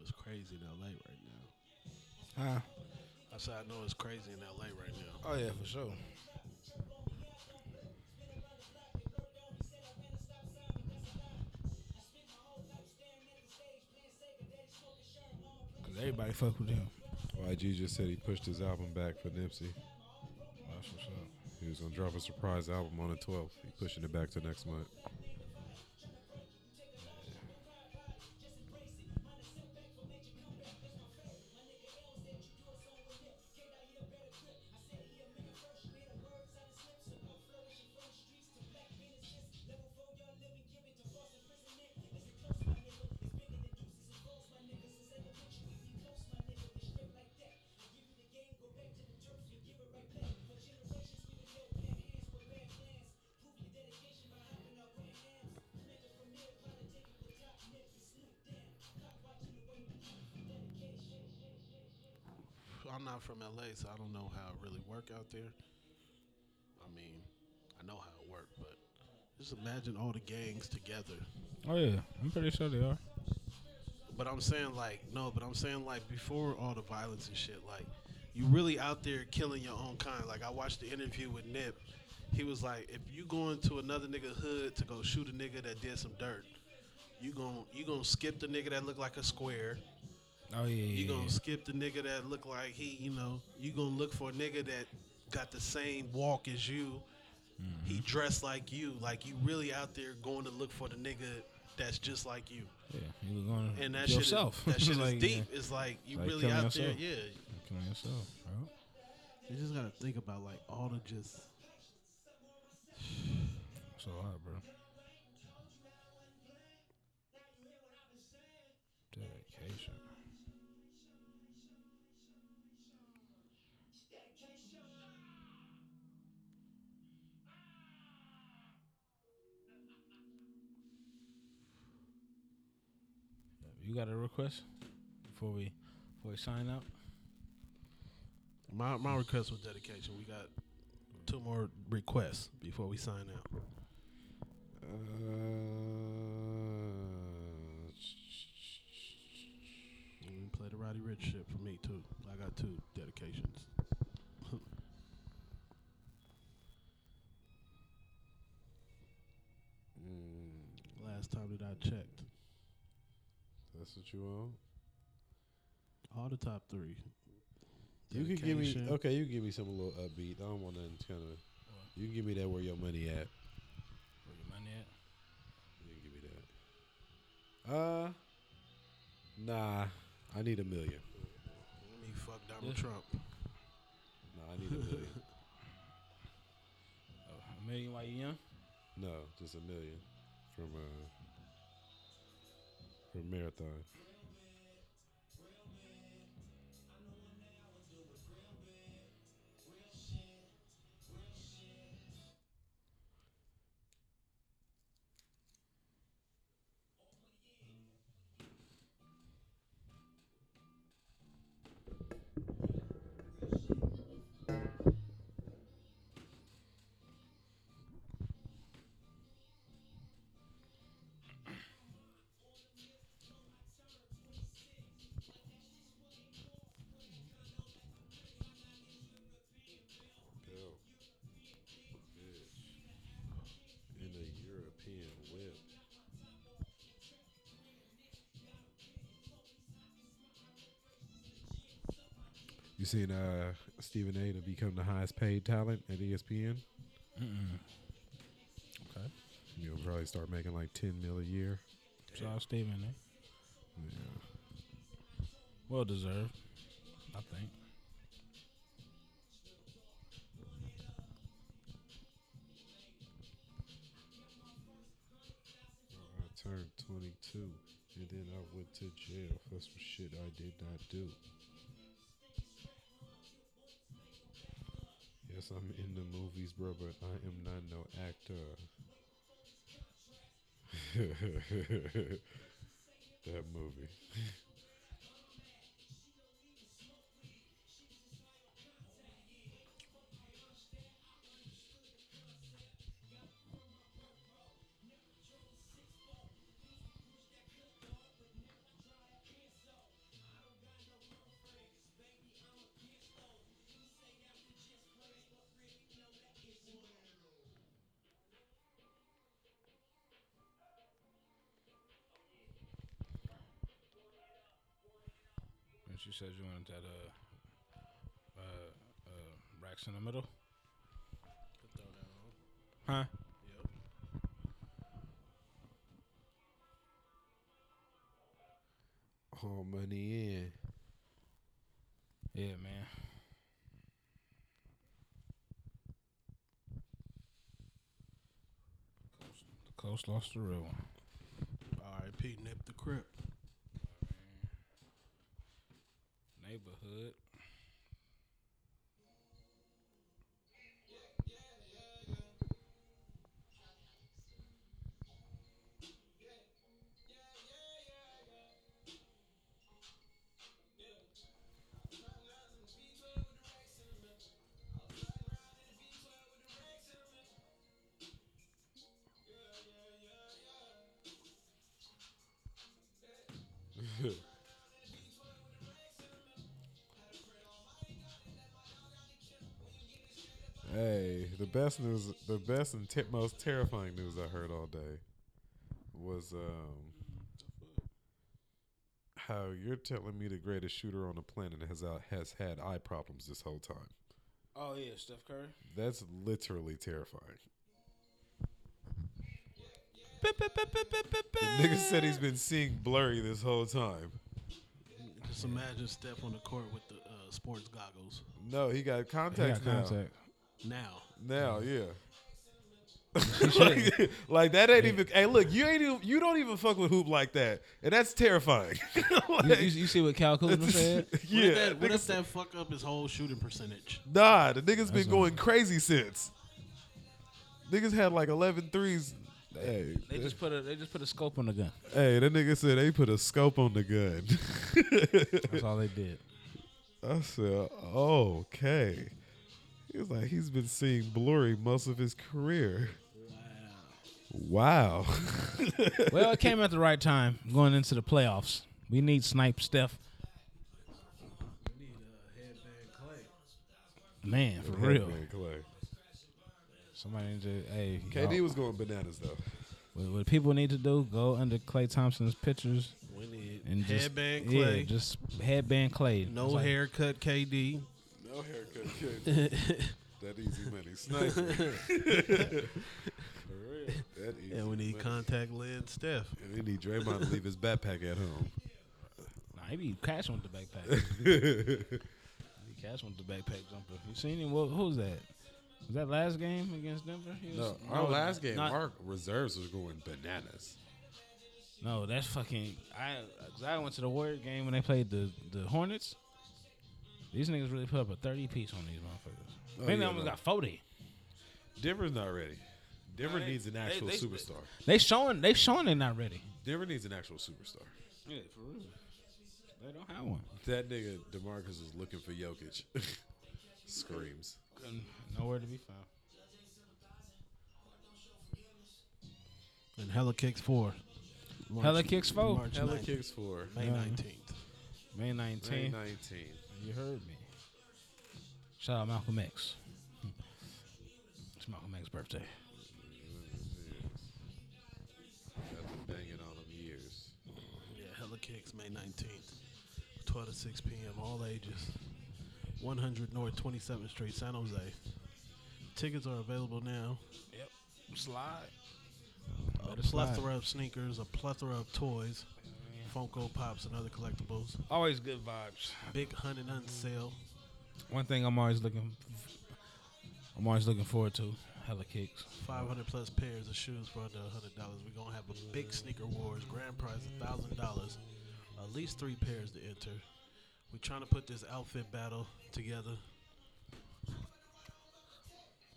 [SPEAKER 5] it's crazy in LA right now.
[SPEAKER 4] Huh?
[SPEAKER 5] I said I know it's crazy in LA right now.
[SPEAKER 4] Oh yeah, for sure. Cause everybody fuck with him.
[SPEAKER 7] YG just said he pushed his album back for Nipsey.
[SPEAKER 4] That's what's up.
[SPEAKER 7] He was gonna drop a surprise album on the 12th. He pushing it back to next month.
[SPEAKER 5] I'm not from LA, so I don't know how it really work out there. I mean, I know how it work, but just imagine all the gangs together.
[SPEAKER 4] Oh yeah, I'm pretty sure they are.
[SPEAKER 5] But I'm saying like no, but I'm saying like before all the violence and shit, like you really out there killing your own kind. Like I watched the interview with Nip. He was like, if you going to another nigga hood to go shoot a nigga that did some dirt, you gon' you gonna skip the nigga that look like a square.
[SPEAKER 4] Oh yeah, yeah.
[SPEAKER 5] You
[SPEAKER 4] yeah.
[SPEAKER 5] gonna skip the nigga that look like he, you know, you gonna look for a nigga that got the same walk as you. He dressed like you. Like you really out there going to look for the nigga that's just like you.
[SPEAKER 4] yeah, you look on
[SPEAKER 5] And that
[SPEAKER 4] yourself.
[SPEAKER 5] shit is, that shit
[SPEAKER 4] Like,
[SPEAKER 5] is deep.
[SPEAKER 4] yeah,
[SPEAKER 5] It's like you
[SPEAKER 4] Like
[SPEAKER 5] really
[SPEAKER 4] killing
[SPEAKER 5] out
[SPEAKER 4] yourself.
[SPEAKER 5] there, yeah.
[SPEAKER 4] Killing yourself, bro.
[SPEAKER 5] You just gotta think about like all the just
[SPEAKER 4] It's a lot, bro. Dedication. You got a request before we before we sign up?
[SPEAKER 5] my my request was dedication. We got two more requests before we sign out.
[SPEAKER 7] Uh,
[SPEAKER 5] You can play the Roddy Rich shit for me too. I got two dedications. Mm, Last time that I checked,
[SPEAKER 7] that's what you want.
[SPEAKER 5] all the top three.
[SPEAKER 7] You could give me
[SPEAKER 5] Dedication.
[SPEAKER 7] okay. You could give me some a little upbeat. I don't want nothing kind of. You can give me that where your money at.
[SPEAKER 4] Where your money at?
[SPEAKER 7] You can give me that. Uh, nah. I need a million.
[SPEAKER 5] Let me fuck Donald Trump.
[SPEAKER 7] No, I need a million.
[SPEAKER 4] Oh, a million while you young?
[SPEAKER 7] no, just a million from uh from marathon. Go. Bitch. In a European whip. You seen uh, Stephen A. to become the highest paid talent at E ESPN?
[SPEAKER 4] Okay.
[SPEAKER 7] You'll probably start making like ten mil a year.
[SPEAKER 4] So I'll stay in there.
[SPEAKER 7] Yeah.
[SPEAKER 4] eh? Well deserved, I think.
[SPEAKER 7] I turned 22 and then I went to jail for some shit I did not do. Yes, I'm in the movies, bro, but I am not no actor. that movie.
[SPEAKER 4] you said you wanted that uh uh uh racks in the middle. Huh?
[SPEAKER 5] Yep.
[SPEAKER 3] Harmony in.
[SPEAKER 4] Yeah, man. The coast lost the real one.
[SPEAKER 5] R.I.P. Nip the Crip.
[SPEAKER 4] Neighborhood.
[SPEAKER 3] Hey, the best news, the best and te- most terrifying news I heard all day was um, how you're telling me the greatest shooter on the planet has out, has had eye problems this whole time.
[SPEAKER 4] Oh yeah, Steph Curry.
[SPEAKER 3] That's literally terrifying. The nigga said he's been seeing blurry this whole time.
[SPEAKER 5] Just imagine Steph on the court with the uh, sports goggles.
[SPEAKER 3] No, he got contacts now.
[SPEAKER 5] Now,
[SPEAKER 3] Now, yeah.
[SPEAKER 4] Mm-hmm.
[SPEAKER 3] like, like, that ain't even. Hey, look, you ain't even. You don't even fuck with hoop like that, and that's terrifying.
[SPEAKER 4] You,
[SPEAKER 3] Like,
[SPEAKER 4] you, you see what Cal Kuzma said?
[SPEAKER 5] what,
[SPEAKER 3] yeah,
[SPEAKER 5] if that, what
[SPEAKER 3] nigga-
[SPEAKER 5] if that fuck up his whole shooting percentage?
[SPEAKER 3] nah, the niggas been going crazy since. Niggas had like 11 threes. Hey,
[SPEAKER 4] They just put a they just put a scope on the gun.
[SPEAKER 3] hey, that nigga said they put a scope on the gun.
[SPEAKER 4] That's all they did.
[SPEAKER 3] I said, okay. He was like, he's been seeing blurry most of his career. Wow.
[SPEAKER 4] Well, it came at the right time going into the playoffs. We need snipe Steph. Man, for real.
[SPEAKER 3] Man, Clay.
[SPEAKER 4] Somebody need to hey.
[SPEAKER 3] KD
[SPEAKER 4] y'all-
[SPEAKER 3] was going bananas though.
[SPEAKER 4] what, what people need to do? Go under Clay Thompson's pictures
[SPEAKER 5] We need
[SPEAKER 4] and just
[SPEAKER 5] headband
[SPEAKER 4] yeah,
[SPEAKER 5] Clay,
[SPEAKER 4] just headband Clay.
[SPEAKER 5] no
[SPEAKER 4] It's like,
[SPEAKER 5] haircut KD.
[SPEAKER 3] No haircut, kid. that easy money sniper. For real. That easy.
[SPEAKER 5] And we need
[SPEAKER 3] money.
[SPEAKER 5] contact lens Steph.
[SPEAKER 3] And we need Draymond to leave his backpack at home.
[SPEAKER 4] Nah, he be cashing with the backpack. he cashing with the backpack jumper. You seen him? What, who was that? Was that last game against Denver? He was-
[SPEAKER 3] No, our last game,
[SPEAKER 4] not-
[SPEAKER 3] our reserves was going bananas.
[SPEAKER 4] No, that's fucking. I cause I went to the Warrior game when they played the the Hornets. These niggas really put up a thirty piece on these motherfuckers. Maybe they
[SPEAKER 3] yeah,
[SPEAKER 4] almost
[SPEAKER 3] no.
[SPEAKER 4] got forty.
[SPEAKER 3] Denver's not ready. Denver
[SPEAKER 4] they-
[SPEAKER 3] needs an
[SPEAKER 4] they-
[SPEAKER 3] actual
[SPEAKER 4] they-
[SPEAKER 3] superstar.
[SPEAKER 4] They showing they showing they not ready.
[SPEAKER 3] Denver needs an actual superstar.
[SPEAKER 4] Yeah, for real. They don't have one.
[SPEAKER 3] That nigga Demarcus was looking for Jokic. Screams.
[SPEAKER 4] Nowhere to be found.
[SPEAKER 5] And hella kicks four. March-
[SPEAKER 4] Hella kicks four.
[SPEAKER 5] March
[SPEAKER 3] Hella
[SPEAKER 5] 9th,
[SPEAKER 3] kicks for
[SPEAKER 5] May nineteenth.
[SPEAKER 4] May
[SPEAKER 3] May
[SPEAKER 4] nineteenth.
[SPEAKER 3] 19.
[SPEAKER 4] You heard me. Shout out Malcolm X. It's Malcolm X's birthday.
[SPEAKER 3] I've been banging on them years.
[SPEAKER 5] Yeah, hella kicks May nineteenth, twelve to six p.m. All ages. One hundred North Twenty Seventh Street, San Jose. Tickets are available now.
[SPEAKER 4] Slide.
[SPEAKER 5] a plethora of sneakers, a plethora of toys, Funko Pops, and other collectibles.
[SPEAKER 4] Always good vibes.
[SPEAKER 5] Big hunt and hunt sale.
[SPEAKER 4] One thing I'm always looking, I'm always looking forward to. Hella kicks.
[SPEAKER 5] 500 plus pairs of shoes for under $100. We're going to have a big sneaker wars, grand prize $1,000, at least three pairs to enter. We're trying to put this outfit battle together.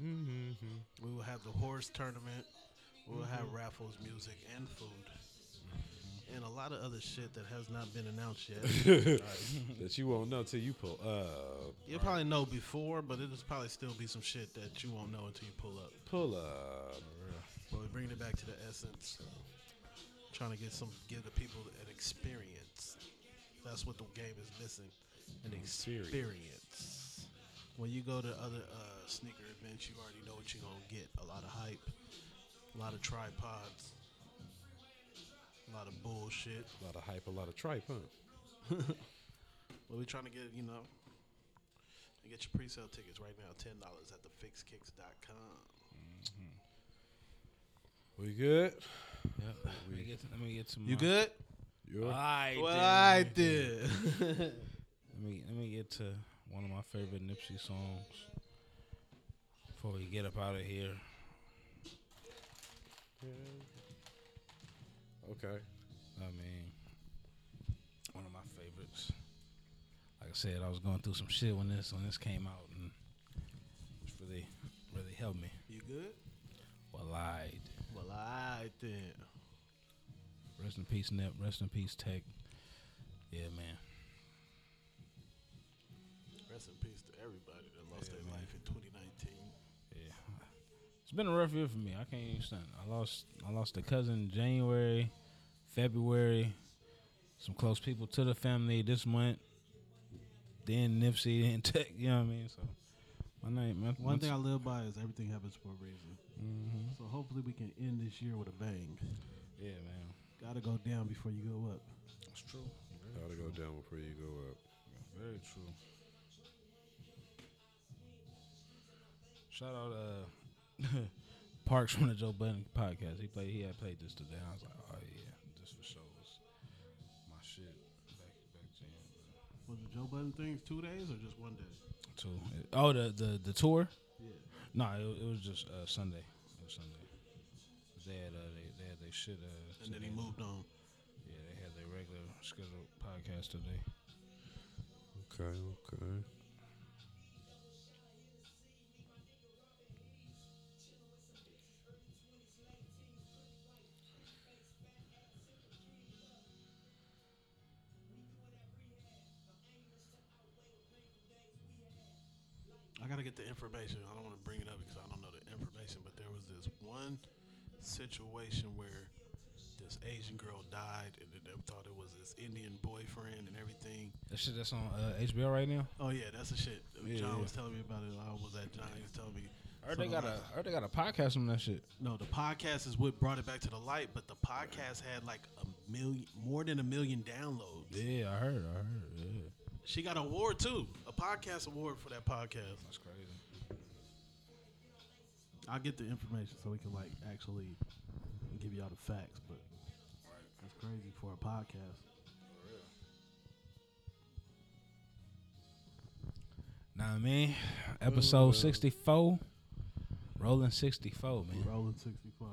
[SPEAKER 5] We will have the horse tournament. We will have raffles, music, and food. And a lot of other shit that has not been announced yet.
[SPEAKER 3] That you won't know till you pull up.
[SPEAKER 5] You'll probably know before, but it'll probably still be some shit that you won't know until you pull up.
[SPEAKER 3] Pull up.
[SPEAKER 5] But we're bringing it back to the essence. Trying to get some, give the people an experience. That's what the game is missing. An experience. When you go to other uh, sneaker events, you already know what you're gonna get. A lot of hype, a lot of tripods, a lot of bullshit.
[SPEAKER 3] A lot of hype, a lot of tripe, huh?
[SPEAKER 5] But we're trying to get, you know, you get your pre-sale tickets right now, $10 at thefixkicks.com.
[SPEAKER 7] We good?
[SPEAKER 4] Let me get, let me get to my,
[SPEAKER 5] You good?
[SPEAKER 4] All right,
[SPEAKER 5] Well,
[SPEAKER 4] then.
[SPEAKER 5] I did.
[SPEAKER 4] Let me let me get to one of my favorite Nipsey songs before we get up out of here.
[SPEAKER 7] Okay.
[SPEAKER 4] I mean, one of my favorites. Like I said, I was going through some shit when this when this came out, and it's really really helped me.
[SPEAKER 5] You good?
[SPEAKER 4] Well, I
[SPEAKER 5] Well, I did.
[SPEAKER 4] rest in peace, Nip. Rest in peace, Tech. Yeah, man.
[SPEAKER 5] Rest in peace to everybody that lost their life in 2019.
[SPEAKER 4] Yeah. It's been a rough year for me. I can't even stand. it. I lost I lost a cousin in January, February, some close people to the family this month. Then Nipsey, then Tech, you know what I mean? So my name my,
[SPEAKER 5] One
[SPEAKER 4] once-
[SPEAKER 5] thing I live by is everything happens for a reason.
[SPEAKER 4] Mm-hmm.
[SPEAKER 5] So hopefully we can end this year with a bang.
[SPEAKER 4] Yeah, man.
[SPEAKER 5] Gotta go down before you go up.
[SPEAKER 4] It's true.
[SPEAKER 7] Gotta go down before you go up.
[SPEAKER 4] Very true. Shout out uh Parks from the Joe Budden podcast. He played he had played this today. I was like, oh yeah, this for sure was my shit back back then.
[SPEAKER 5] Was the Joe Budden thing two days or just one day?
[SPEAKER 4] Two. Oh, the the the tour?
[SPEAKER 5] Yeah.
[SPEAKER 4] No, it, it was just uh, Sunday. It was Sunday. They had uh, they they had they shit. Uh,
[SPEAKER 5] And then he
[SPEAKER 4] today.
[SPEAKER 5] moved on.
[SPEAKER 4] Yeah, they had their regular scheduled podcast today.
[SPEAKER 7] Okay, okay.
[SPEAKER 5] I gotta get the information. I don't want to bring it up because I don't know the information, but there was this one situation where this Asian girl died, and then they thought it was this Indian boyfriend and everything.
[SPEAKER 4] That shit that's on uh, HBO right now.
[SPEAKER 5] Oh yeah, that's the shit.
[SPEAKER 4] Yeah,
[SPEAKER 5] John
[SPEAKER 4] yeah.
[SPEAKER 5] was telling me about it. I was at John. He was telling me.
[SPEAKER 4] Or
[SPEAKER 5] So
[SPEAKER 4] they
[SPEAKER 5] the
[SPEAKER 4] got a
[SPEAKER 5] last-
[SPEAKER 4] or they got a podcast on that shit.
[SPEAKER 5] no. The podcast is what brought it back to the light, but the podcast had like a million, more than a million downloads.
[SPEAKER 4] Yeah, I heard. I heard. Yeah,
[SPEAKER 5] She got an award too, a podcast award for that podcast.
[SPEAKER 4] that's crazy.
[SPEAKER 5] I'll get the information so we can like actually give y'all the facts, but that's crazy for a podcast.
[SPEAKER 4] Nah, man. Episode sixty four, rolling sixty four, man.
[SPEAKER 5] Rolling 64.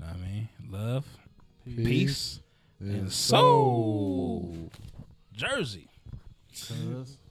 [SPEAKER 4] Nah, man. Love,
[SPEAKER 5] Peace.
[SPEAKER 4] peace, and soul. Jersey.
[SPEAKER 5] Cuz.